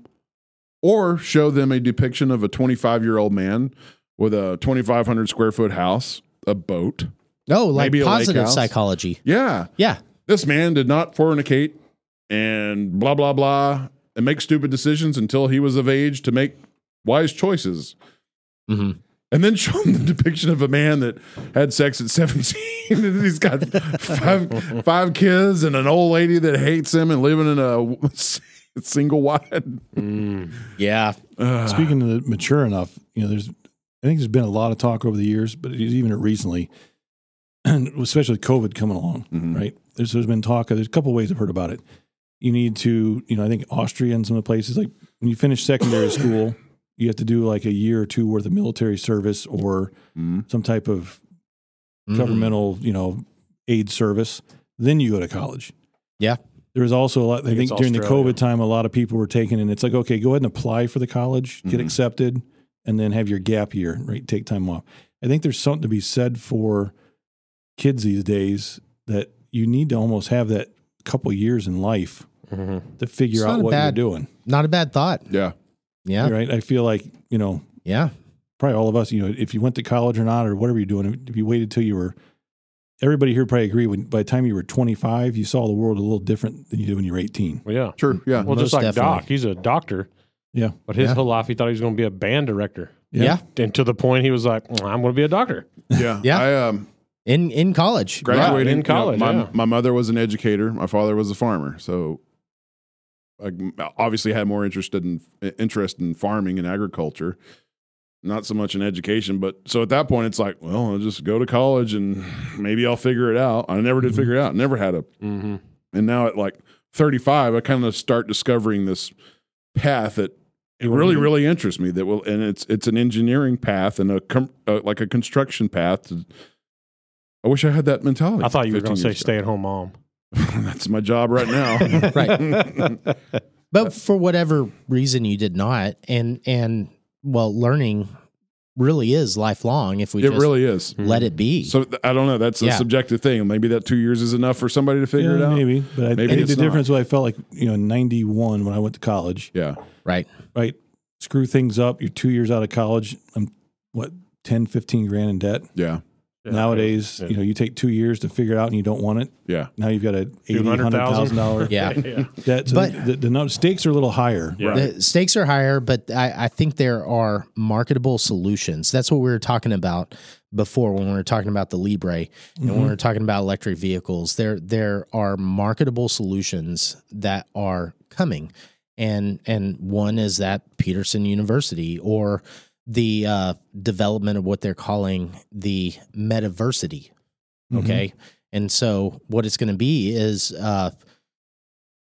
or show them a depiction of a 25 year old man with a 2,500 square foot house, a boat. Oh, like Maybe a lake positive house. psychology. Yeah, Yeah, this man did not fornicate and blah blah blah and make stupid decisions until he was of age to make wise choices. Mhm. And then show him the depiction of a man that had sex at 17 and he's got five, five kids and an old lady that hates him and living in a single wide. Uh, yeah. Speaking of the mature enough, you know, there's I think there's been a lot of talk over the years, but even recently, and especially with COVID coming along, right? There's, there's been talk. There's a couple ways I've heard about it. You need to, you know, I think Austria and some of the places like when you finish secondary school, you have to do like a year or two worth of military service or mm-hmm. some type of Mhm. governmental, you know, aid service. Then you go to college. Yeah. There was also a lot. I think, think it's during the Australia. COVID time, a lot of people were taking, and it's like, okay, go ahead and apply for the college, Mm-hmm. get accepted, and then have your gap year, right? Take time off. I think there's something to be said for kids these days that you need to almost have that couple years in life Mm-hmm. to figure It's not out a what bad- you're doing, Not a bad thought. Yeah. Yeah, right? I feel like you know, yeah. probably all of us, you know, if you went to college or not, or whatever you're doing, if you waited till you were, everybody here probably agree. When by the time you were 25, you saw the world a little different than you did when you were 18. Well, yeah. Sure. Yeah. Well, just Most like Doc, definitely. he's a doctor, Yeah, but his Yeah. whole life he thought he was going to be a band director. Yeah. And to the point he was like, "Mm, I'm going to be a doctor. Yeah. Yeah. I um In in college. graduated in you know, college, my yeah. my mother was an educator. My father was a farmer. So I obviously had more interest in interest in farming and agriculture. Not so much in education, but so at that point it's like, well, I'll just go to college and maybe I'll figure it out. I never did figure it out. Never had a Mm-hmm. and now at like 35 i kind of start discovering this path that it really really interests me that will and it's it's an engineering path and a com, uh, like a construction path i wish i had that mentality I thought you were 15 going to say years stay at home mom. ago. that's my job right now Right. but for whatever reason you did not and and well learning really is lifelong if we it just really is let it be so th- i don't know that's a Yeah. subjective thing maybe that two years is enough for somebody to figure it Yeah, out maybe. But I, Maybe I think the it's not. difference what I felt like, you know, in 91 when I went to college, yeah right right? Screw things up. You're two years out of college. I'm, what, 10, 15 grand in debt. yeah Nowadays, you know, you take two years to figure it out and you don't want it. yeah Now you've got a eighty, hundred $100,000. thousand dollar yeah debt. So But- the, the, the no- stakes are a little higher. Yeah. the stakes are higher but I, I think there are marketable solutions that's what we were talking about before when we were talking about the libre and when we were talking about electric vehicles there there are marketable solutions that are coming and and one is that peterson university or the uh, development of what they're calling the metaversity Mm-hmm. okay and so what it's going to be is uh,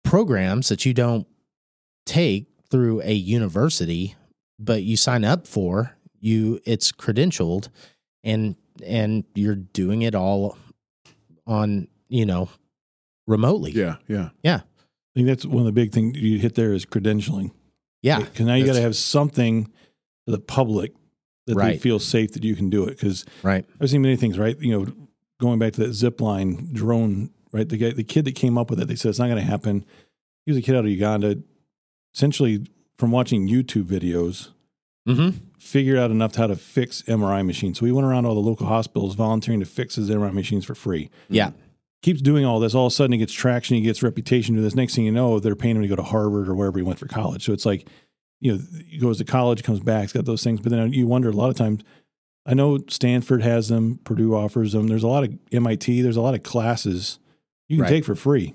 programs that you don't take through a university but you sign up for you it's credentialed and and you're doing it all on you know remotely yeah yeah I think that's one of the big things you hit there is credentialing. yeah Because now you got to That's- have something for the public that they Right. feel safe that you can do it. Because right I've seen many things, right? You know, going back to that zip line drone, right? The guy, the kid that came up with it, they said it's not going to happen. He was a kid out of Uganda. Essentially, from watching YouTube videos, mm-hmm. figured out enough how to fix MRI machines. So he went around all the local hospitals volunteering to fix his MRI machines for free. yeah Keeps doing all this. All of a sudden, he gets traction. He gets reputation. Do this. Next thing you know, they're paying him to go to Harvard or wherever he went for college. So it's like, you know, he goes to college, comes back, he's got those things. But then you wonder a lot of times. I know Stanford has them. Purdue offers them. There's a lot of MIT. There's a lot of classes you can Right. take for free.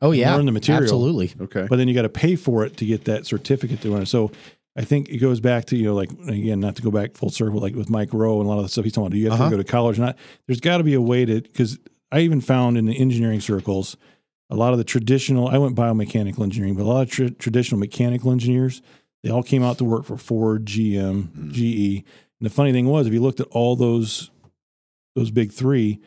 oh yeah learn the material. absolutely okay But then you got to pay for it to get that certificate they want. So I think it goes back to you know like again not to go back full circle like with Mike Rowe and a lot of the stuff he's talking about. Do you have Uh-huh. to go to college or not? There's got to be a way to because I even found in the engineering circles a lot of the traditional. I went biomechanical engineering, but a lot of tra- traditional mechanical engineers they all came out to work for Ford, GM, GE. E. And the funny thing was, if you looked at all those those big three,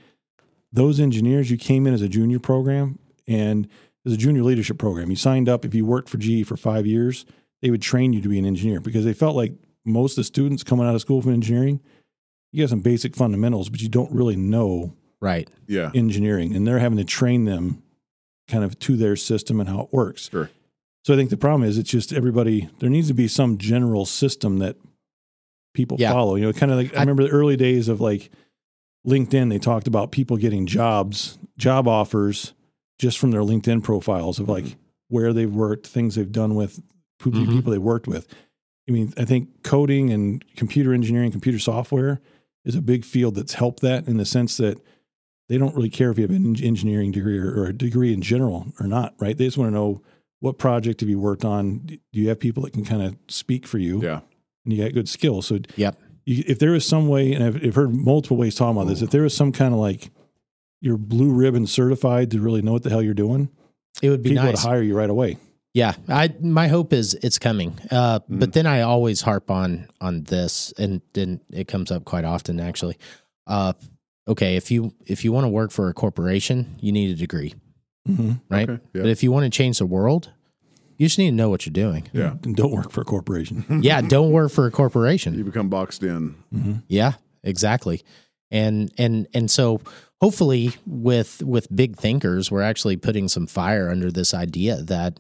those engineers you came in as a junior program and as a junior leadership program. You signed up if you worked for GE for five years, they would train you to be an engineer because they felt like most of the students coming out of school from engineering, you got some basic fundamentals, but you don't really know Right. Yeah. engineering and they're having to train them kind of to their system and how it works. Sure. So I think the problem is it's just everybody there needs to be some general system that people Yeah. follow. You know, kind of like I, I- remember the early days of like LinkedIn, they talked about people getting jobs, job offers just from their LinkedIn profiles of like where they've worked, things they've done with who the Mhm. people they worked with. I mean, I think coding and computer engineering, computer software is a big field that's helped that in the sense that they don't really care if you have an eng- engineering degree or, or a degree in general or not, right? They just want to know what project have you worked on? Do you have people that can kind of speak for you? Yeah. And you got good skills. So Yep. you, if there is some way, and I've, I've heard multiple ways talking about this, if there is some kind of like you're blue ribbon certified to really know what the hell you're doing, It would be people nice. would hire you right away. Yeah, I my hope is it's coming. Uh, Mm. But then I always harp on on this, and then it comes up quite often actually. Uh, okay, if you if you want to work for a corporation, you need a degree, Mm-hmm. right? Okay, yeah. But if you want to change the world, you just need to know what you're doing. Yeah. And don't work for a corporation. yeah, don't work for a corporation. You become boxed in. Mm-hmm. Yeah, exactly. And and and so hopefully with with big thinkers, we're actually putting some fire under this idea that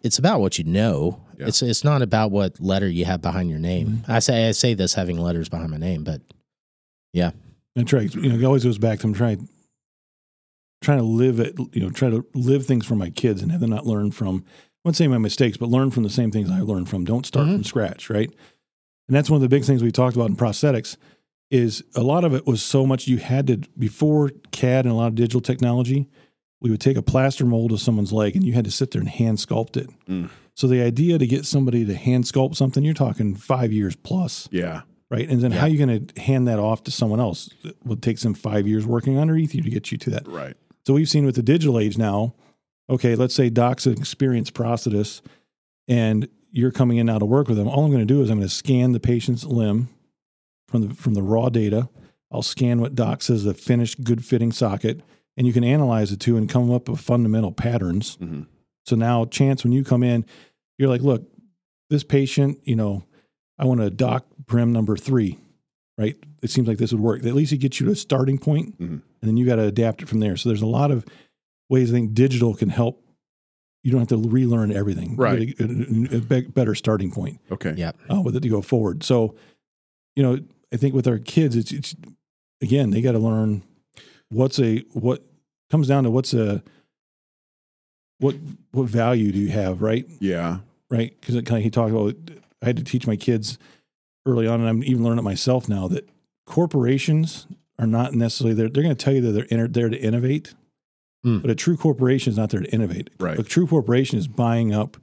it's about what you know. Yeah. Mm-hmm. It's it's not about what letter you have behind your name. I say I say this having letters behind my name, but That's right. You know, it always goes back to I'm trying, trying to live it. You know, try to live things for my kids and have them not learn from. I won't say my mistakes, but learn from the same things I learned from. Don't start from scratch, right? And that's one of the big things we talked about in prosthetics. Is a lot of it was so much you had to before CAD and a lot of digital technology. We would take a plaster mold of someone's leg, and you had to sit there and hand sculpt it. Mm. So the idea to get somebody to hand sculpt something, you're talking five years plus Yeah. right? And then Yeah. how are you going to hand that off to someone else? It will take them five years working underneath you to get you to that. Right. So we've seen with the digital age now. Okay, let's say Doc's an experienced prosthetist, and you're coming in now to work with them. All I'm going to do is I'm going to scan the patient's limb from the from the raw data. I'll scan what Doc says the finished good fitting socket, and you can analyze the two and come up with fundamental patterns. Mhm. So now, Chance, when you come in, you're like, look, this patient, you know, I want to dock brim number three, right? It seems like this would work. At least it gets you to a starting point, Mhm. and then you got to adapt it from there. So there's a lot of ways I think digital can help. You don't have to relearn everything. You Right. get A, a- a be- better starting point Okay. yeah. uh, with it to go forward. So, you know, I think with our kids, it's, it's again they got to learn what's a what comes down to what's a what what value do you have, right? Yeah. Right? Because kind of he talked about. I had to teach my kids early on, and I'm even learning it myself now that corporations are not necessarily there. They're going to tell you that they're inter- there to innovate, Mm. but a true corporation is not there to innovate. Right. A true corporation is buying up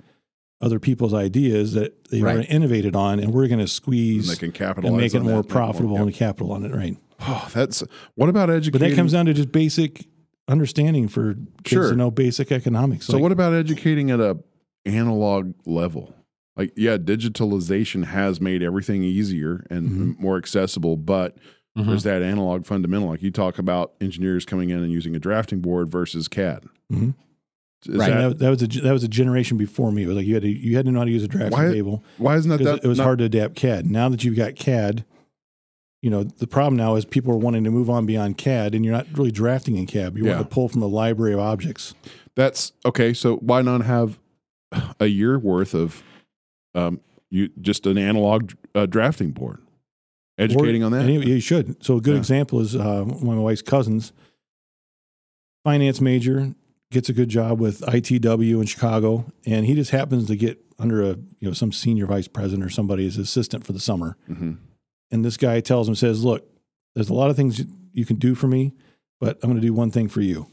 other people's ideas that they've Right. already innovated on, and we're going And to they squeeze can capitalize and make it on more that. profitable Yeah. and capital on it, right? Oh, that's what about But education? that comes down to just basic understanding for kids Sure. to know basic economics. So Like, what about educating at a analog level? Like yeah, digitalization has made everything easier and Mm-hmm. more accessible, but there's that analog fundamental. Like you talk about engineers coming in and using a drafting board versus CAD. Mhm. Is Right. and that- that, that was a, that was a generation before me. It was like you had to you had to know how to use a drafting Why- table. why isn't that, because that it was not- hard to adapt CAD. Now that you've got CAD, you know the problem now is people are wanting to move on beyond CAD, and you're not really drafting in CAD. You Yeah. want to pull from a library of objects. That's okay. So why not have a year worth of um, you just an analog uh, drafting board? Educating Or- on that. and You, you should. So a good Yeah. example is uh, one of my wife's cousins, finance major, gets a good job with ITW in Chicago, and he just happens to get under a you know some senior vice president or somebody as assistant for the summer. Mhm. And this guy tells him, says, "Look, there's a lot of things you can do for me, but I'm going to do one thing for you."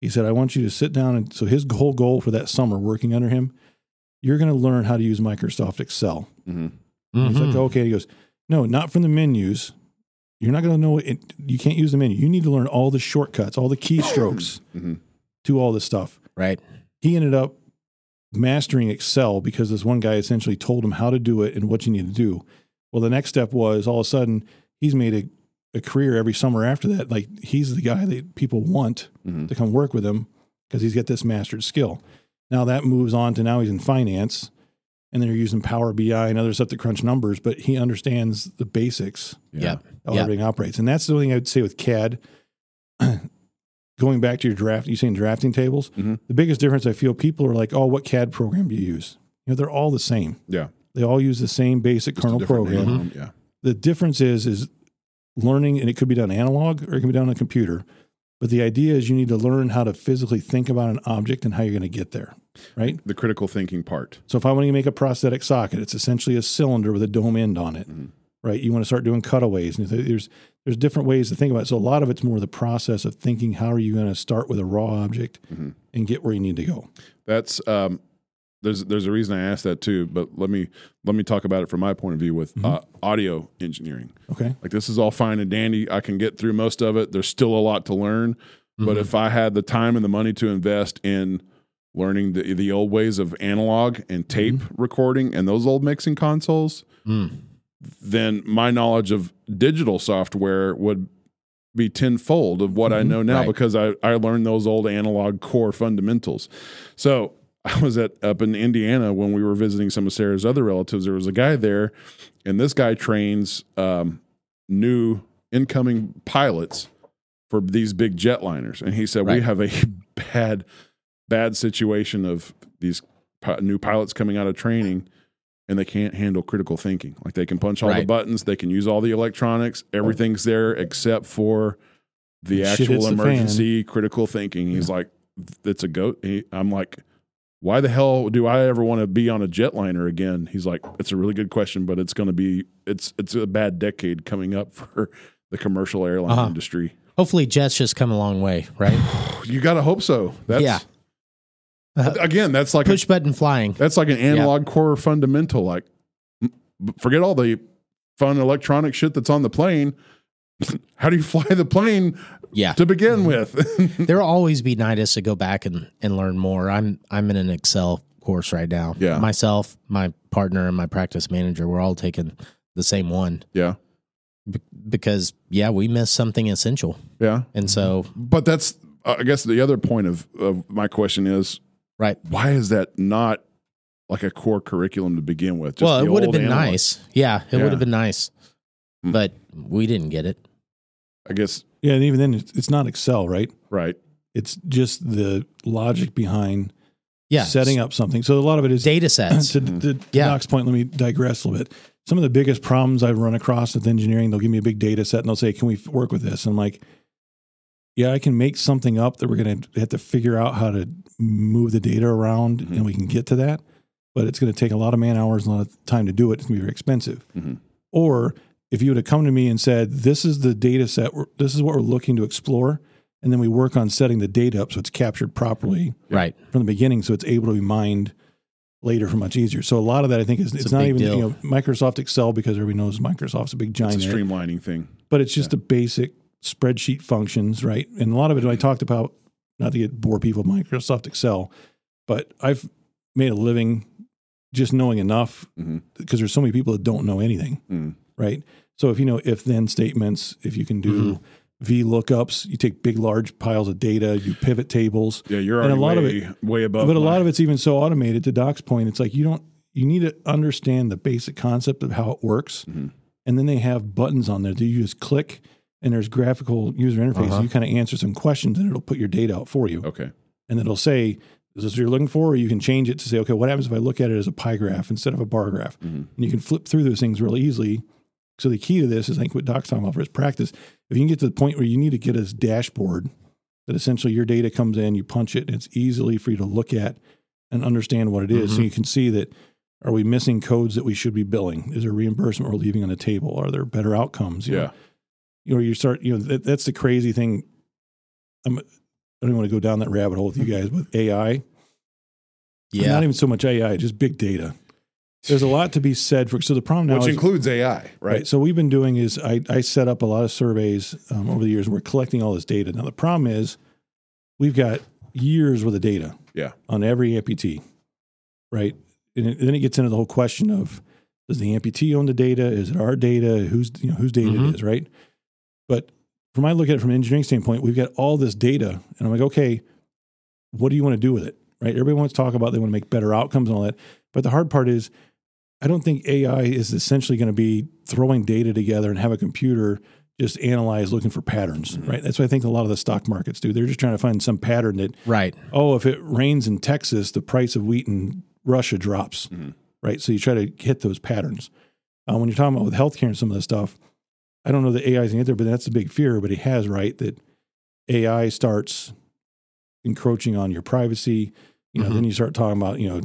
He said, "I want you to sit down and so his whole goal for that summer working under him, you're going to learn how to use Microsoft Excel." Mm-hmm. He's like, okay. He goes, no, not from the menus. You're not going to know it. You can't use the menu. You need to learn all the shortcuts, all the keystrokes Mhm. to all this stuff. right. He ended up mastering Excel because this one guy essentially told him how to do it and what you need to do. Well, the next step was all of a sudden he's made a, a career every summer after that. Like he's the guy that people want Mhm. to come work with him because he's got this mastered skill. Now that moves on to now he's in finance and they're using Power BI and other stuff to crunch numbers, but he understands the basics Yeah. how Yeah. everything operates. And that's the only thing I would say with CAD. Going back to your draft, you saying drafting tables, Mhm. the biggest difference I feel people are like, oh, what CAD program do you use? You know, they're all the same. Yeah. They all use the same basic Just a kernel different program. name. Yeah. The difference is is learning, and it could be done analog or it can be done on a computer. But the idea is you need to learn how to physically think about an object and how you're going to get there, right? The critical thinking part. So if I want to make a prosthetic socket, it's essentially a cylinder with a dome end on it, Mhm. right? You want to start doing cutaways, and th- there's there's different ways to think about it. So a lot of it's more the process of thinking how are you going to start with a raw object Mhm. and get where you need to go. That's um, there's there's a reason I asked that too, but let me let me talk about it from my point of view with uh, audio engineering. Okay, Like this is all fine and dandy. I can get through most of it. There's still a lot to learn, but if I had the time and the money to invest in learning the the old ways of analog and tape recording and those old mixing consoles, then my knowledge of digital software would be tenfold of what I know now Right. because I, I learned those old analog core fundamentals. So I was at up in Indiana when we were visiting some of Sarah's other relatives. There was a guy there, and this guy trains um, new incoming pilots for these big jetliners. And he said, We Right. have a bad, bad situation of these pi- new pilots coming out of training and they can't handle critical thinking. Like they can punch all the Right. buttons, they can use all the electronics, everything's there except for the Shit hits actual the emergency critical thinking. He's like, It's a goat. He, I'm like, why the hell do I ever want to be on a jetliner again? He's like, it's a really good question, but it's going to be it's it's a bad decade coming up for the commercial airline Uh-huh. industry. Hopefully, Jets just come a long way, right? You got to hope so. That's Yeah. again, that's like a, Push button flying. that's like an analog core fundamental. Like, m- forget all the fun electronic shit that's on the plane. How do you fly the plane Yeah. Mm-hmm. to begin with? There'll always be nights to go back and, and learn more. I'm I'm in an Excel course right now. Yeah. Myself, my partner, and my practice manager, we're all taking the same one yeah, be- because yeah, we missed something essential. yeah. Mm-hmm. And so But that's uh, I guess the other point of of my question is right. why is that not like a core curriculum to begin with? well, the it would have old been analog- nice. Yeah, it Yeah. would have been nice. Hmm. But we didn't get it. I guess yeah, and even then, it's, it's not Excel, right? right. It's just the logic behind Yeah. setting up something. So a lot of it is data sets. Mm-hmm. to, to Yeah. Doc's point, let me digress a little bit. Some of the biggest problems I've run across with engineering, they'll give me a big data set and they'll say, "Can we f- work with this?" And I'm like, "Yeah, I can make something up that we're going to have to figure out how to move the data around, Mm-hmm. and we can get to that. But it's going to take a lot of man hours and a lot of time to do it. It's going to be very expensive. Mm-hmm. Mhm. Or if you would have come to me and said, "This is the data set. we're- This is what we're looking to explore," and then we work on setting the data up so it's captured properly Right. from the beginning, so it's able to be mined later for much easier. So a lot of that, I think, is it's, a not big even deal. you know Microsoft Excel because everybody knows Microsoft's a big It's a giant, in it, streamlining thing. but it's just the basic spreadsheet functions, right? And a lot of it, I talked about not to get bore people, Microsoft Excel, but I've made a living just knowing enough Mhm. because there's so many people that don't know anything, Mm. right? So if you know if then statements, if you can do V lookups, you take big large piles of data, you pivot tables, Yeah, you're And already a lot of way, way above. but a lot of it's even so automated to Doc's point. It's like you don't you need to understand the basic concept of how it works, Mhm. and then they have buttons on there that you just click, and there's graphical user interface. Uh-huh. You kind of answer some questions, and it'll put your data out for you, okay. and it'll say. Is this what you're looking for? Or you can change it to say, okay, what happens if I look at it as a pie graph instead of a bar graph? Mhm. And you can flip through those things really easily. So the key to this is I think what Doc's talking about for his practice. If you can get to the point where you need to get a dashboard that essentially your data comes in, you punch it, and it's easily for you to look at and understand what it is. So you can see that are we missing codes that we should be billing? Is there reimbursement we're leaving on the table? Are there better outcomes? You Yeah. know, you know, you start, you know, that, that's the crazy thing. I'm, I don't want to go down that rabbit hole with you guys with AI. Yeah. Not even so much AI, just big data. there's a lot to be said for. So the problem now which is includes AI, Right. right? So what we've been doing is I, I set up a lot of surveys um, over the years, and we're collecting all this data. Now the problem is we've got years worth of data. Yeah. On every amputee, right? And it- then it gets into the whole question of does the amputee own the data? Is it our data? Who's you know whose data Mhm. it is, right? But from I look at it from an engineering standpoint, we've got all this data, and I'm like, okay, what do you want to do with it, right? Everybody wants to talk about they want to make better outcomes and all that, but the hard part is I don't think AI is essentially going to be throwing data together and have a computer just analyze looking for patterns, right? That's what I think a lot of the stock markets do. They're just trying to find some pattern that, Right. oh, if it rains in Texas, the price of wheat in Russia drops, right? So you try to hit those patterns. Uh, when you're talking about with healthcare and some of this stuff, I don't know that AI is going to get there, but that's the big fear. But he has right that AI starts encroaching on your privacy. You know, Mhm. then you start talking about you know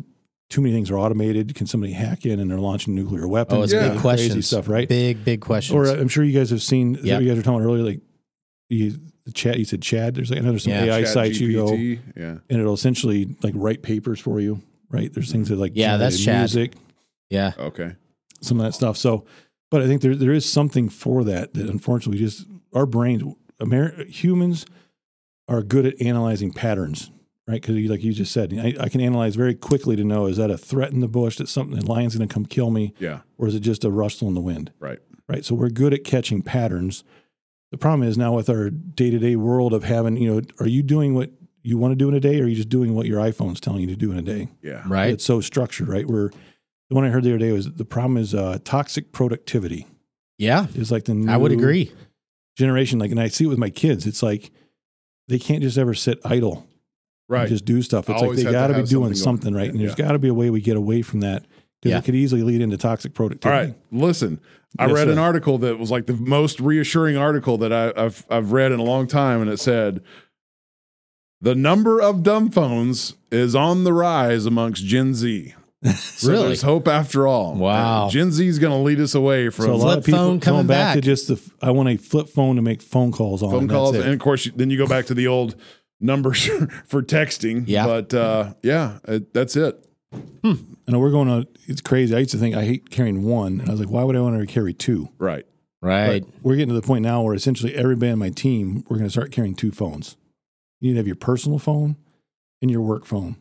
too many things are automated. Can somebody hack in and they're launching nuclear weapons? Oh, it's and big crazy questions. stuff, right? Big, big questions. Or uh, I'm sure you guys have seen. Yeah. You guys were talking earlier, like you, the chat. You said Chad. There's like another some Yeah. AI Chat sites you go and GPT, yeah. it'll essentially like write papers for you. Right? There's things that like Yeah, that's generate Chad. music yeah. Okay. some of that stuff. So, but I think there there is something for that that unfortunately just our brains, Amer- humans are good at analyzing patterns, right? Because like you just said, I, I can analyze very quickly to know is that a threat in the bush that something a lion's going to come kill me, Yeah. or is it just a rustle in the wind? Right. Right. So we're good at catching patterns. The problem is now with our day to day world of having, you know, are you doing what you want to do in a day, or are you just doing what your iPhone's telling you to do in a day? Yeah. Right. It's so structured, right? Where the one I heard the other day was the problem is uh, toxic productivity yeah. is like the new I would agree. generation. Like, and I see it with my kids. It's like they can't just ever sit idle, and Right. Just do stuff. I It's like always they have to got to be have doing something going. something, right? And Yeah. there's got to be a way we get away from that because Yeah. it could easily lead into toxic All productivity. right. Listen, I Yes, read sir. an article that was like the most reassuring article that I, I've I've read in a long time, and it said the number of dumb phones is on the rise amongst Gen Z. So Really? there's hope after all. Wow. Uh, Gen Z is going to lead us away from So a lot Flip of people phone coming going back, to back. just the f- I want a flip phone to make phone calls on. phone and that's calls, it. and of course, you- then you go back to the old numbers for texting. Yeah. But uh, yeah, it, that's it. I know we're going on. It's crazy. I used to think I hate carrying one, and I was like, why would I want to carry two? Right. Right. But we're getting to the point now where essentially everybody on my team, we're going to start carrying two phones. You need to have your personal phone and your work phone.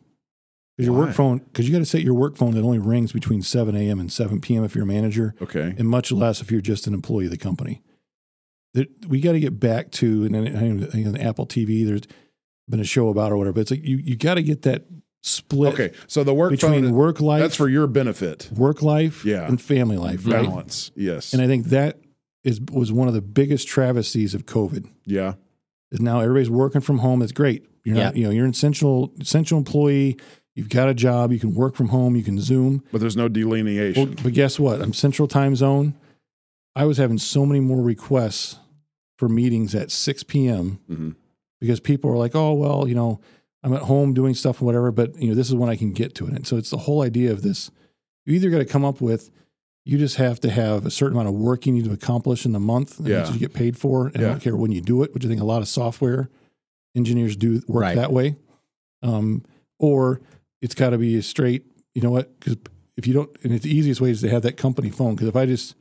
Because your Why? work phone, because you got to set your work phone that only rings between 7 a.m. and 7 p.m. if you're a manager, Okay. and much less if you're just an employee of the company. That- We got to get back to, and then I think on Apple TV, there's been a show about it or whatever, but it's like you, you got to get that split Okay. So the work between phone. work life, that's for your benefit. work life, Yeah. and family life, right? Balance. Yes. And I think that is was one of the biggest travesties of COVID. yeah. Is now everybody's working from home. That's great. You're not, you know, you're an essential essential employee. You've got a job. You can work from home. You can Zoom. But there's no delineation. Well, but guess what? I'm Central Time Zone. I was having so many more requests for meetings at 6 p.m. Mhm. because people were like, "Oh, well, you know, I'm at home doing stuff and whatever, but you know, this is when I can get to it." And so it's the whole idea of this. You either got to come up with, you just have to have a certain amount of work you need to accomplish in the month, and that's Yeah. what you get paid for, and I Yeah. don't care when you do it, which I think a lot of software engineers do work Right. that way. Um, or it's got to be a straight, you know what? Because if you don't, and it's the easiest way is to have that company phone. Because if I just,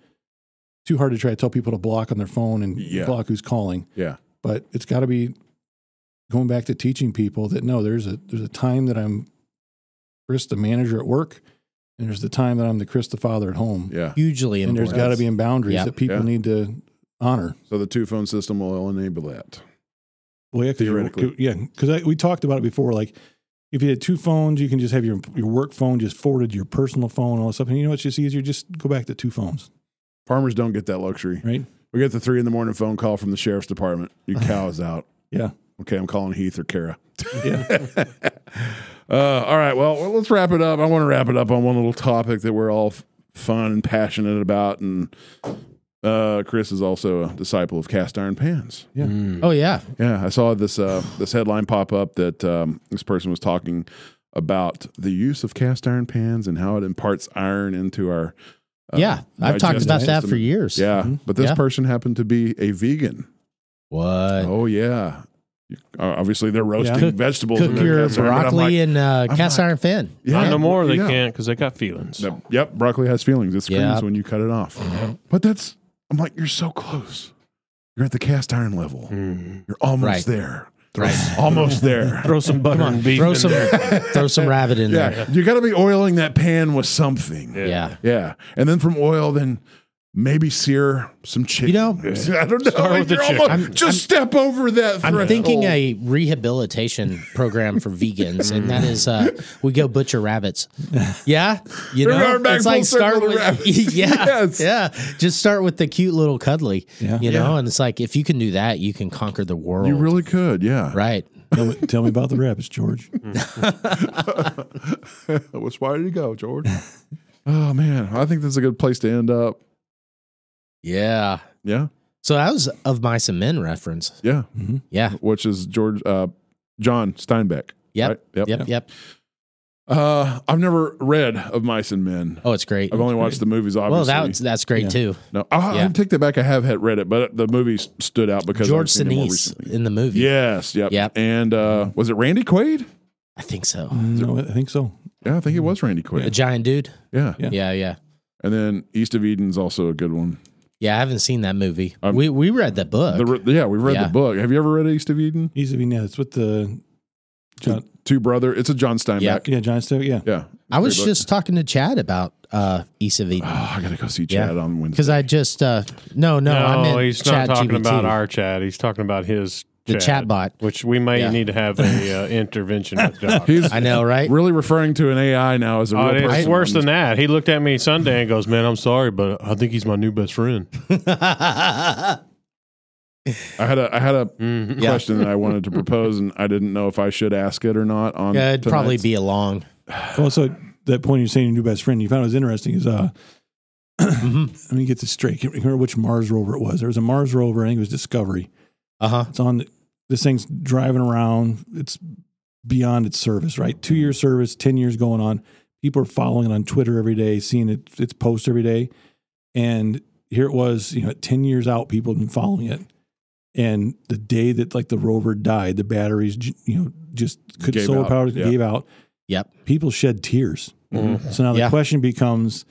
too hard to try to tell people to block on their phone and Yeah. block who's calling. Yeah. But it's got to be going back to teaching people that no, there's a there's a time that I'm Chris the manager at work, and there's the time that I'm the Chris the father at home. Yeah. Hugely And important. there's got to be boundaries Yeah. that people Yeah. need to honor. So the two phone system will enable that. Well, yeah, 'cause you're- Theoretically. yeah, because we talked about it before. Like, if you had two phones, you can just have your your work phone just forwarded to your personal phone, all this stuff. And you know what's just easier? Just go back to two phones, Farmers don't get that luxury. right? We get the three in the morning phone call from the sheriff's department. Your cow is out. Yeah. Okay, I'm calling Heath or Kara. Yeah. Uh, all right, well, well, let's wrap it up. I want to wrap it up on one little topic that we're all f- fun and passionate about. And uh, Chris is also a disciple of cast iron pans. Mm. oh yeah. Yeah, I saw this uh, this headline pop up that um, this person was talking about the use of cast iron pans and how it imparts iron into our. Uh, yeah. I've talked digestive about that for system. years. Yeah, but this Yeah. person happened to be a vegan. What? oh yeah, Uh, obviously, they're roasting Cook- vegetables. in Cook their your cast iron, but I'm broccoli like, in uh, cast iron fin. Not no more. They yeah. can't because they got feelings. Yep, yep, broccoli has feelings. It screams Yeah. Mm-hmm. when you cut it off. But that's, I'm like, you're so close. You're at the cast iron level. Mm. You're almost Right. there. Right. Almost there. Throw some butter and beef. throw in some there. throw some rabbit in yeah. there. You got to be oiling that pan with something. Yeah. Yeah. Yeah. And then from oil, then maybe sear some chicken. You know, I don't know. Start with the You're chicken. almost- I'm- just step over that I'm threshold. thinking a rehabilitation program for vegans, and that is uh, we go butcher rabbits. Yeah, you They're know, going back full circle to with rabbits. yeah, Yes. yeah. Just start with the cute little cuddly, Yeah. you know, and it's like if you can do that, you can conquer the world. You really could. Yeah. right? Tell me, tell me about the rabbits, George. Which way did you go, George? oh, man. I think that's a good place to end up. Yeah. Yeah. So that was of mice and men reference. Yeah. Yeah. Which is George, uh, John Steinbeck. Yep. right? Yep. Yep. Uh, I've never read of Mice and Men. Oh, it's great. I've only watched the movies. Well, Obviously, that's that's great Yeah. too. no. I, I yeah. take that back. I have had read it, but the movies stood out because George I've seen it more Sinise recently. in the movie. Yes. Yep. Yep. Mm-hmm. And uh, was it Randy Quaid? I think so. Mm. no, I think so. Yeah, I think it was Randy A Quaid. giant dude. Yeah. Yeah. Yeah. Yeah. And then East of Eden's also a good one. Yeah, I haven't seen that movie. Um, we we read the book. The, re- yeah, we read Yeah. the book. Have you ever read East of Eden? Easy to be yeah, It's with the John. Two brother. It's a John Steinbeck. Yeah. Yeah, John Stewart. Yeah. I was Great book. just talking to Chad about uh East of Eden Oh, I gotta go see Yeah. Chad on Wednesday. because I just uh no no, No, I meant he's Chad not talking GPT, about our chat. He's talking about his the chat, chatbot. which we may Yeah. need to have a uh, intervention with Doc. He's I know, right? really referring to an AI now as a Oh, real person. it's worse on than that. He looked at me Sunday and goes, "Man, I'm sorry, but I think he's my new best friend." I had a I had a Mm-hmm. Mhm. Yeah. question that I wanted to propose, and I didn't know if I should ask it or not. On Yeah, it'd probably tonight's- be a long. Also, that point you're saying your new best friend, you found was interesting is uh, Mhm. let me get this straight. Can't remember which Mars rover it was. There was a Mars rover. I think it was Discovery. Uh huh. It's on. This thing's driving around. It's beyond its service, right? Two year service, ten years going on. People are following it on Twitter every day, seeing it, its posts every day. And here it was, you know, at ten years out, people had been following it. And the day that like the rover died, the batteries, j- you know, just could Gave solar out, power yeah. gave out. Yep. People shed tears. So now the Yeah. question becomes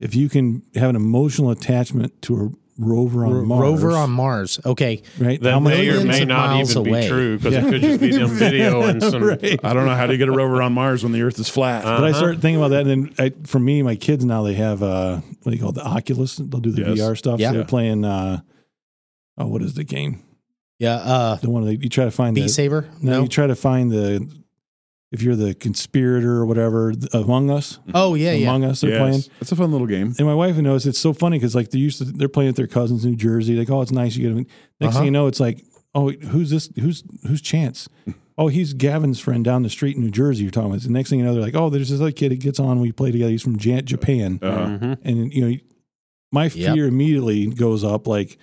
if you can have an emotional attachment to a rover on R- Mars. Rover on Mars. Okay. right? That How much- may or Millions may of not miles even be away. true because it could just be some video and some. Right. I don't know how to get a rover on Mars when the Earth is flat. But I started thinking about that, and then I, for me, my kids now they have uh, what do you call it, the Oculus? They'll do the Yes. VR stuff. Yeah. So they're playing. Uh, oh, what is the game? Yeah. Uh, The one that you try to find Beat the. Saber. No, No. you try to find the. If you're the conspirator or whatever, th- Among Us, Oh yeah yeah. Among Us, they're Yes. playing. It's a fun little game. And my wife knows it's so funny because like they're used to they're playing with their cousins in New Jersey. Like, oh, it's nice you get them. Next Uh-huh. thing you know, it's like, oh, who's this? Who's who's Chance? Oh, he's Gavin's friend down the street in New Jersey. You're talking about. The next thing you know, they're like, oh, there's this other kid. that gets on. We play together. He's from Jan- Japan. Uh, Mhm. And you know, my fear immediately goes up. Like,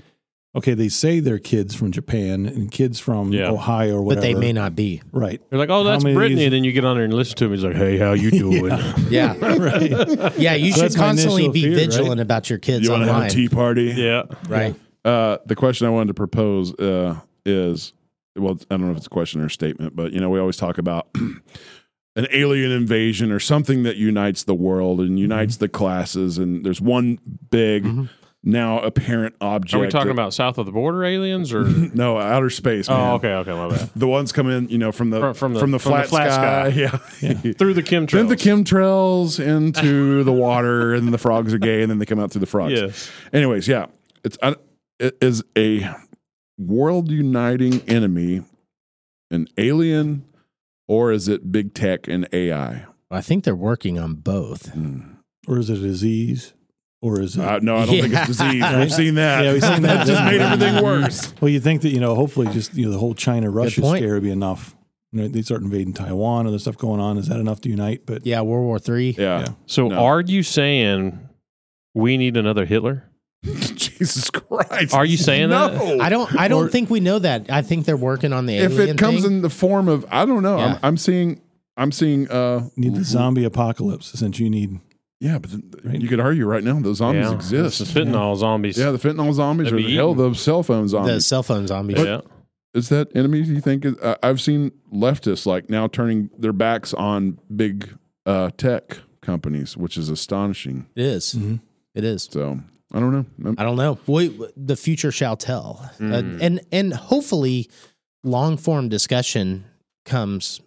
okay, they say they're kids from Japan and kids from Yeah. Ohio or But whatever. they may not be. Right. You're like, "Oh, How that's many of Brittany." these- Then you get on there and listen to him. He's like, "Hey, how you doing?" Yeah. Right. Yeah. You should That's my constantly initial be fear, right? vigilant about your kids you want to have a online. tea party? yeah. Right. Uh, the question I wanted to propose uh, is well, I don't know if it's a question or a statement, but you know, we always talk about an alien invasion or something that unites the world and unites the classes, and there's one big, now apparent object. Are we talking that- about south of the border aliens or? No, outer space. man. oh, okay, okay, my bad. The ones come in, you know, from the From- from, from the- the, from the flat flat sky. Yeah. Through the chemtrails. Then the chemtrails into the water, and the frogs are gay, and then they come out through the frogs. Yes. Anyways, yeah, it's I, it is a world uniting enemy, an alien, or is it big tech and AI? I think they're working on both. Or is it a disease? Or is it? Uh, no, I don't think it's disease. We've seen that. Yeah, we've seen that. that just made everything worse. Well, you think that you know, hopefully, just you know, the whole China Russia point. scare would be enough. You know, they start invading Taiwan, other stuff going on. Is that enough to unite? But Yeah, World War Three. Yeah. Yeah. So, No. are you saying we need another Hitler? Jesus Christ. Are you saying no. that? I don't. I don't Or- think we know that. I think they're working on the If alien it comes thing. in the form of I don't know, Yeah. I'm, I'm seeing I'm seeing uh you need the zombie apocalypse since you need. yeah, but the, Right. you could argue right now those zombies Yeah. exist. It's the fentanyl zombies. Yeah, the fentanyl zombies They'd or be the hell eaten. the cell phone the zombies. cell phone zombies. yeah. is that enemy? Do you think is, I I've seen leftists like now turning their backs on big uh, tech companies, which is astonishing. It is. Mhm. It is. So I don't know. I'm- I don't know. We, the future shall tell, Uh, and and hopefully, long form discussion comes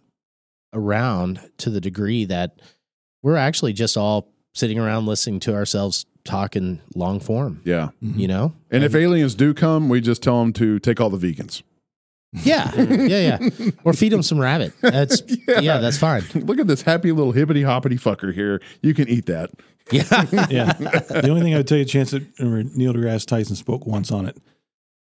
around to the degree that we're actually just all sitting around listening to ourselves talk in long form. yeah. You know? And if aliens do come, we just tell them to take all the vegans. Yeah, yeah, yeah. Or feed them some rabbit. That's yeah. that's fine. Look at this happy little hippity hoppity fucker here. You can eat that. Yeah, yeah. The only thing I would tell you, chance that remember, Neil deGrasse Tyson spoke once on it,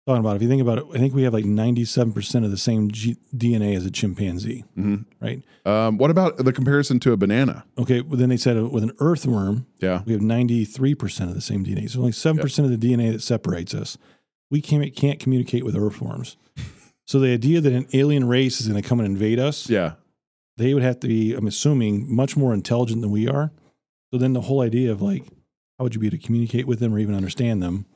talking about it. if you think about it, I think we have like ninety-seven percent of the same G- DNA as a chimpanzee, Mm-hmm. Mhm. right? Um, what about the comparison to a banana? Okay, well, then they said uh, with an earthworm, Yeah. we have ninety-three percent of the same DNA. So only seven percent of the DNA that separates us. We can't can't communicate with earthworms. So the idea that an alien race is going to come and invade us, Yeah. they would have to be, I'm assuming, much more intelligent than we are. So then the whole idea of like, how would you be able to communicate with them or even understand them?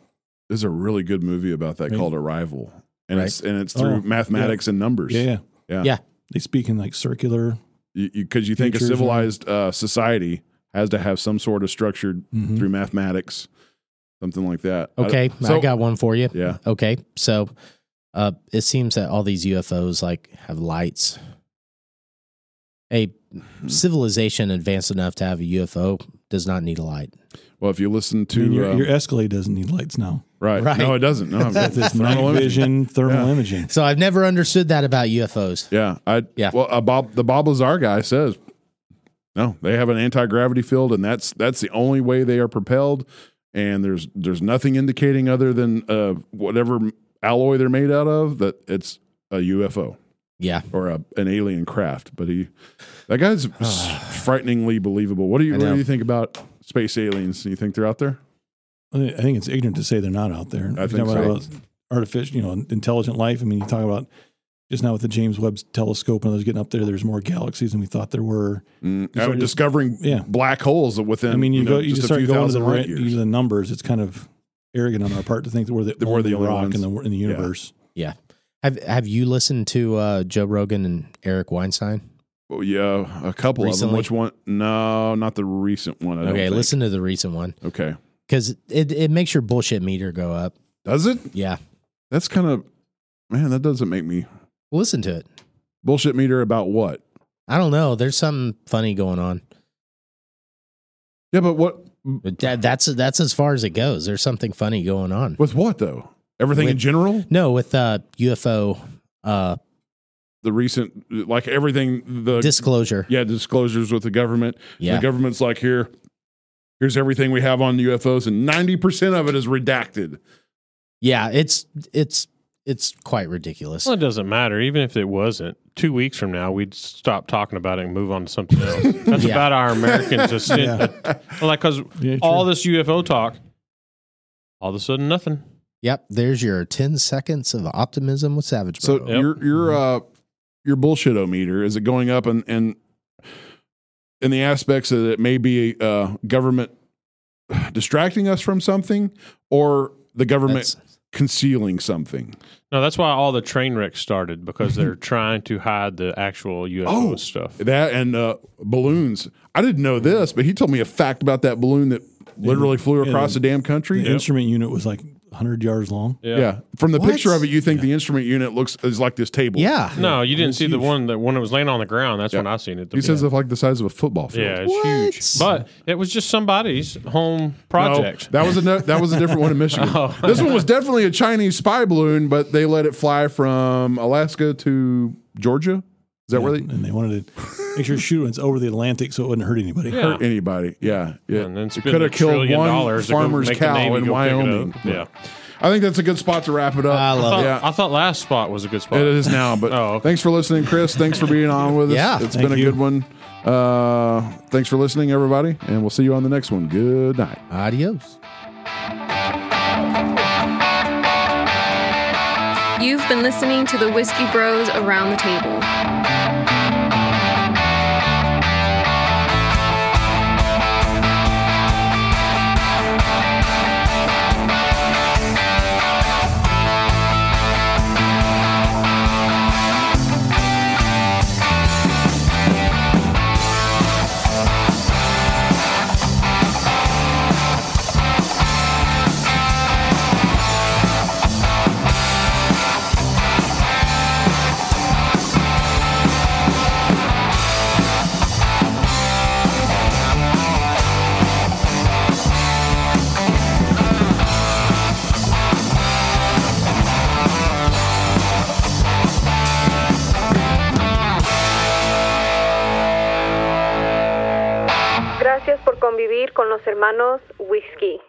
There's a really good movie about that Right. called Arrival. And it's and it's Oh, through yeah. mathematics and numbers. Yeah, yeah. Yeah. Yeah. They speak in like circular. You, you, cause you think a Features and- civilized uh, society has to have some sort of structured Mhm. through mathematics, something like that. I- Okay, so- I got one for you. Yeah. Okay, so uh, it seems that all these UFOs like have lights. A Mm-hmm. civilization advanced enough to have a UFO does not need a light. Well, if you listen I to mean, your, um, your Escalade doesn't need lights now. right. Right. no, it doesn't. No, I'm It's got this Thermal night imaging. vision, thermal Yeah. imaging. So I've never understood that about UFOs. Yeah, I Yeah. Well, uh, Bob, the Bob Lazar guy says, no, they have an anti gravity field, and that's that's the only way they are propelled. And there's there's nothing indicating other than uh, whatever alloy they're made out of that it's a UFO Yeah, or a, an alien craft. But he, that guy's s- frighteningly believable. What do you I what do know. you think about space aliens? You think they're out there? I think- I think it's ignorant to say they're not out there. I If you think talk so. about artificial, you know, intelligent life. I mean, you talk about just now with the James Webb telescope and others getting up there. There's more galaxies than we thought there were. Mm, So I'm just- discovering yeah. black holes within. I mean, you, know, go, you just, a start few going to the, thousand light ra- years. you know, the numbers. It's kind of arrogant on our part to think that we're the, That we're the only rock ones. in the in the universe. yeah. Have Have you listened to uh, Joe Rogan and Eric Weinstein? Oh, yeah, a couple of them. Recently? Which one? No, not the recent one. I don't Okay, think. listen to the recent one Okay, because it it makes your bullshit meter go up. does it? Yeah, That's kind of man. That doesn't make me listen to it. bullshit meter about what? I don't know. There's something funny going on. Yeah, but what But that, that's that's as far as it goes. There's something funny going on. with what though? Everything in With- general. No, with uh, UFO uh, The recent, like everything. The disclosure. yeah disclosures with the government. Yeah. The government's like here. Here's everything we have on UFOs, and ninety percent of it is redacted. Yeah, it's it's it's quite ridiculous. Well, it doesn't matter. Even if it wasn't, two weeks from now, we'd stop talking about it and move on to something else. That's Yeah. about our American descent. Like, because Yeah, all this UFO talk, all of a sudden, nothing. Yep, there's your 10 seconds of optimism with Savage So Bro. Yep. your your uh your bullshit meter is it going up and and in the aspects that it may be uh government distracting us from something or the government That's- concealing something. No, that's why all the train wrecks started because they're trying to hide the actual UFO Oh. stuff. That and uh balloons. I didn't know this, but he told me a fact about that balloon that literally flew yeah, across the- the damn country. The instrument unit was like 100 yards long. Yeah. From the What? picture of it you think the instrument unit looks is like this table. yeah. No, you didn't see the huge. one that when it was laying on the ground. That's when I seen it. The He says it's like the size of a football field. Yeah, it's huge. But it was just somebody's home project. No, that was a no, that was a different one in Michigan. Oh. This one was definitely a Chinese spy balloon, but they let it fly from Alaska to Georgia. Is that where they And they wanted to make sure to shoot it's over the Atlantic so it wouldn't hurt anybody. Yeah. hurt anybody? Yeah, yeah. And then It spend could a have killed trillion one dollars to go farmer's make the cow Navy in go pick it up. Wyoming. Yeah. I think that's a good spot to wrap it up. I I love thought, it. Yeah. I thought last spot was a good spot. It is now, but Oh, okay. thanks for listening, Chris. Thanks for being on with us. Yeah, it's thank been a you. good one. Uh, thanks for listening, everybody, and we'll see you on the next one. Good night. Adios. You've been listening to the Whiskey Bros Around the Table. Convivir con los hermanos Whiskey.